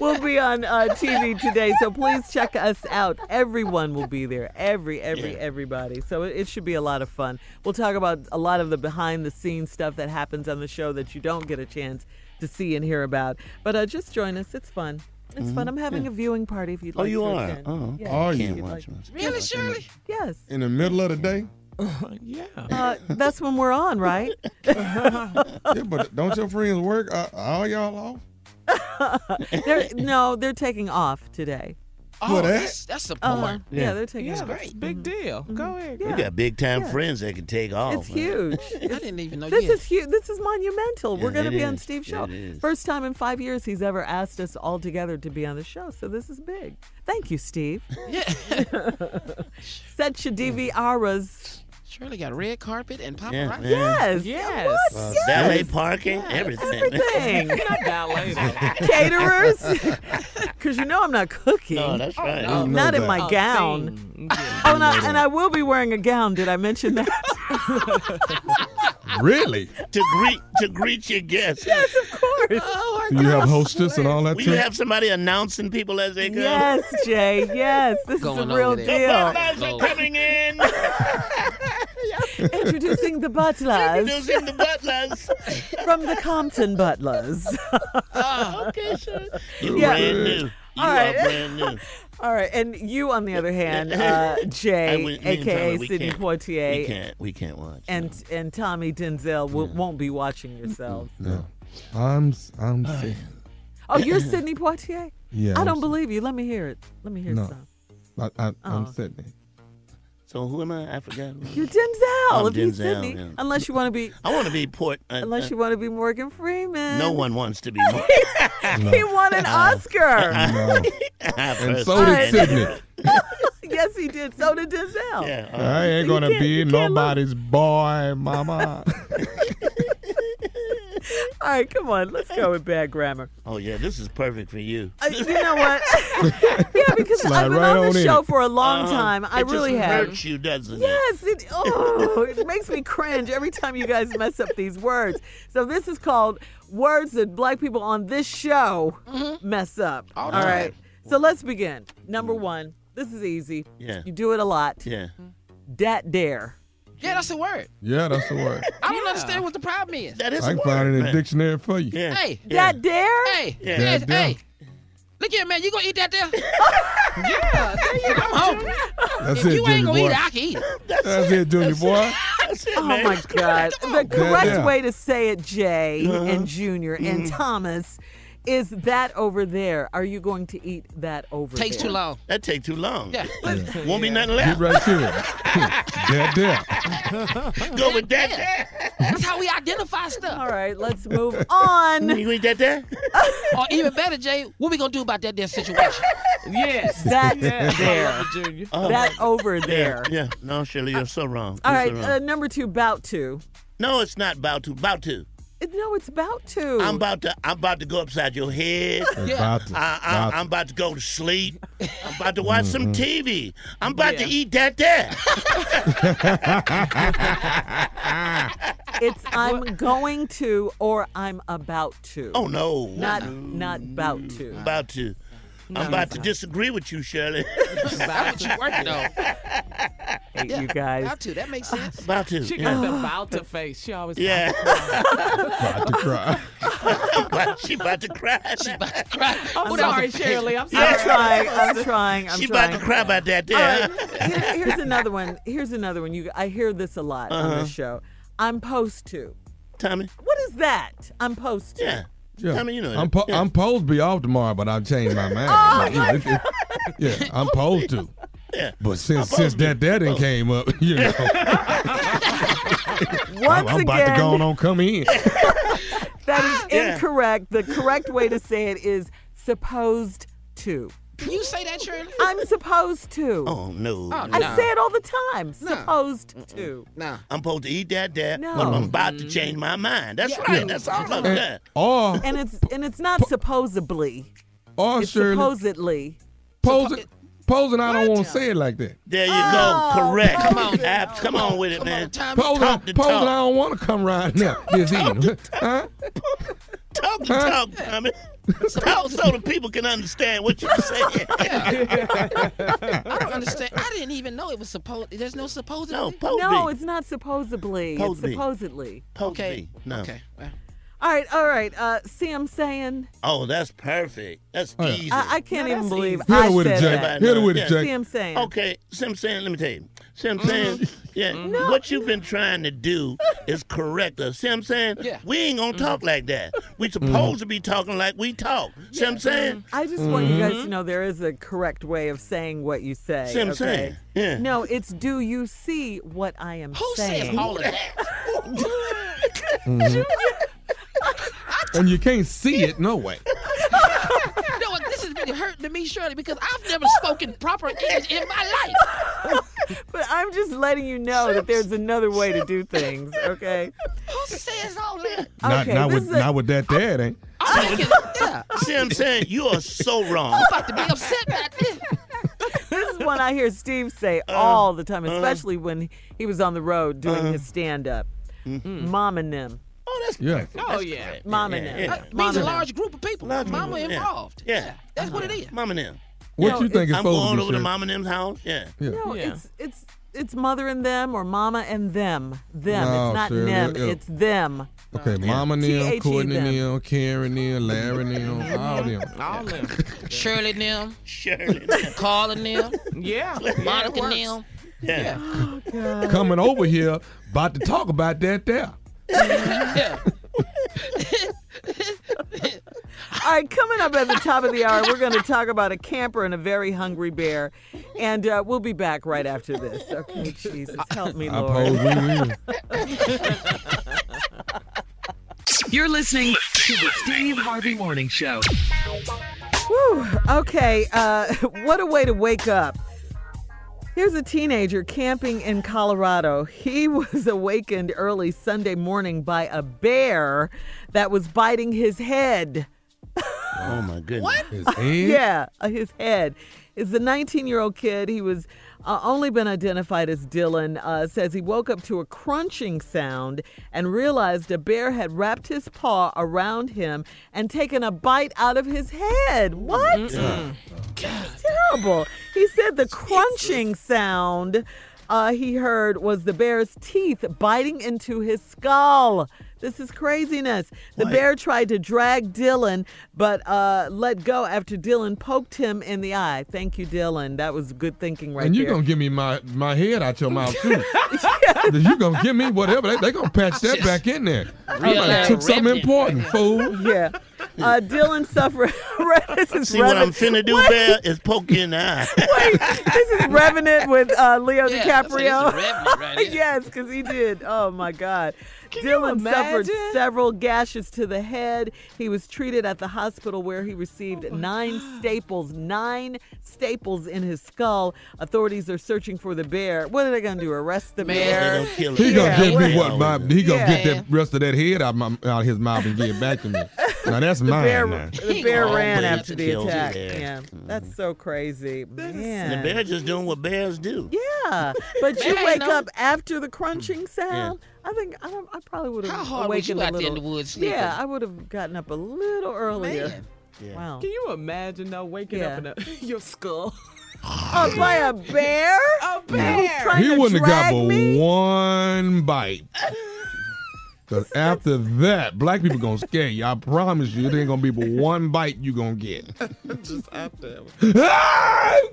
Speaker 1: we'll be on uh, TV today, so please check us out. Everyone will be there. Every, every, everybody. So it, it should be a lot of fun. We'll talk about a lot of the behind the scenes stuff that happens on the show that you don't get a chance to see and hear about. But uh, just join us. It's fun. It's
Speaker 8: Mhm.
Speaker 1: fun.
Speaker 6: Mm-hmm.
Speaker 1: I'm having
Speaker 8: Yeah.
Speaker 1: a viewing party if you'd
Speaker 8: Oh,
Speaker 1: like
Speaker 8: you
Speaker 1: to
Speaker 8: are?
Speaker 1: attend.
Speaker 8: Oh,
Speaker 1: Yeah,
Speaker 6: Uh-huh. are
Speaker 1: if
Speaker 6: you?
Speaker 1: you'd
Speaker 6: Can't
Speaker 1: like-
Speaker 6: watch
Speaker 1: Really, Shirley? Yes.
Speaker 6: In the middle of the day?
Speaker 1: Yeah. Uh, that's when we're on, right?
Speaker 6: Yeah, but don't your friends work? Uh, all y'all off?
Speaker 1: they're, no, they're taking off today.
Speaker 6: Oh, that? that's-
Speaker 7: that's
Speaker 1: Uh-huh.
Speaker 8: Yeah.
Speaker 1: Yeah, they're taking
Speaker 3: Yeah,
Speaker 1: off.
Speaker 3: that's big deal. Go ahead.
Speaker 8: You got big time
Speaker 1: Yeah.
Speaker 8: friends that can take off.
Speaker 1: It's huge. I
Speaker 7: didn't even know.
Speaker 1: This is huge. This is monumental. We're
Speaker 8: Yeah,
Speaker 1: going to
Speaker 8: it
Speaker 1: be on
Speaker 8: is.
Speaker 1: Steve's
Speaker 8: It
Speaker 1: show.
Speaker 8: is.
Speaker 1: First time in five years he's ever asked us all together to be on the show. So this is big. Thank you, Steve. Set your DVRs.
Speaker 7: Shirley got a red carpet and paparazzi.
Speaker 8: Yeah, man.
Speaker 1: Yes.
Speaker 3: Yes.
Speaker 1: What?
Speaker 8: Uh,
Speaker 1: yes.
Speaker 8: Valet parking, everything.
Speaker 1: Everything.
Speaker 3: Not that later.
Speaker 1: Caterers. Because you know I'm not cooking.
Speaker 8: No, that's right. We know
Speaker 1: Not in
Speaker 8: that.
Speaker 1: my
Speaker 8: Oh,
Speaker 1: gown. Oh, and I, and I will be wearing a gown. Did I mention that?
Speaker 6: Really?
Speaker 8: to greet to greet your guests. Yes,
Speaker 1: of course.
Speaker 8: Oh,
Speaker 6: Do you have hostess and all that
Speaker 8: Will
Speaker 6: too?
Speaker 8: you have somebody announcing people as they come?
Speaker 1: Yes, Jay. Yes, this is
Speaker 8: Going
Speaker 1: the
Speaker 8: over
Speaker 1: real
Speaker 8: there.
Speaker 1: deal.
Speaker 8: The butlers are coming in.
Speaker 1: Introducing the butlers.
Speaker 8: Introducing the butlers.
Speaker 1: From the Compton Butlers.
Speaker 8: Oh, okay, sure. You
Speaker 1: Yeah.
Speaker 8: brand new. You
Speaker 1: All
Speaker 8: are
Speaker 1: right.
Speaker 8: brand new.
Speaker 1: All right, and you, on the other hand, uh, Jay,
Speaker 8: I went- me and
Speaker 1: aka
Speaker 8: Tommy, we
Speaker 1: Sidney
Speaker 8: can't-
Speaker 1: Poitier,
Speaker 8: We can't. We can't watch.
Speaker 1: and and Tommy Denzel will, won't be watching yourselves.
Speaker 6: No. I'm s- I'm sick.
Speaker 1: Oh, you're Sidney Poitier.
Speaker 6: Yeah,
Speaker 1: I
Speaker 6: I'm
Speaker 1: don't believe you. Let me hear it. Let me hear
Speaker 6: No.
Speaker 1: some.
Speaker 6: I, I, I'm
Speaker 1: Oh.
Speaker 6: Sydney.
Speaker 8: So who am I? I forgot. who-
Speaker 1: You're Denzel.
Speaker 8: I'm
Speaker 1: if he's
Speaker 8: Denzel,
Speaker 1: Sidney,
Speaker 8: yeah.
Speaker 1: unless you want to be,
Speaker 8: I want to be port. Uh,
Speaker 1: unless you want to be Morgan Freeman.
Speaker 8: No one wants to be. More.
Speaker 1: He won an Oscar.
Speaker 6: And so did Sydney.
Speaker 1: yes, he did. So did Denzel.
Speaker 6: I ain't gonna be nobody's boy, mama.
Speaker 1: All right, come on. Let's go with bad grammar.
Speaker 8: Oh yeah, this is perfect for you.
Speaker 1: Uh, you know what? yeah, because
Speaker 8: Slide
Speaker 1: I've been
Speaker 8: right
Speaker 1: on
Speaker 8: on
Speaker 1: this
Speaker 8: in.
Speaker 1: show for a long
Speaker 8: Uh-huh.
Speaker 1: time. I
Speaker 8: It just
Speaker 1: really have.
Speaker 8: hurts you, doesn't it?
Speaker 1: yes, it, oh, it makes me cringe every time you guys mess up these words. So this is called words that black people on this show
Speaker 7: Mm-hmm.
Speaker 1: mess up.
Speaker 3: All
Speaker 1: All
Speaker 3: the
Speaker 1: right. So let's begin. Number one. This is easy.
Speaker 8: Yeah.
Speaker 1: You do it a lot.
Speaker 8: Yeah.
Speaker 1: Dat dare.
Speaker 7: Yeah, that's the word.
Speaker 6: Yeah, that's the word.
Speaker 7: I don't understand what the problem is. That
Speaker 6: I can find it in the dictionary for you.
Speaker 8: Yeah.
Speaker 7: Hey,
Speaker 1: that dare?
Speaker 7: Hey,
Speaker 6: Yeah.
Speaker 7: yes,
Speaker 6: That dare.
Speaker 7: hey. Look here, man. You gonna eat that there? yeah, I'm hungry.
Speaker 6: That's
Speaker 7: if
Speaker 6: it,
Speaker 7: you
Speaker 6: Jimmy
Speaker 7: ain't gonna
Speaker 6: boy.
Speaker 7: eat it, I can eat it.
Speaker 6: That's it, Junior boy.
Speaker 1: Oh my God. The
Speaker 6: Come on.
Speaker 1: correct
Speaker 6: Yeah.
Speaker 1: way to say it, Jay
Speaker 8: Uh-huh.
Speaker 1: and Junior and
Speaker 8: Mm-hmm.
Speaker 1: Thomas, is that over there. Are you going to eat that over
Speaker 7: Takes
Speaker 1: there?
Speaker 7: too long.
Speaker 8: That take too long.
Speaker 7: Yeah.
Speaker 8: Won't be nothing
Speaker 6: Get
Speaker 8: left.
Speaker 6: right to it. Dead
Speaker 8: Go with that.
Speaker 7: That's how we identify stuff. All
Speaker 1: right, let's move on.
Speaker 8: You eat that there?
Speaker 7: or even better, Jay, what we gonna do about that there situation?
Speaker 1: Yes. That there.
Speaker 3: Junior.
Speaker 1: Oh, that over there.
Speaker 8: Oh, Yeah. No, Shirley, you're so wrong.
Speaker 1: All
Speaker 8: You're
Speaker 1: right,
Speaker 8: so
Speaker 1: uh,
Speaker 8: wrong.
Speaker 1: number two, bout to.
Speaker 8: no, it's not about to. About to.
Speaker 1: Uh, No, it's bout to.
Speaker 8: I'm about to. I'm about to go upside your head.
Speaker 1: Yeah. About to,
Speaker 8: I, I,
Speaker 1: about
Speaker 8: I'm about to go to sleep. I'm about to watch some TV. I'm about to eat that there.
Speaker 1: it's I'm going to or I'm about to.
Speaker 8: Oh no.
Speaker 1: Not not about to.
Speaker 8: About to. I'm about to disagree with you, Shirley.
Speaker 7: About to work it on.
Speaker 1: Hate you guys.
Speaker 7: About to. That makes sense.
Speaker 8: About to.
Speaker 3: She
Speaker 8: yeah.
Speaker 3: got the about to face. She always
Speaker 8: Yeah.
Speaker 3: about
Speaker 8: to cry. she about to cry. She about to cry.
Speaker 3: I'm sorry, Shirley. I'm sorry.
Speaker 1: I'm trying. I'm trying. I'm
Speaker 8: she
Speaker 1: trying.
Speaker 8: about to cry about that
Speaker 1: All
Speaker 8: there.
Speaker 1: right, here- here's another one. Here's another one. You, I hear this a lot on
Speaker 8: Uh-huh.
Speaker 1: this show. I'm posed to.
Speaker 8: Tommy.
Speaker 1: What is that? I'm posed to.
Speaker 8: Yeah.
Speaker 6: Yeah.
Speaker 8: Tommy, you know
Speaker 6: I'm, po-
Speaker 8: that. Yeah.
Speaker 6: I'm posed to be off tomorrow, but I've changed my mind.
Speaker 8: Oh,
Speaker 6: yeah, yeah, I'm posed to.
Speaker 8: Yeah.
Speaker 6: But since since that that didn't came up, you know, I'm,
Speaker 1: Once
Speaker 6: I'm about to
Speaker 1: again,
Speaker 6: go on, and come in.
Speaker 1: that is
Speaker 6: Yeah.
Speaker 1: incorrect. The correct way to say it is supposed to.
Speaker 7: Can you say that, Shirley?
Speaker 1: I'm supposed to.
Speaker 8: Oh no.
Speaker 1: I say it all the time. Supposed to.
Speaker 7: Nah.
Speaker 8: I'm supposed to eat that there,
Speaker 1: No.
Speaker 8: but I'm about to change my mind. That's
Speaker 1: Yeah. Uh-huh.
Speaker 8: right. That's all I'm
Speaker 6: And,
Speaker 8: saying.
Speaker 6: or
Speaker 1: And it's and it's not supposedly.
Speaker 6: or
Speaker 1: it's
Speaker 6: Shirley,
Speaker 1: supposedly.
Speaker 6: posing, posing. I don't want to say it like that.
Speaker 8: There you
Speaker 1: Oh,
Speaker 8: go. Correct. Come on, Ab, come on with it, man.
Speaker 6: Posing,
Speaker 8: talk the
Speaker 6: posing. I
Speaker 8: talk.
Speaker 6: don't want to come right now. This evening, huh?
Speaker 8: Talk the talk, Tommy. Talk so the people can understand what you're saying.
Speaker 7: I don't understand. I didn't even know it was supposed. There's no supposed.
Speaker 1: no, it's not supposedly.
Speaker 7: Posed
Speaker 1: it's
Speaker 7: be.
Speaker 1: supposedly.
Speaker 8: Okay. No. Okay.
Speaker 1: All right, all right. Uh, see, I'm saying
Speaker 8: Oh, that's perfect. That's
Speaker 6: Oh, yeah.
Speaker 8: easy.
Speaker 1: I, I can't even believe
Speaker 6: easy. Hit
Speaker 1: I
Speaker 6: her with it,
Speaker 1: said
Speaker 6: Jay.
Speaker 1: that.
Speaker 6: Hit her with it, Jay.
Speaker 1: See, I'm saying.
Speaker 8: Okay, Sim saying, let me tell you. Sim saying,
Speaker 1: Mm-hmm.
Speaker 8: yeah, what you've been trying to do is correct us. See what I'm saying? Yeah. We ain't gonna
Speaker 1: Mm-hmm.
Speaker 8: talk like that. We supposed to be talking like we talk. See
Speaker 3: Mm-hmm.
Speaker 8: what I'm saying? Mm-hmm.
Speaker 1: I
Speaker 6: Mm-hmm.
Speaker 1: just want you guys to know there is a correct way of saying what you say.
Speaker 8: See what I'm
Speaker 1: okay?
Speaker 8: saying? Yeah.
Speaker 1: No, it's do you see what I am
Speaker 7: Who
Speaker 1: saying?
Speaker 7: says all of that?
Speaker 6: Mhm. and you can't see it, no way.
Speaker 7: you know what? This has been hurting to me, Shirley, because I've never spoken proper English in my life.
Speaker 1: But I'm just letting you know that there's another way to do things, okay?
Speaker 7: Who says all that?
Speaker 6: Not,
Speaker 1: Okay,
Speaker 6: not
Speaker 1: this
Speaker 6: with
Speaker 1: is a-
Speaker 6: not with that dad, ain't.
Speaker 7: I'm making, yeah.
Speaker 8: See what I'm saying? You are so wrong.
Speaker 7: I'm about to be upset about this.
Speaker 1: This is one I hear Steve say
Speaker 6: Uh,
Speaker 1: all the
Speaker 6: uh-huh.
Speaker 1: time, especially when he was on the road doing his stand up.
Speaker 6: Mm-hmm.
Speaker 1: Mom and them.
Speaker 6: Yeah.
Speaker 7: Oh, yeah.
Speaker 1: Mom and
Speaker 8: Yeah,
Speaker 1: them.
Speaker 8: yeah.
Speaker 7: It Uh, means
Speaker 1: Mom
Speaker 7: a
Speaker 1: and them.
Speaker 7: large group of people. Mama
Speaker 8: yeah.
Speaker 7: involved.
Speaker 8: Yeah.
Speaker 7: That's what it is.
Speaker 8: Mama and them.
Speaker 6: What
Speaker 1: No,
Speaker 6: you think is
Speaker 8: I'm
Speaker 6: supposed
Speaker 8: going
Speaker 6: to be?
Speaker 8: over to
Speaker 6: Shirley?
Speaker 8: Mama and them's house. Yeah.
Speaker 6: Yeah.
Speaker 1: No, it's it's it's mother and them or mama and them. Them.
Speaker 6: No,
Speaker 1: it's not
Speaker 6: Shirley,
Speaker 1: them.
Speaker 6: it'll-
Speaker 1: It's them.
Speaker 6: Okay, Mama Neal,
Speaker 1: T-H-E
Speaker 6: Courtney
Speaker 1: E them.
Speaker 6: Neal, Karen Neal, Larry Neal, all them.
Speaker 3: All them.
Speaker 7: Shirley and them,
Speaker 8: Shirley.
Speaker 7: Carla and them,
Speaker 3: Yeah.
Speaker 7: Monica and them.
Speaker 8: Yeah.
Speaker 6: Coming over here, about to talk about that there.
Speaker 7: Yeah.
Speaker 1: All right, coming up at the top of the hour, we're going to talk about a camper and a very hungry bear, and uh, we'll be back right after this. Okay, Jesus, help me,
Speaker 6: I pose
Speaker 1: Lord.
Speaker 6: we will.
Speaker 16: You're listening to the Steve Harvey Morning Show.
Speaker 1: Whew. Okay, uh, what a way to wake up. Here's a teenager camping in Colorado. He was awakened early Sunday morning by a bear that was biting his head.
Speaker 8: Oh my goodness.
Speaker 6: His head?
Speaker 1: Yeah, uh, his head. It's a 19 year old kid. He was uh, only been identified as Dylan. Uh, says he woke up to a crunching sound and realized a bear had wrapped his paw around him and taken a bite out of his head. What? That's terrible. He said the crunching sound uh, he heard was the bear's teeth biting into his skull. This is craziness. The bear tried to drag Dylan, but uh, let go after Dylan poked him in the eye. Thank you, Dylan. That was good thinking right
Speaker 6: and you're
Speaker 1: there.
Speaker 6: going to give me my, my head out your mouth, too. you're going to give me whatever. They're they going to patch that back in there. I
Speaker 7: Real
Speaker 6: might have
Speaker 7: ass
Speaker 6: took something
Speaker 7: remnant
Speaker 6: important, fool.
Speaker 1: yeah. Uh, Dylan suffered. this is
Speaker 8: See what I'm
Speaker 1: Revenant-
Speaker 8: finna do,
Speaker 1: Wait,
Speaker 8: Bear, is poke you in the eye.
Speaker 1: wait. This is Revenant with uh, Leo
Speaker 7: Yeah, that's a-
Speaker 1: DiCaprio.
Speaker 7: it's a revenue right there.
Speaker 1: yes, because he did. Oh my God.
Speaker 3: Can you
Speaker 1: Dylan suffered
Speaker 3: imagine?
Speaker 1: several gashes to the head. He was treated at the hospital where he
Speaker 7: Oh,
Speaker 1: received nine staples, nine staples in his skull. Authorities are searching for the bear. What are they going to do? Arrest the bear?
Speaker 6: He gonna give me what my he gonna
Speaker 1: Yeah.
Speaker 6: get that rest of that head out my out his mouth and give it back to me. Now that's
Speaker 1: The
Speaker 6: mine.
Speaker 1: bear,
Speaker 6: now.
Speaker 1: the bear
Speaker 8: He
Speaker 1: ran
Speaker 8: always
Speaker 1: after the
Speaker 8: kills the
Speaker 1: attack.
Speaker 8: bear.
Speaker 1: Yeah, that's so crazy. Man.
Speaker 8: The bear just doing what Mm-hmm. bears do.
Speaker 1: Yeah, but you
Speaker 7: Man,
Speaker 1: wake
Speaker 7: no.
Speaker 1: up after the crunching sound. I think I, don't- I probably would have.
Speaker 7: How hard was
Speaker 1: awakened
Speaker 7: you
Speaker 1: a
Speaker 7: out there in
Speaker 1: little.
Speaker 7: the woods
Speaker 1: Yeah,
Speaker 7: sleeping?
Speaker 1: I would have gotten up a little earlier.
Speaker 7: Man.
Speaker 8: Yeah.
Speaker 1: Wow.
Speaker 3: Can you imagine though waking up in a, your skull?
Speaker 1: Oh, by a bear?
Speaker 3: A bear.
Speaker 6: He wouldn't have got but one bite. Cause after that, black people gonna scare you. I promise you, it ain't gonna be but one bite you gonna get.
Speaker 3: Just after.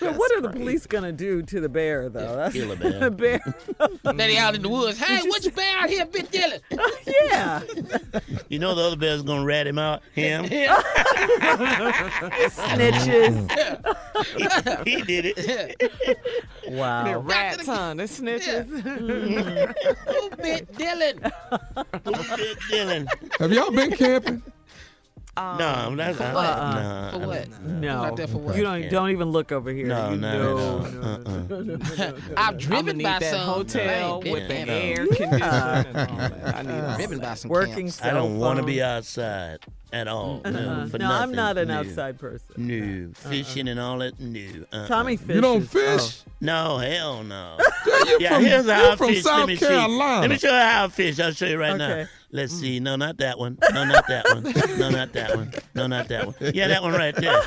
Speaker 1: So what are the police gonna do to the bear though? That's
Speaker 3: kill a bear.
Speaker 1: bear.
Speaker 7: That he out in the woods. Hey, what's bear out here, been dealing?
Speaker 1: Mm-hmm. yeah.
Speaker 8: You know the other bear's gonna rat him out. Him.
Speaker 3: Snitches.
Speaker 8: he did it.
Speaker 1: Wow.
Speaker 3: They're rats, huh? They're snitches.
Speaker 7: Who bit Dylan?
Speaker 8: Who bit Dylan?
Speaker 6: Have y'all been camping?
Speaker 7: Um,
Speaker 8: no, that's
Speaker 1: for
Speaker 8: I-
Speaker 1: what?
Speaker 8: no,
Speaker 1: For
Speaker 8: Uh, I-
Speaker 1: what?
Speaker 8: No.
Speaker 1: No.
Speaker 8: Not there for what?
Speaker 1: You don't
Speaker 8: Yeah.
Speaker 1: don't even look over here.
Speaker 8: No,
Speaker 1: You
Speaker 8: no,
Speaker 1: know.
Speaker 8: no, Uh-uh. no, no, no,
Speaker 7: I've
Speaker 1: I'ma
Speaker 7: driven
Speaker 1: need
Speaker 7: by
Speaker 1: that
Speaker 7: some
Speaker 1: hotel
Speaker 7: Hey,
Speaker 1: with
Speaker 7: been
Speaker 1: the
Speaker 7: camping.
Speaker 1: air conditioning and all that. Oh, I need
Speaker 7: Uh,
Speaker 1: all
Speaker 7: driven
Speaker 1: that.
Speaker 7: by some
Speaker 1: working
Speaker 7: camps.
Speaker 8: I don't want to be
Speaker 1: cell
Speaker 8: outside at all. No,
Speaker 1: Uh-uh.
Speaker 8: for
Speaker 1: No, I'm
Speaker 8: nothing.
Speaker 1: not an
Speaker 8: No.
Speaker 1: outside person. Uh-uh.
Speaker 8: No, fishing and all that. No, uh-uh. Oh.
Speaker 1: Tommy You don't fishes.
Speaker 8: No, hell no.
Speaker 6: you
Speaker 8: yeah,
Speaker 6: from-
Speaker 8: here's
Speaker 6: you
Speaker 8: how I
Speaker 6: from
Speaker 8: fish.
Speaker 6: South
Speaker 8: Let me
Speaker 6: Carolina.
Speaker 8: See. Let me show you how I fish. I'll show you right now.
Speaker 6: Okay.
Speaker 8: Let's see. No, not that one. No, not that one. No, not that one. No, not that one. Yeah, that one right there.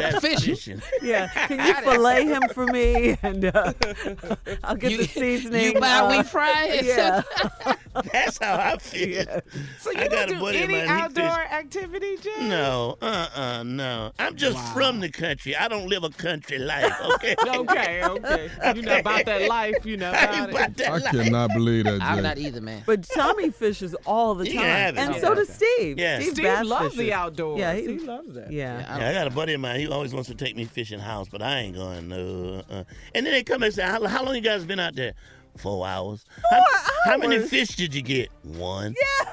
Speaker 8: That's fishing.
Speaker 1: phone. Yeah, can you fillet him for me? And uh, I'll get the seasoning.
Speaker 7: you buy
Speaker 1: uh,
Speaker 7: wheat fries?
Speaker 1: Yeah.
Speaker 8: That's how I fish.
Speaker 3: So
Speaker 8: I
Speaker 3: you
Speaker 8: got
Speaker 3: don't
Speaker 8: a
Speaker 3: do
Speaker 8: buddy of
Speaker 3: any
Speaker 8: mine, he fish-
Speaker 3: outdoor activity, Jim?
Speaker 8: No, uh, uh no. I'm just from the country. I don't live a country life. Okay.
Speaker 3: okay, okay. You know about that life. You know about,
Speaker 8: it.
Speaker 6: I cannot believe that.
Speaker 7: I'm
Speaker 6: Jay.
Speaker 7: not either, man.
Speaker 1: But Tommy fishes all the
Speaker 7: He
Speaker 1: time,
Speaker 7: can have it.
Speaker 1: and
Speaker 7: Yeah.
Speaker 1: so does Steve.
Speaker 8: Yeah.
Speaker 1: Steve,
Speaker 8: Steve
Speaker 1: bass
Speaker 8: loves the
Speaker 1: fishes.
Speaker 8: outdoors.
Speaker 1: Yeah, he,
Speaker 8: He
Speaker 1: loves that. Yeah,
Speaker 8: Yeah, I got a buddy of mine. He always wants to take me fishing house, but I ain't going. No. Uh, uh. And then they come and say, how, how long you guys been out there? Four hours. Four how, how many
Speaker 3: hours?
Speaker 8: fish did you get? One. Yeah.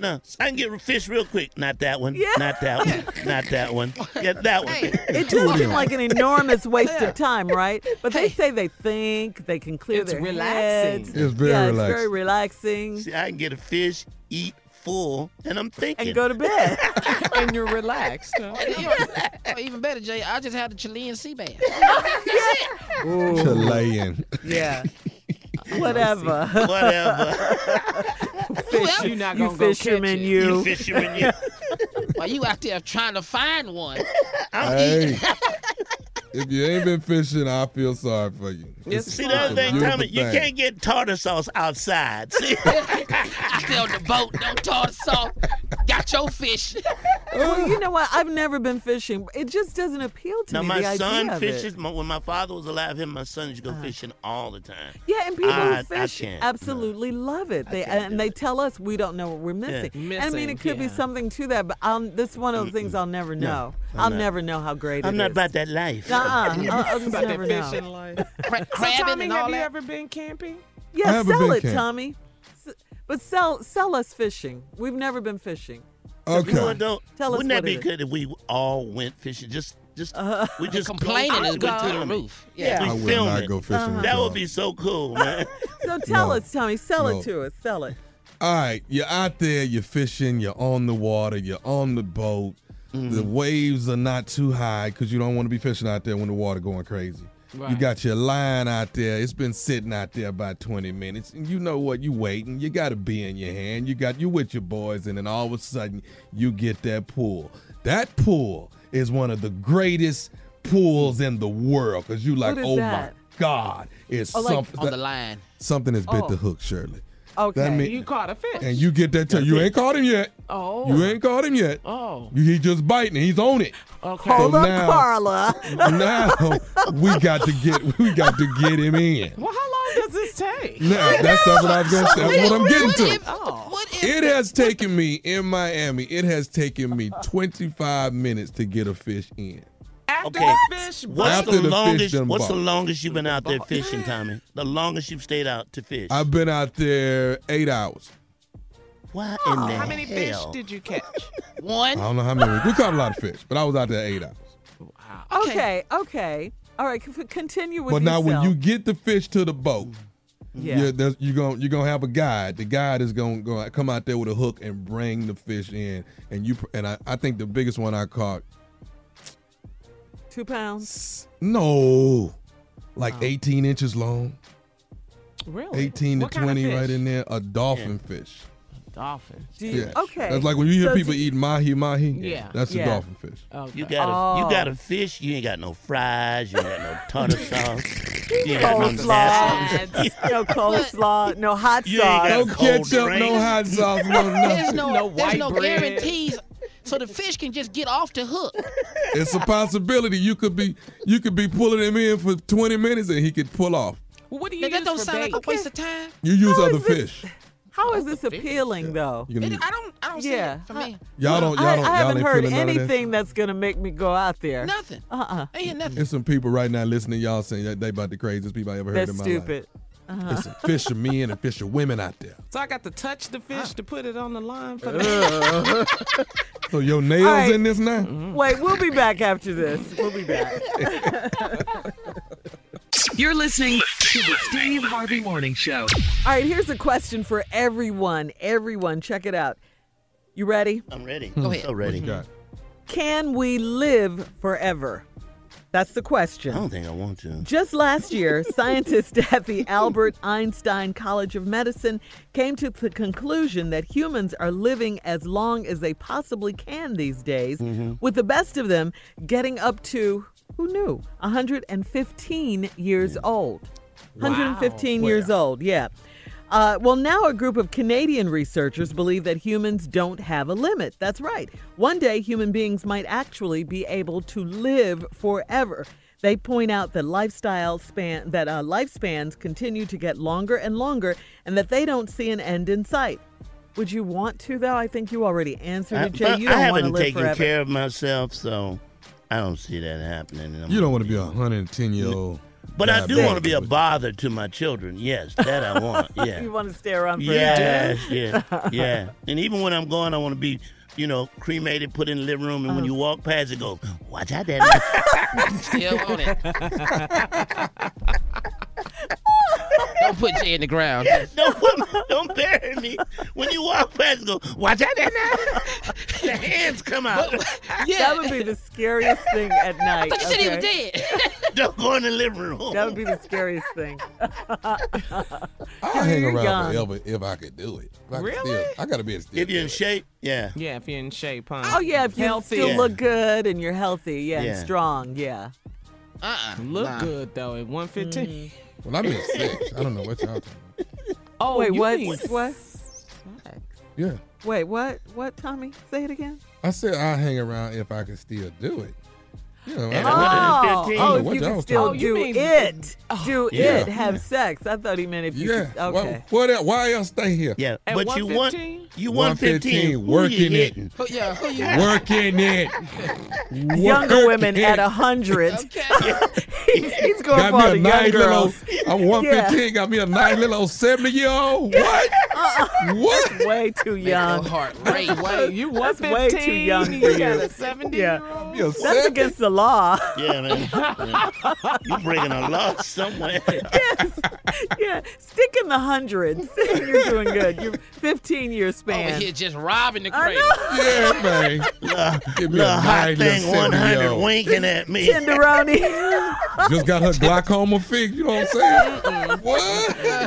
Speaker 8: No, I can get fish real quick. Not that one.
Speaker 1: Yeah.
Speaker 8: Not that one. Not that one. Yeah, that one.
Speaker 1: It does seem like an enormous waste of time, right? But they say they think they can clear
Speaker 8: It's
Speaker 1: their
Speaker 8: relaxing.
Speaker 1: heads.
Speaker 8: It's very
Speaker 1: yeah,
Speaker 8: relaxing.
Speaker 1: It's very relaxing.
Speaker 8: See, I can get a fish, eat full, and I'm thinking.
Speaker 1: And go to bed.
Speaker 3: and you're relaxed.
Speaker 7: Or even better, Jay, I just had a Chilean sea bass.
Speaker 6: Chilean.
Speaker 1: Yeah. Whatever.
Speaker 7: Fish,
Speaker 3: you not
Speaker 1: You
Speaker 3: gonna go
Speaker 1: fisherman,
Speaker 3: catch it.
Speaker 1: you.
Speaker 8: fisherman, you.
Speaker 7: While you out there trying to find one,
Speaker 6: Hey, if you ain't been fishing, I feel sorry for you. It's-
Speaker 8: See, the other
Speaker 6: it's a
Speaker 8: thing, Tommy, you
Speaker 6: beautiful thing.
Speaker 8: can't get tartar sauce outside. See?
Speaker 7: out there on the boat, no tartar sauce, got your fish.
Speaker 1: well, you know what? I've never been fishing. It just doesn't appeal to
Speaker 8: Now,
Speaker 1: me.
Speaker 8: my
Speaker 1: the idea
Speaker 8: son
Speaker 1: of it. Uh.
Speaker 8: fishes. My, when my father was alive, him and my son used to go fishing all the time.
Speaker 1: Yeah, and people
Speaker 8: I,
Speaker 1: who fish
Speaker 8: I can't.
Speaker 1: absolutely love it. They and they tell us we don't know what we're missing. I mean,
Speaker 8: Missing,
Speaker 1: it could be something to that, but um, this is one of those things I'll never
Speaker 8: No,
Speaker 1: know.
Speaker 8: I'm
Speaker 1: I'll
Speaker 8: not.
Speaker 1: never know how great
Speaker 8: I'm
Speaker 1: it
Speaker 8: not
Speaker 1: is.
Speaker 8: about that life.
Speaker 1: Nuh-uh.
Speaker 6: uh,
Speaker 1: I'll- I'll just
Speaker 3: About that
Speaker 1: never know.
Speaker 3: fishing life.
Speaker 7: crabbing
Speaker 3: so, Tommy,
Speaker 7: and
Speaker 3: have
Speaker 7: all
Speaker 3: you
Speaker 7: that.
Speaker 3: ever been camping?
Speaker 6: I
Speaker 1: Yeah,
Speaker 6: haven't
Speaker 1: sell
Speaker 6: been
Speaker 1: it,
Speaker 6: camping.
Speaker 1: Tommy. S- But sell sell us fishing. We've never been fishing.
Speaker 8: You know what, though?
Speaker 1: Tell
Speaker 8: Oh,
Speaker 1: us
Speaker 8: Wouldn't that
Speaker 1: what
Speaker 8: be
Speaker 1: it is. Uh-huh.
Speaker 8: good if we all went fishing? Just, just we just
Speaker 7: complaining
Speaker 8: go,
Speaker 7: is
Speaker 8: we
Speaker 7: going through the
Speaker 8: film it.
Speaker 7: roof.
Speaker 1: Yeah.
Speaker 8: we
Speaker 1: I would
Speaker 8: film
Speaker 6: not
Speaker 8: it.
Speaker 6: go fishing
Speaker 1: Uh-huh.
Speaker 6: with
Speaker 8: That
Speaker 6: y'all.
Speaker 8: would be so cool, man.
Speaker 1: So tell
Speaker 6: No.
Speaker 1: us, Tommy. Sell
Speaker 6: No.
Speaker 1: it to us. Sell it.
Speaker 6: All right, you're out there, you're fishing, you're on the water, you're on the boat. The
Speaker 7: Mm-hmm.
Speaker 6: waves are not too high because you don't want to be fishing out there when the water going crazy. You
Speaker 18: Right.
Speaker 6: got your line out there. It's been sitting out there about 20 minutes. And you know what? You waiting. You got a beer in your hand. You got you with your boys, and then all of a sudden you get that pull. That pull is one of the greatest pulls in the world. Cause you like,
Speaker 7: What is
Speaker 6: oh
Speaker 7: that?"
Speaker 6: my God, it's
Speaker 7: Oh, like
Speaker 6: something
Speaker 7: on the line.
Speaker 6: Something has bit
Speaker 7: Oh.
Speaker 6: the hook, Shirley.
Speaker 7: Okay.
Speaker 6: That mean-
Speaker 3: You caught a fish.
Speaker 6: and you get that tell you ain't caught him yet.
Speaker 3: Oh.
Speaker 6: You ain't caught him yet.
Speaker 3: Oh.
Speaker 6: You- He just biting. He's on it.
Speaker 3: Okay.
Speaker 6: So
Speaker 3: Hold up,
Speaker 6: now-
Speaker 3: Carla.
Speaker 6: Now we got to get we got to get him in.
Speaker 3: Well, how long does this take?
Speaker 6: Now that's, that's what I was gonna say. That's what I'm getting to.
Speaker 3: Oh.
Speaker 6: It has taken me in Miami. It has taken me 25 minutes to get a fish in.
Speaker 3: After
Speaker 8: Okay.
Speaker 3: the fish,
Speaker 8: What's
Speaker 6: After
Speaker 8: the,
Speaker 6: the fish
Speaker 8: longest?
Speaker 6: done
Speaker 8: What's the
Speaker 6: bought.
Speaker 8: longest you've been out there fishing, Tommy? The longest you've stayed out to fish?
Speaker 6: I've been out there eight hours.
Speaker 8: Why in the
Speaker 3: how many
Speaker 8: hell?
Speaker 3: fish did you catch?
Speaker 6: I
Speaker 7: One.
Speaker 6: don't know how many. We caught a lot of fish, but I was out there eight hours.
Speaker 1: Okay. Okay. All right. c- Continue with
Speaker 6: But now
Speaker 1: yourself.
Speaker 6: when you get the fish to the boat,
Speaker 1: Yeah.
Speaker 6: you're, there's- you're gonna you're gonna have a guide. The guide is gonna, gonna come out there with a hook and bring the fish in. And you pr- and I, I think the biggest one I caught
Speaker 1: two pounds.
Speaker 6: no, like 18 inches long,
Speaker 3: Really?
Speaker 6: 18 to
Speaker 3: What kind of
Speaker 6: 20 right
Speaker 3: fish?
Speaker 6: in there. A dolphin fish.
Speaker 19: Dolphins.
Speaker 6: Yeah. That's like when you hear people eating mahi mahi.
Speaker 19: Yeah.
Speaker 6: That's
Speaker 19: Yeah.
Speaker 6: a dolphin fish.
Speaker 8: You got a you got a fish. You ain't got no fries. You ain't got no tartar sauce. You ain't got no
Speaker 1: Coleslaw.
Speaker 8: nasty-
Speaker 1: no coleslaw, no hot
Speaker 8: You
Speaker 1: sauce.
Speaker 8: ain't got No cold ketchup, drink. no hot sauce, no
Speaker 7: There's no, there's no guarantees. So the fish can just get off the hook.
Speaker 6: It's a possibility. You could be you could be pulling him in for 20 minutes and he could pull off.
Speaker 7: Well, what do you That don't sound like a waste of time.
Speaker 6: You use other fish.
Speaker 1: How is this appealing, though?
Speaker 6: You can-
Speaker 7: I don't. I don't
Speaker 1: yeah.
Speaker 7: see it for me.
Speaker 6: Y'all don't. Y'all
Speaker 1: I,
Speaker 6: don't.
Speaker 1: I
Speaker 6: y'all
Speaker 1: haven't
Speaker 6: ain't
Speaker 1: heard
Speaker 6: feeling none of that?
Speaker 1: anything that's gonna make me go out there.
Speaker 7: Nothing.
Speaker 1: Uh-uh.
Speaker 7: Ain't nothing.
Speaker 6: There's some people right now listening. Y'all saying that they about the craziest people I ever heard
Speaker 1: That's
Speaker 6: in my
Speaker 1: stupid.
Speaker 6: life.
Speaker 1: Uh-huh.
Speaker 6: There's some fisher men and fisher women out there.
Speaker 3: So I got to touch the fish to put it on the line for
Speaker 6: Uh.
Speaker 3: the.
Speaker 6: So your nails
Speaker 1: right. Mm-hmm.
Speaker 6: in this now?
Speaker 1: Wait, we'll be back after this. We'll be back.
Speaker 16: You're listening to the Steve Harvey Morning Show.
Speaker 1: All right, here's a question for everyone. Everyone, check it out. You ready?
Speaker 8: I'm ready.
Speaker 6: Hmm.
Speaker 1: Go ahead.
Speaker 8: So ready.
Speaker 1: Can we live forever? That's the question. I
Speaker 8: don't think I want to.
Speaker 1: Just last year, scientists at the Albert Einstein College of Medicine came to the conclusion that humans are living as long as they possibly can these days,
Speaker 8: Mm-hmm.
Speaker 1: with the best of them getting up to, who knew, 115 years old. 115
Speaker 18: Wow.
Speaker 1: years old, yeah. Uh, well, now a group of Canadian researchers believe that humans don't have a limit. That's right. One day, human beings might actually be able to live forever. They point out that lifestyle span that uh, lifespans continue to get longer and longer, and that they don't see an end in sight. Would you want to though? I think you already answered
Speaker 8: I,
Speaker 1: it, Jay.
Speaker 8: Uh, but
Speaker 1: You
Speaker 8: I
Speaker 1: don't want to
Speaker 8: haven't
Speaker 1: live
Speaker 8: taken
Speaker 1: forever.
Speaker 8: care of myself, so I don't see that happening. and I'm
Speaker 6: You don't want to be a 110 year old.
Speaker 8: But I do want to be a bother to my children. Yes, that I want. Yeah.
Speaker 1: you want to stay around forever.
Speaker 8: Yes, yeah, yeah. And even when I'm gone, I want to be, you know, cremated, put in the living room, and
Speaker 7: Oh.
Speaker 8: when you walk past, it goes, "Watch out, Daddy."
Speaker 7: Still want it.
Speaker 8: don't put Jay in the ground. Yes, don't, put, don't bury me. When you walk past, it goes, "Watch out, Daddy." the hands come out.
Speaker 1: That would be the scariest thing at night.
Speaker 8: But you said he was
Speaker 1: dead.
Speaker 8: don't go in the living room.
Speaker 1: That would be the scariest thing.
Speaker 6: I'll hang
Speaker 1: You're
Speaker 6: around
Speaker 1: young.
Speaker 6: forever if I could do it. If I could
Speaker 1: Really?
Speaker 6: still- I gotta be a still.
Speaker 8: If you're in shape, yeah.
Speaker 3: Yeah, if you're in shape, huh?
Speaker 1: Oh yeah, if you
Speaker 3: Healthy.
Speaker 1: still
Speaker 3: Yeah.
Speaker 1: look good and you're healthy, yeah, and
Speaker 3: Yeah.
Speaker 1: strong, yeah.
Speaker 7: Uh-uh.
Speaker 3: Look
Speaker 1: Nah.
Speaker 3: good though at
Speaker 1: Mm.
Speaker 3: 115.
Speaker 6: Well, I'm in six. I don't know what y'all. Talking.
Speaker 3: Oh,
Speaker 1: wait,
Speaker 3: you
Speaker 1: what?
Speaker 3: mean-
Speaker 1: What?
Speaker 6: Yeah,
Speaker 1: Wait, what? What, Tommy? Say it again.
Speaker 6: I said I'll hang around if I could still do it. You know,
Speaker 1: And
Speaker 6: I don't-
Speaker 1: oh,
Speaker 6: I don't
Speaker 1: oh,
Speaker 6: know
Speaker 1: if
Speaker 6: what
Speaker 1: you
Speaker 6: y'all
Speaker 1: can still
Speaker 6: talking
Speaker 1: do
Speaker 6: about.
Speaker 1: it, do
Speaker 6: Yeah.
Speaker 1: it, have sex. I thought he meant if you.
Speaker 6: Yeah.
Speaker 1: Could, okay.
Speaker 6: Why, what else, why else stay here?
Speaker 8: Yeah.
Speaker 1: At
Speaker 8: but you want
Speaker 1: 115?
Speaker 8: you want 15
Speaker 6: working it.
Speaker 7: yeah, who you
Speaker 6: Working it.
Speaker 1: Younger women
Speaker 6: Working
Speaker 1: at
Speaker 6: it.
Speaker 1: a hundred. He's going
Speaker 6: got
Speaker 1: for all the
Speaker 6: me a
Speaker 1: young
Speaker 6: nice little.
Speaker 1: girls.
Speaker 6: I'm 115. Got me a nice little old 70 year old. What? What?
Speaker 1: way too young.
Speaker 7: Wait, wait, you
Speaker 1: That's way too
Speaker 3: 115,
Speaker 1: young
Speaker 3: you
Speaker 1: for you.
Speaker 3: got a 70
Speaker 1: yeah.
Speaker 6: You're
Speaker 1: That's against the law.
Speaker 8: Yeah, man. You're breaking a law somewhere.
Speaker 1: yeah, stick in the hundreds. You're doing good. You're 15 year span.
Speaker 7: Over here just robbing the
Speaker 1: I
Speaker 7: cradle.
Speaker 6: Yeah, man. Give me a
Speaker 8: Little hot
Speaker 6: nice little
Speaker 8: thing 100
Speaker 6: 70-year-old.
Speaker 8: winking at me.
Speaker 1: Tenderoni.
Speaker 6: Just got her glaucoma fixed. You know what I'm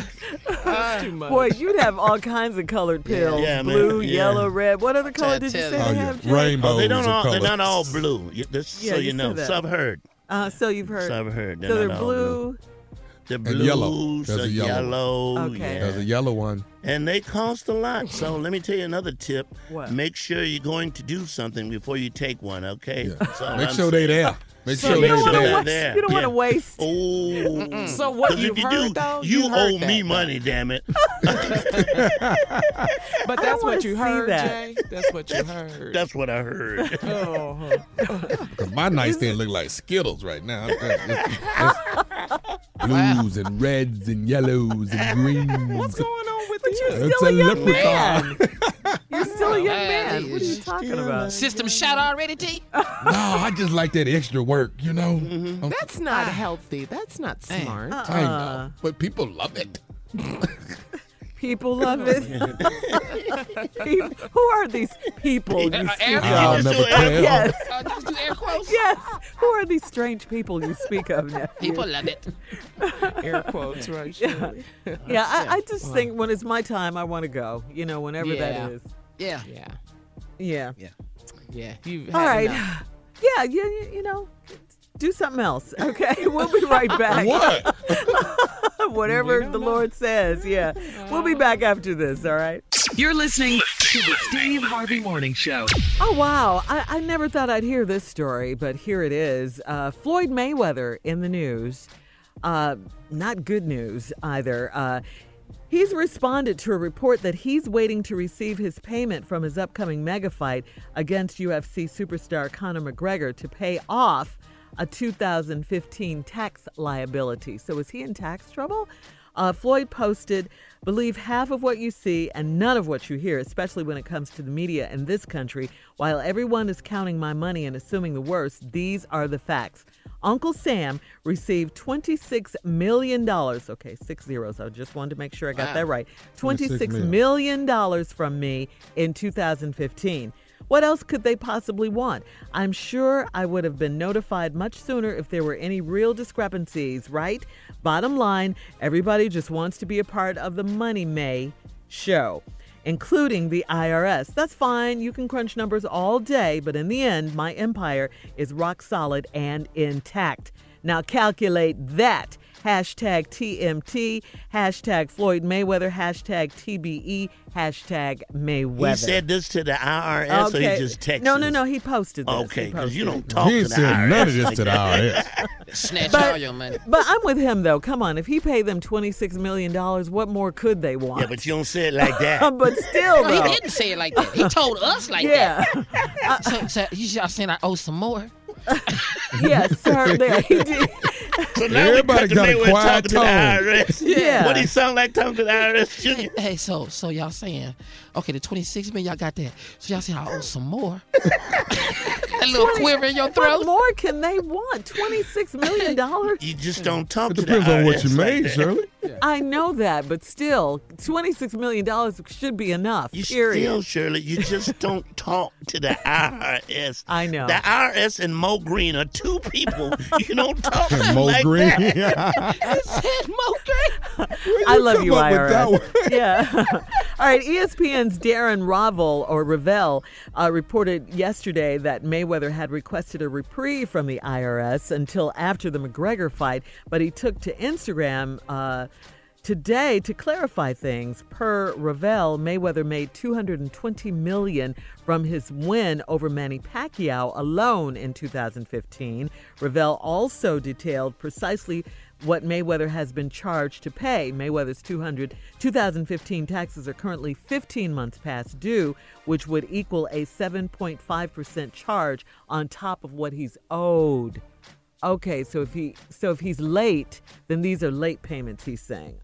Speaker 6: saying? what?
Speaker 1: Boy, you'd have all kinds of colored pills.
Speaker 8: Yeah, man.
Speaker 1: Blue,
Speaker 8: Yeah.
Speaker 1: yellow, red. What other color did you say they
Speaker 8: Oh, yeah.
Speaker 1: have, Jay?
Speaker 8: Oh, they don't
Speaker 6: of
Speaker 8: all, They're
Speaker 6: color.
Speaker 8: not all blue. You- Just
Speaker 1: Yeah,
Speaker 8: so
Speaker 1: you
Speaker 8: you,
Speaker 1: said
Speaker 8: know.
Speaker 1: that.
Speaker 8: So I've heard.
Speaker 3: Uh-huh,
Speaker 1: Uh, so you've heard.
Speaker 8: So I've heard.
Speaker 1: so they're
Speaker 8: not all
Speaker 1: blue.
Speaker 8: The blues
Speaker 6: And yellow. There's
Speaker 8: are
Speaker 6: a yellow
Speaker 8: yellow.
Speaker 6: one. Okay. There's a yellow one.
Speaker 8: And they cost a lot. So let me tell you another tip.
Speaker 1: What?
Speaker 8: Make sure you're going to do something before you take one, okay? That's all
Speaker 6: Make
Speaker 8: I'm
Speaker 6: sure they
Speaker 8: saying.
Speaker 6: there. Make
Speaker 8: So
Speaker 6: sure
Speaker 8: you
Speaker 6: they
Speaker 8: don't wanna
Speaker 6: there.
Speaker 8: waste- Yeah.
Speaker 1: You don't want
Speaker 8: Yeah.
Speaker 1: to waste.
Speaker 8: Oh.
Speaker 3: So what
Speaker 8: 'Cause
Speaker 3: you've
Speaker 8: if you
Speaker 3: heard
Speaker 8: do,
Speaker 3: though?
Speaker 8: you,
Speaker 3: you've heard
Speaker 8: owe me
Speaker 3: that.
Speaker 8: money, damn it.
Speaker 3: But that's
Speaker 1: wanna
Speaker 3: what you
Speaker 1: see
Speaker 3: heard,
Speaker 1: that.
Speaker 3: Jay. That's what you heard.
Speaker 8: That's what I heard.
Speaker 3: Oh, huh.
Speaker 6: Cause my nightstand look like Skittles right now. It's- it's- it's blues and reds and yellows and greens. What's going
Speaker 3: on with
Speaker 6: this?
Speaker 1: you're
Speaker 6: it's
Speaker 1: still a young
Speaker 6: leprechaun.
Speaker 1: You're still a young
Speaker 7: man,
Speaker 1: man. What are you talking about?
Speaker 7: System shot already, T?
Speaker 6: no, I just like that extra work, you know.
Speaker 7: Mm-hmm.
Speaker 6: I'm-
Speaker 3: That's not
Speaker 8: Ah.
Speaker 3: healthy. That's not smart.
Speaker 6: I know, but people love it.
Speaker 1: People love it. Peop- Who are these people? You
Speaker 7: Uh,
Speaker 1: speak
Speaker 7: air
Speaker 1: of?
Speaker 7: quotes.
Speaker 6: Number ten.
Speaker 1: Yes.
Speaker 7: Uh, just do air quotes.
Speaker 1: Yes. Who are these strange people you speak of now?
Speaker 7: People love it.
Speaker 3: Air quotes, right?
Speaker 1: Yeah,
Speaker 3: sure.
Speaker 1: yeah I, I just
Speaker 3: Wow.
Speaker 1: think when it's my time, I want to go. You know, whenever that is.
Speaker 7: Yeah.
Speaker 3: Yeah.
Speaker 1: Yeah.
Speaker 7: Yeah. Yeah. You've
Speaker 1: All
Speaker 7: had
Speaker 1: right.
Speaker 7: enough.
Speaker 1: Yeah, yeah, you, you know, do something else. Okay, we'll be right back.
Speaker 7: What?
Speaker 1: Whatever the Lord says. Yeah, we'll
Speaker 7: Uh,
Speaker 1: be back after this. All right.
Speaker 16: You're listening to the Steve Harvey Morning Show.
Speaker 1: Oh wow! I, I never thought I'd hear this story, but here it is. Uh, Floyd Mayweather in the news. Uh, not good news either. Uh, he's responded to a report that he's waiting to receive his payment from his upcoming mega fight against UFC superstar Conor McGregor to pay off a 2015 tax liability. So is he in tax trouble? Uh, Floyd posted, believe half of what you see and none of what you hear, especially when it comes to the media in this country. While everyone is counting my money and assuming the worst, these are the facts. Uncle Sam received $26 million. Okay, six zeros. I just wanted to make sure I got
Speaker 19: Wow.
Speaker 1: that right. $26
Speaker 19: 26 mil.
Speaker 1: million million dollars from me in 2015. What else could they possibly want? I'm sure I would have been notified much sooner if there were any real discrepancies, right? Bottom line, everybody just wants to be a part of the Money May show, including the IRS. That's fine, you can crunch numbers all day, but in the end, my empire is rock solid and intact. Now calculate that. Hashtag TMT, hashtag Floyd Mayweather, hashtag TBE, hashtag Mayweather.
Speaker 8: He said this to the IRS, or he just texted.
Speaker 1: No, no, no. He posted this. He
Speaker 8: Okay, because you
Speaker 1: posted
Speaker 8: don't
Speaker 1: it.
Speaker 8: talk to the IRS. like that.
Speaker 7: Snatch
Speaker 1: But-
Speaker 7: all your money.
Speaker 1: But I'm with him though. Come on, if he paid them twenty six million dollars, what more could they want?
Speaker 8: Yeah, but you don't say it like that.
Speaker 1: but still,
Speaker 7: No,
Speaker 1: though.
Speaker 7: he didn't say it like that. He told us like
Speaker 1: Yeah.
Speaker 7: that. Uh, so, so you should have said I owe some more.
Speaker 1: yes, sir. There he did.
Speaker 8: So now
Speaker 7: Everybody got
Speaker 8: we cut to
Speaker 7: a
Speaker 8: Mayweather
Speaker 7: quiet
Speaker 8: talking to the
Speaker 7: tone.
Speaker 8: IRS.
Speaker 7: Yeah.
Speaker 8: What he sound like talking to the IRS?
Speaker 7: Hey, hey, so so y'all saying, okay, the twenty six million y'all got that. So y'all saying I owe some more. that little quiver in your throat.
Speaker 1: What more can they want? Twenty six million dollars.
Speaker 8: You just don't talk to the
Speaker 6: Depends on what you
Speaker 8: IRS like
Speaker 6: made,
Speaker 8: that.
Speaker 6: Shirley.
Speaker 1: I know that, but still, twenty six million dollars should be enough.
Speaker 8: You
Speaker 1: period.
Speaker 8: still, Shirley, you just don't talk to the IRS.
Speaker 1: I know.
Speaker 8: The IRS and Mo Green are two people. You don't talk to
Speaker 6: And
Speaker 8: them
Speaker 6: Mo
Speaker 8: like
Speaker 6: Green.
Speaker 8: that.
Speaker 1: I love you,
Speaker 6: come up with that
Speaker 1: IRS. yeah. All right. E ESPN's Darren Ravel or Ravel uh, reported yesterday that Mayweather had requested a reprieve from the IRS until after the McGregor fight, but he took to Instagram. Uh, Today, to clarify things, per Ravel, Mayweather made 220 million from his win over Manny Pacquiao alone in 2015. Ravel also detailed precisely what Mayweather has been charged to pay. Mayweather's 200, 2015 taxes are currently 15 months past due, which would equal a 7.5% charge on top of what he's owed. Okay, so if he so if he's late, then these are late payments. He's saying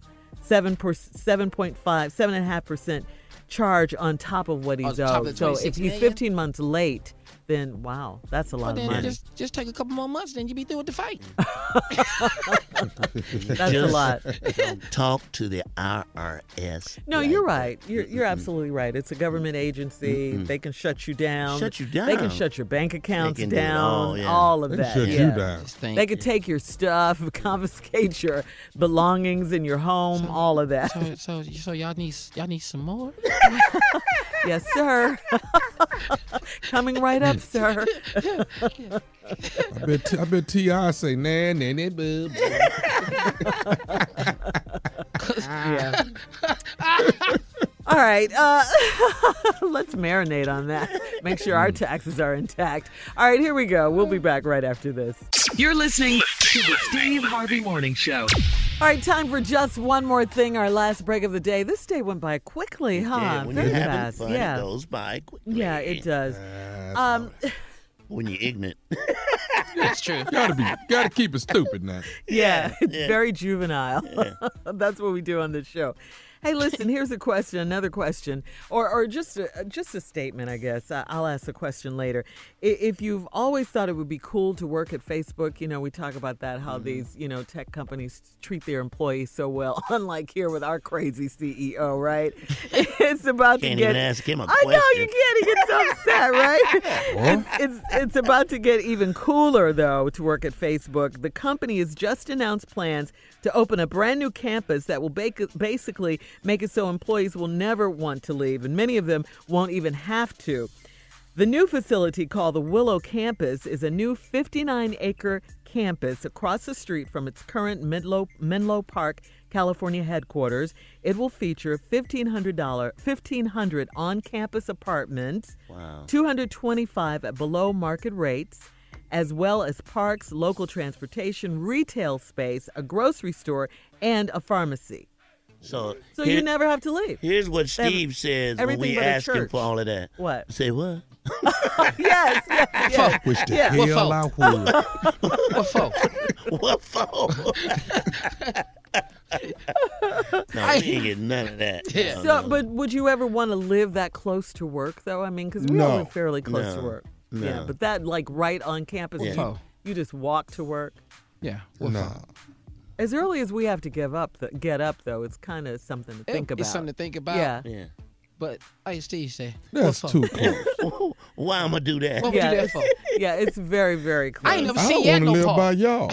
Speaker 1: seven per seven point five, seven and a half percent charge on top of what
Speaker 7: On
Speaker 1: he's
Speaker 7: top of
Speaker 1: owed.
Speaker 7: the
Speaker 1: So if
Speaker 7: 26
Speaker 1: he's
Speaker 7: million?
Speaker 1: 15 months late, then wow, that's a lot
Speaker 7: Well,
Speaker 1: of
Speaker 7: then
Speaker 1: money.
Speaker 7: just just take a couple more months, then you be through with the fight.
Speaker 1: That's a
Speaker 8: Just
Speaker 1: lot.
Speaker 8: Don't talk to the IRS.
Speaker 1: No, you're right. You're, you're absolutely right. It's a government agency.
Speaker 8: Mm-mm.
Speaker 1: They can shut you down.
Speaker 8: Shut you
Speaker 1: They can
Speaker 8: down.
Speaker 1: shut your bank accounts
Speaker 8: can do it
Speaker 1: down.
Speaker 8: all,
Speaker 1: All,
Speaker 8: yeah.
Speaker 1: of
Speaker 8: They can
Speaker 1: that.
Speaker 8: shut you
Speaker 1: yeah.
Speaker 8: down.
Speaker 1: They could take your stuff, confiscate your belongings in your home, all of that.
Speaker 7: So so so y'all need y'all need some more.
Speaker 1: Yes, sir. Coming right up, sir.
Speaker 6: I bet T- I bet Ti say nah nah nah boo. boo."
Speaker 1: yeah. All right. Uh, let's marinate on that. Make sure our taxes are intact. All right, here we go. We'll be back right after this.
Speaker 16: You're listening to the Steve Harvey Morning Show.
Speaker 1: All right, time for just one more thing. Our last break of the day. This day went by quickly, huh?
Speaker 8: Yeah, when
Speaker 1: Very
Speaker 8: you're having
Speaker 1: fast.
Speaker 8: fun,
Speaker 1: yeah.
Speaker 8: it goes by quickly.
Speaker 1: Yeah, it does. um,
Speaker 8: When you're ignorant.
Speaker 7: That's true.
Speaker 6: gotta be, gotta keep it stupid now.
Speaker 1: yeah, it's
Speaker 6: Yeah.
Speaker 1: very juvenile. That's what we do on this show. Hey, listen, here's a question, another question, or or just a, uh, just a statement, I guess. I- I'll ask a question later. I- If you've always thought it would be cool to work at Facebook, you know, we talk about that
Speaker 8: Mm-hmm.
Speaker 1: how these you know tech companies treat their employees so well, unlike here with our crazy CEO, right? It's about
Speaker 8: Can't
Speaker 1: to get.
Speaker 8: even ask him a
Speaker 1: I know you
Speaker 8: question.
Speaker 1: can't. He gets so upset, right? It's, it's, it's about to get even cooler, though, to work at Facebook. The company has just announced plans to open a brand new campus that will bake, basically make it so employees will never want to leave, and many of them won't even have to. The new facility called the Willow Campus is a new 59 acre campus across the street from its current Menlo, Menlo Park, California headquarters. It will feature $1,500, 1,500 on campus apartments,
Speaker 8: Wow.
Speaker 1: 225 at below market rates, as well as parks, local transportation, retail space, a grocery store, and a pharmacy.
Speaker 8: So,
Speaker 1: So you never have to leave.
Speaker 8: Here's what
Speaker 1: They have
Speaker 8: Steve says when
Speaker 1: everything
Speaker 8: we
Speaker 1: but a
Speaker 8: ask him
Speaker 1: church.
Speaker 8: for all of that.
Speaker 1: What?
Speaker 8: Say what?
Speaker 1: yes, yes, yes.
Speaker 8: Wish the
Speaker 1: yes.
Speaker 8: hell I would.
Speaker 7: What for?
Speaker 8: what for? no, we ain't getting none of that. No,
Speaker 1: So,
Speaker 8: no.
Speaker 1: but would you ever want to live that close to work, though? I mean, because we all
Speaker 8: No.
Speaker 1: live fairly close to
Speaker 8: No.
Speaker 1: work. Yeah,
Speaker 8: No.
Speaker 1: but that like right on campus,
Speaker 8: Yeah.
Speaker 1: you, you just walk to work.
Speaker 9: Yeah.
Speaker 6: No.
Speaker 1: As early as we have to give up, th- get up though, it's kind of something to
Speaker 7: It-
Speaker 1: think about.
Speaker 7: It's something to think about.
Speaker 1: Yeah.
Speaker 7: But like Steve said,
Speaker 6: That's
Speaker 7: what
Speaker 6: too
Speaker 7: for?
Speaker 6: close.
Speaker 8: Why am I do that?
Speaker 7: What would
Speaker 1: yeah,
Speaker 7: you do that
Speaker 1: it's-
Speaker 7: for?
Speaker 1: yeah, it's very, very close.
Speaker 7: ain't never
Speaker 6: I don't want to live by y'all.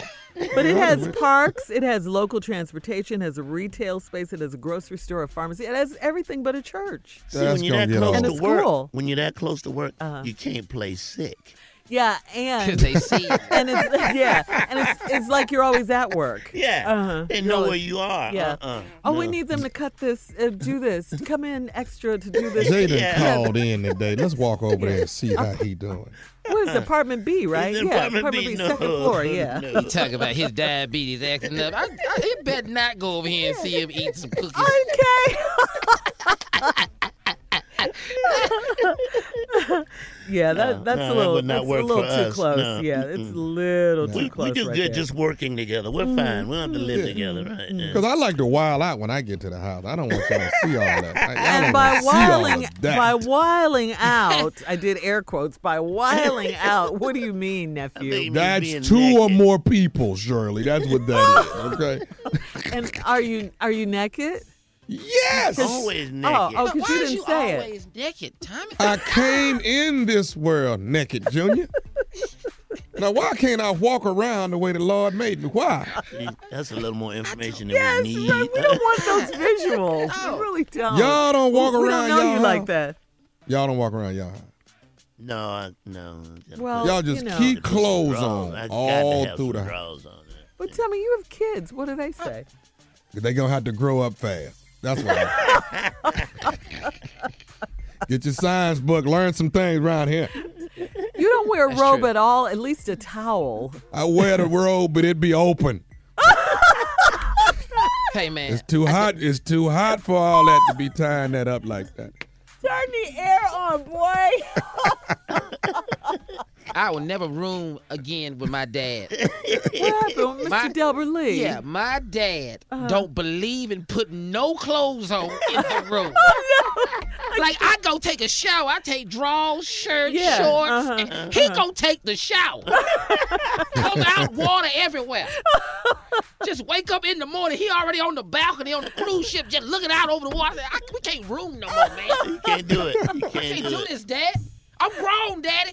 Speaker 1: But it has parks, it has local transportation, has a retail space, it has a grocery store, a pharmacy, it has everything but a church.
Speaker 8: See, when you're that close
Speaker 1: and Uh-huh.
Speaker 8: to
Speaker 1: a
Speaker 8: work,
Speaker 1: school.
Speaker 8: when you're that close to work, you can't play sick.
Speaker 1: Yeah, and
Speaker 8: 'Cause they see you.
Speaker 1: and it's yeah, and it's, it's like you're always at work. Uh-huh.
Speaker 8: Yeah, they know where you are.
Speaker 1: Yeah.
Speaker 8: Uh-uh,
Speaker 1: oh, we
Speaker 8: no.
Speaker 1: need them to cut this, uh, do this, to come in extra to do this.
Speaker 6: Jaden
Speaker 1: Yeah.
Speaker 6: called in today. Let's walk over there and see how he doing.
Speaker 1: What is it, apartment B, right?
Speaker 7: It's
Speaker 1: yeah,
Speaker 7: apartment B, no,
Speaker 1: second floor. Yeah.
Speaker 7: He talking about his diabetes acting up. I, I, he better not go over here and see him eat some cookies.
Speaker 1: Okay.
Speaker 8: Uh-uh.
Speaker 1: yeah, that,
Speaker 8: No,
Speaker 1: that's
Speaker 8: no,
Speaker 1: a
Speaker 8: that
Speaker 1: little,
Speaker 8: would not
Speaker 1: that's a
Speaker 8: work
Speaker 1: little
Speaker 8: for
Speaker 1: too
Speaker 8: us.
Speaker 1: close.
Speaker 8: No,
Speaker 1: Yeah, it's a little too
Speaker 8: We,
Speaker 1: close.
Speaker 8: we do
Speaker 1: right
Speaker 8: good
Speaker 1: there. Mm-hmm.
Speaker 8: just working together. We're fine. We don't have to live together, right? Yeah.
Speaker 6: Because I like to wild out when I get to the house. I don't want y'all to see all that. I, I
Speaker 1: And
Speaker 6: don't
Speaker 1: by
Speaker 6: wanna see all
Speaker 1: whiling,
Speaker 6: of that.
Speaker 1: by whiling out, I did air quotes. By whiling out, what do you mean, nephew?
Speaker 6: That's two or more people, Shirley. That's what that is. Okay.
Speaker 1: And are you are you naked?
Speaker 6: Yes.
Speaker 8: Always
Speaker 1: Oh,
Speaker 8: naked.
Speaker 1: oh, because you
Speaker 7: Why is you
Speaker 1: didn't say it.
Speaker 7: always naked, Tommy?
Speaker 6: I came in this world naked, Junior. Now why can't I walk around the way the Lord made me? Why?
Speaker 8: That's a little more information than
Speaker 1: Yes,
Speaker 8: we need.
Speaker 1: right. We don't want those visuals. We really don't.
Speaker 6: Y'all don't walk
Speaker 1: we, we
Speaker 6: around
Speaker 1: don't know
Speaker 6: y'all
Speaker 1: you like
Speaker 6: house.
Speaker 1: that.
Speaker 6: Y'all don't walk around y'all. house.
Speaker 8: No, I, no.
Speaker 1: Well,
Speaker 6: y'all just
Speaker 1: you know.
Speaker 6: keep clothes
Speaker 8: Drawers.
Speaker 6: on
Speaker 8: I got to
Speaker 6: all
Speaker 8: have
Speaker 6: through
Speaker 8: some
Speaker 6: the house.
Speaker 8: drawers on.
Speaker 1: But tell me, you have kids. What do they
Speaker 7: Uh,
Speaker 1: say?
Speaker 6: They gonna have to grow up fast. That's why. Get your science book. Learn some things around here.
Speaker 1: You don't wear a robe at all. At least a towel.
Speaker 6: I wear the robe, but it be open.
Speaker 7: Hey man,
Speaker 6: It's too hot. It's too hot for all that to be tying that up like that.
Speaker 1: Turn the air on, boy.
Speaker 7: I will never room again with my dad.
Speaker 14: Ah,
Speaker 1: What happened, Mr.
Speaker 7: My-
Speaker 1: Delbert Lee?
Speaker 7: Yeah, my dad
Speaker 1: Uh-huh.
Speaker 7: don't believe in putting no clothes on in the room. Like I go take a shower, I take drawers, shirts,
Speaker 1: Yeah,
Speaker 7: shorts.
Speaker 1: uh-huh,
Speaker 7: and he gonna take the shower. Come out, water everywhere. Just wake up in the morning. He already on the balcony on the cruise ship, just looking out over the water. I, we can't room no more, man.
Speaker 8: You can't do it. You
Speaker 7: I
Speaker 8: can't
Speaker 7: can't
Speaker 8: do
Speaker 7: do
Speaker 8: it.
Speaker 7: this, Dad. I'm grown, Daddy.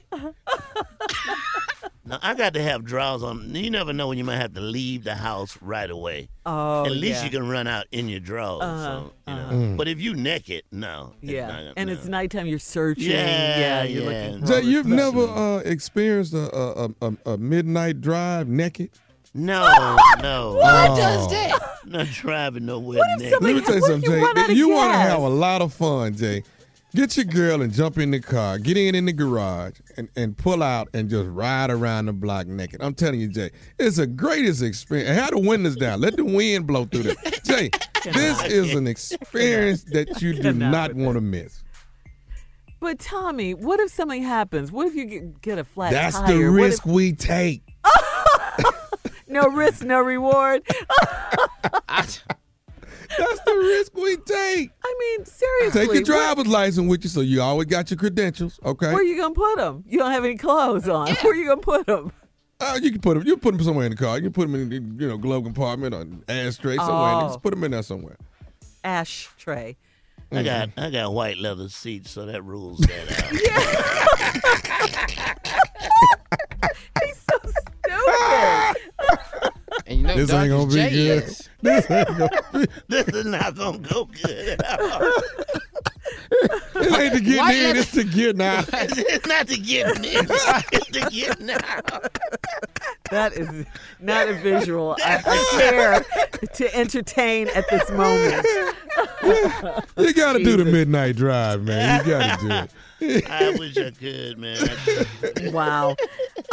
Speaker 8: Now, I got to have drawers on. You never know when you might have to leave the house right away.
Speaker 1: Oh,
Speaker 8: At least
Speaker 1: yeah.
Speaker 8: you can run out in your drawers.
Speaker 1: Uh-huh,
Speaker 8: so, you know.
Speaker 1: uh-huh. Mm.
Speaker 8: But if you naked, no. it's
Speaker 1: Yeah,
Speaker 8: not-
Speaker 1: and
Speaker 8: no.
Speaker 1: it's nighttime. You're searching.
Speaker 8: Yeah,
Speaker 1: Yeah, you're
Speaker 8: yeah.
Speaker 1: looking. for all
Speaker 6: Jay,
Speaker 1: this
Speaker 6: you've
Speaker 1: stuff.
Speaker 6: never uh, experienced a, a, a, a- a midnight drive naked?
Speaker 8: No, no.
Speaker 6: Why Oh. does that?
Speaker 8: Not driving nowhere naked.
Speaker 6: Let me tell you something, Jay.
Speaker 8: run out of
Speaker 6: You want to
Speaker 8: gas?
Speaker 6: have a lot of fun, Jay. Get your girl and jump in the car. Get in in the garage and, and pull out and just ride around the block naked. I'm telling you, Jay, it's the greatest experience. And Have the windows down. Let the wind blow through this. Jay, this is an experience that you do not want to miss.
Speaker 1: But Tommy, what if something happens? What if you get, get a flat
Speaker 6: That's
Speaker 1: tire?
Speaker 6: the
Speaker 1: What if-
Speaker 6: risk we take.
Speaker 1: no risk, no reward.
Speaker 6: That's the risk we take.
Speaker 1: I mean, seriously.
Speaker 6: Take your
Speaker 1: where-
Speaker 6: driver's license with you, so you always got your credentials. Okay.
Speaker 1: Where, are you gonna put them? You don't have any clothes on. Where are you gonna put them?
Speaker 6: Uh, you can put them. You put them somewhere in the car. You can put them in the you know glove compartment or ashtray somewhere.
Speaker 1: Oh.
Speaker 6: Just put them in there somewhere.
Speaker 1: Ashtray.
Speaker 8: I got
Speaker 6: Mm-hmm.
Speaker 8: I got white leather seats, so that rules that out.
Speaker 7: And you know,
Speaker 6: this ain't gonna be
Speaker 7: Dr. J
Speaker 6: good.
Speaker 7: is.
Speaker 6: This ain't gonna be.
Speaker 8: this is not gonna go good. At all.
Speaker 6: This ain't to get in. It's to get now.
Speaker 8: it's not to get in. It's to get now.
Speaker 1: That is not a visual I, I care to entertain at this moment.
Speaker 6: You got to do the midnight drive, man. You got to do it.
Speaker 8: I wish I could, man.
Speaker 1: Wow.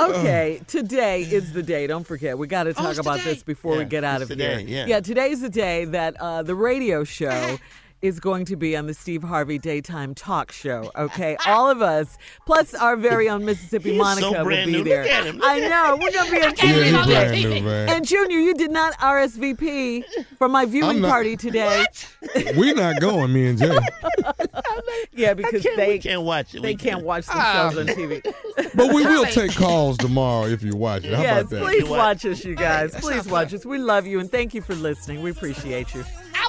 Speaker 1: Okay, today is the day. Don't forget, we got to talk about this before we
Speaker 8: Yeah,
Speaker 1: get out
Speaker 8: it's
Speaker 1: of
Speaker 8: today,
Speaker 1: here.
Speaker 8: yeah.
Speaker 1: today's the day that uh, the radio show is going to be on the Steve Harvey Daytime Talk Show. Okay, all of us, plus our very own Mississippi
Speaker 8: He's so
Speaker 1: Monica will
Speaker 8: brand
Speaker 1: be
Speaker 8: new. Look
Speaker 1: there.
Speaker 8: at him. Look
Speaker 1: I
Speaker 8: at
Speaker 1: know
Speaker 8: him.
Speaker 1: we're gonna be
Speaker 8: I
Speaker 1: on
Speaker 8: can't believe
Speaker 1: TV
Speaker 8: I'm
Speaker 1: today.
Speaker 8: brand new, man.
Speaker 1: And Junior, you did not RSVP for my viewing
Speaker 6: I'm not-
Speaker 1: party today.
Speaker 6: We not going, me and Jay.
Speaker 1: Yeah, because they
Speaker 8: can't watch it.
Speaker 1: They can't watch themselves on TV.
Speaker 6: But we will take calls tomorrow if you watch it. How
Speaker 1: yes,
Speaker 6: about that?
Speaker 1: please watch us, you guys. Please watch us. We love you and thank you for listening. We appreciate you.
Speaker 7: I'm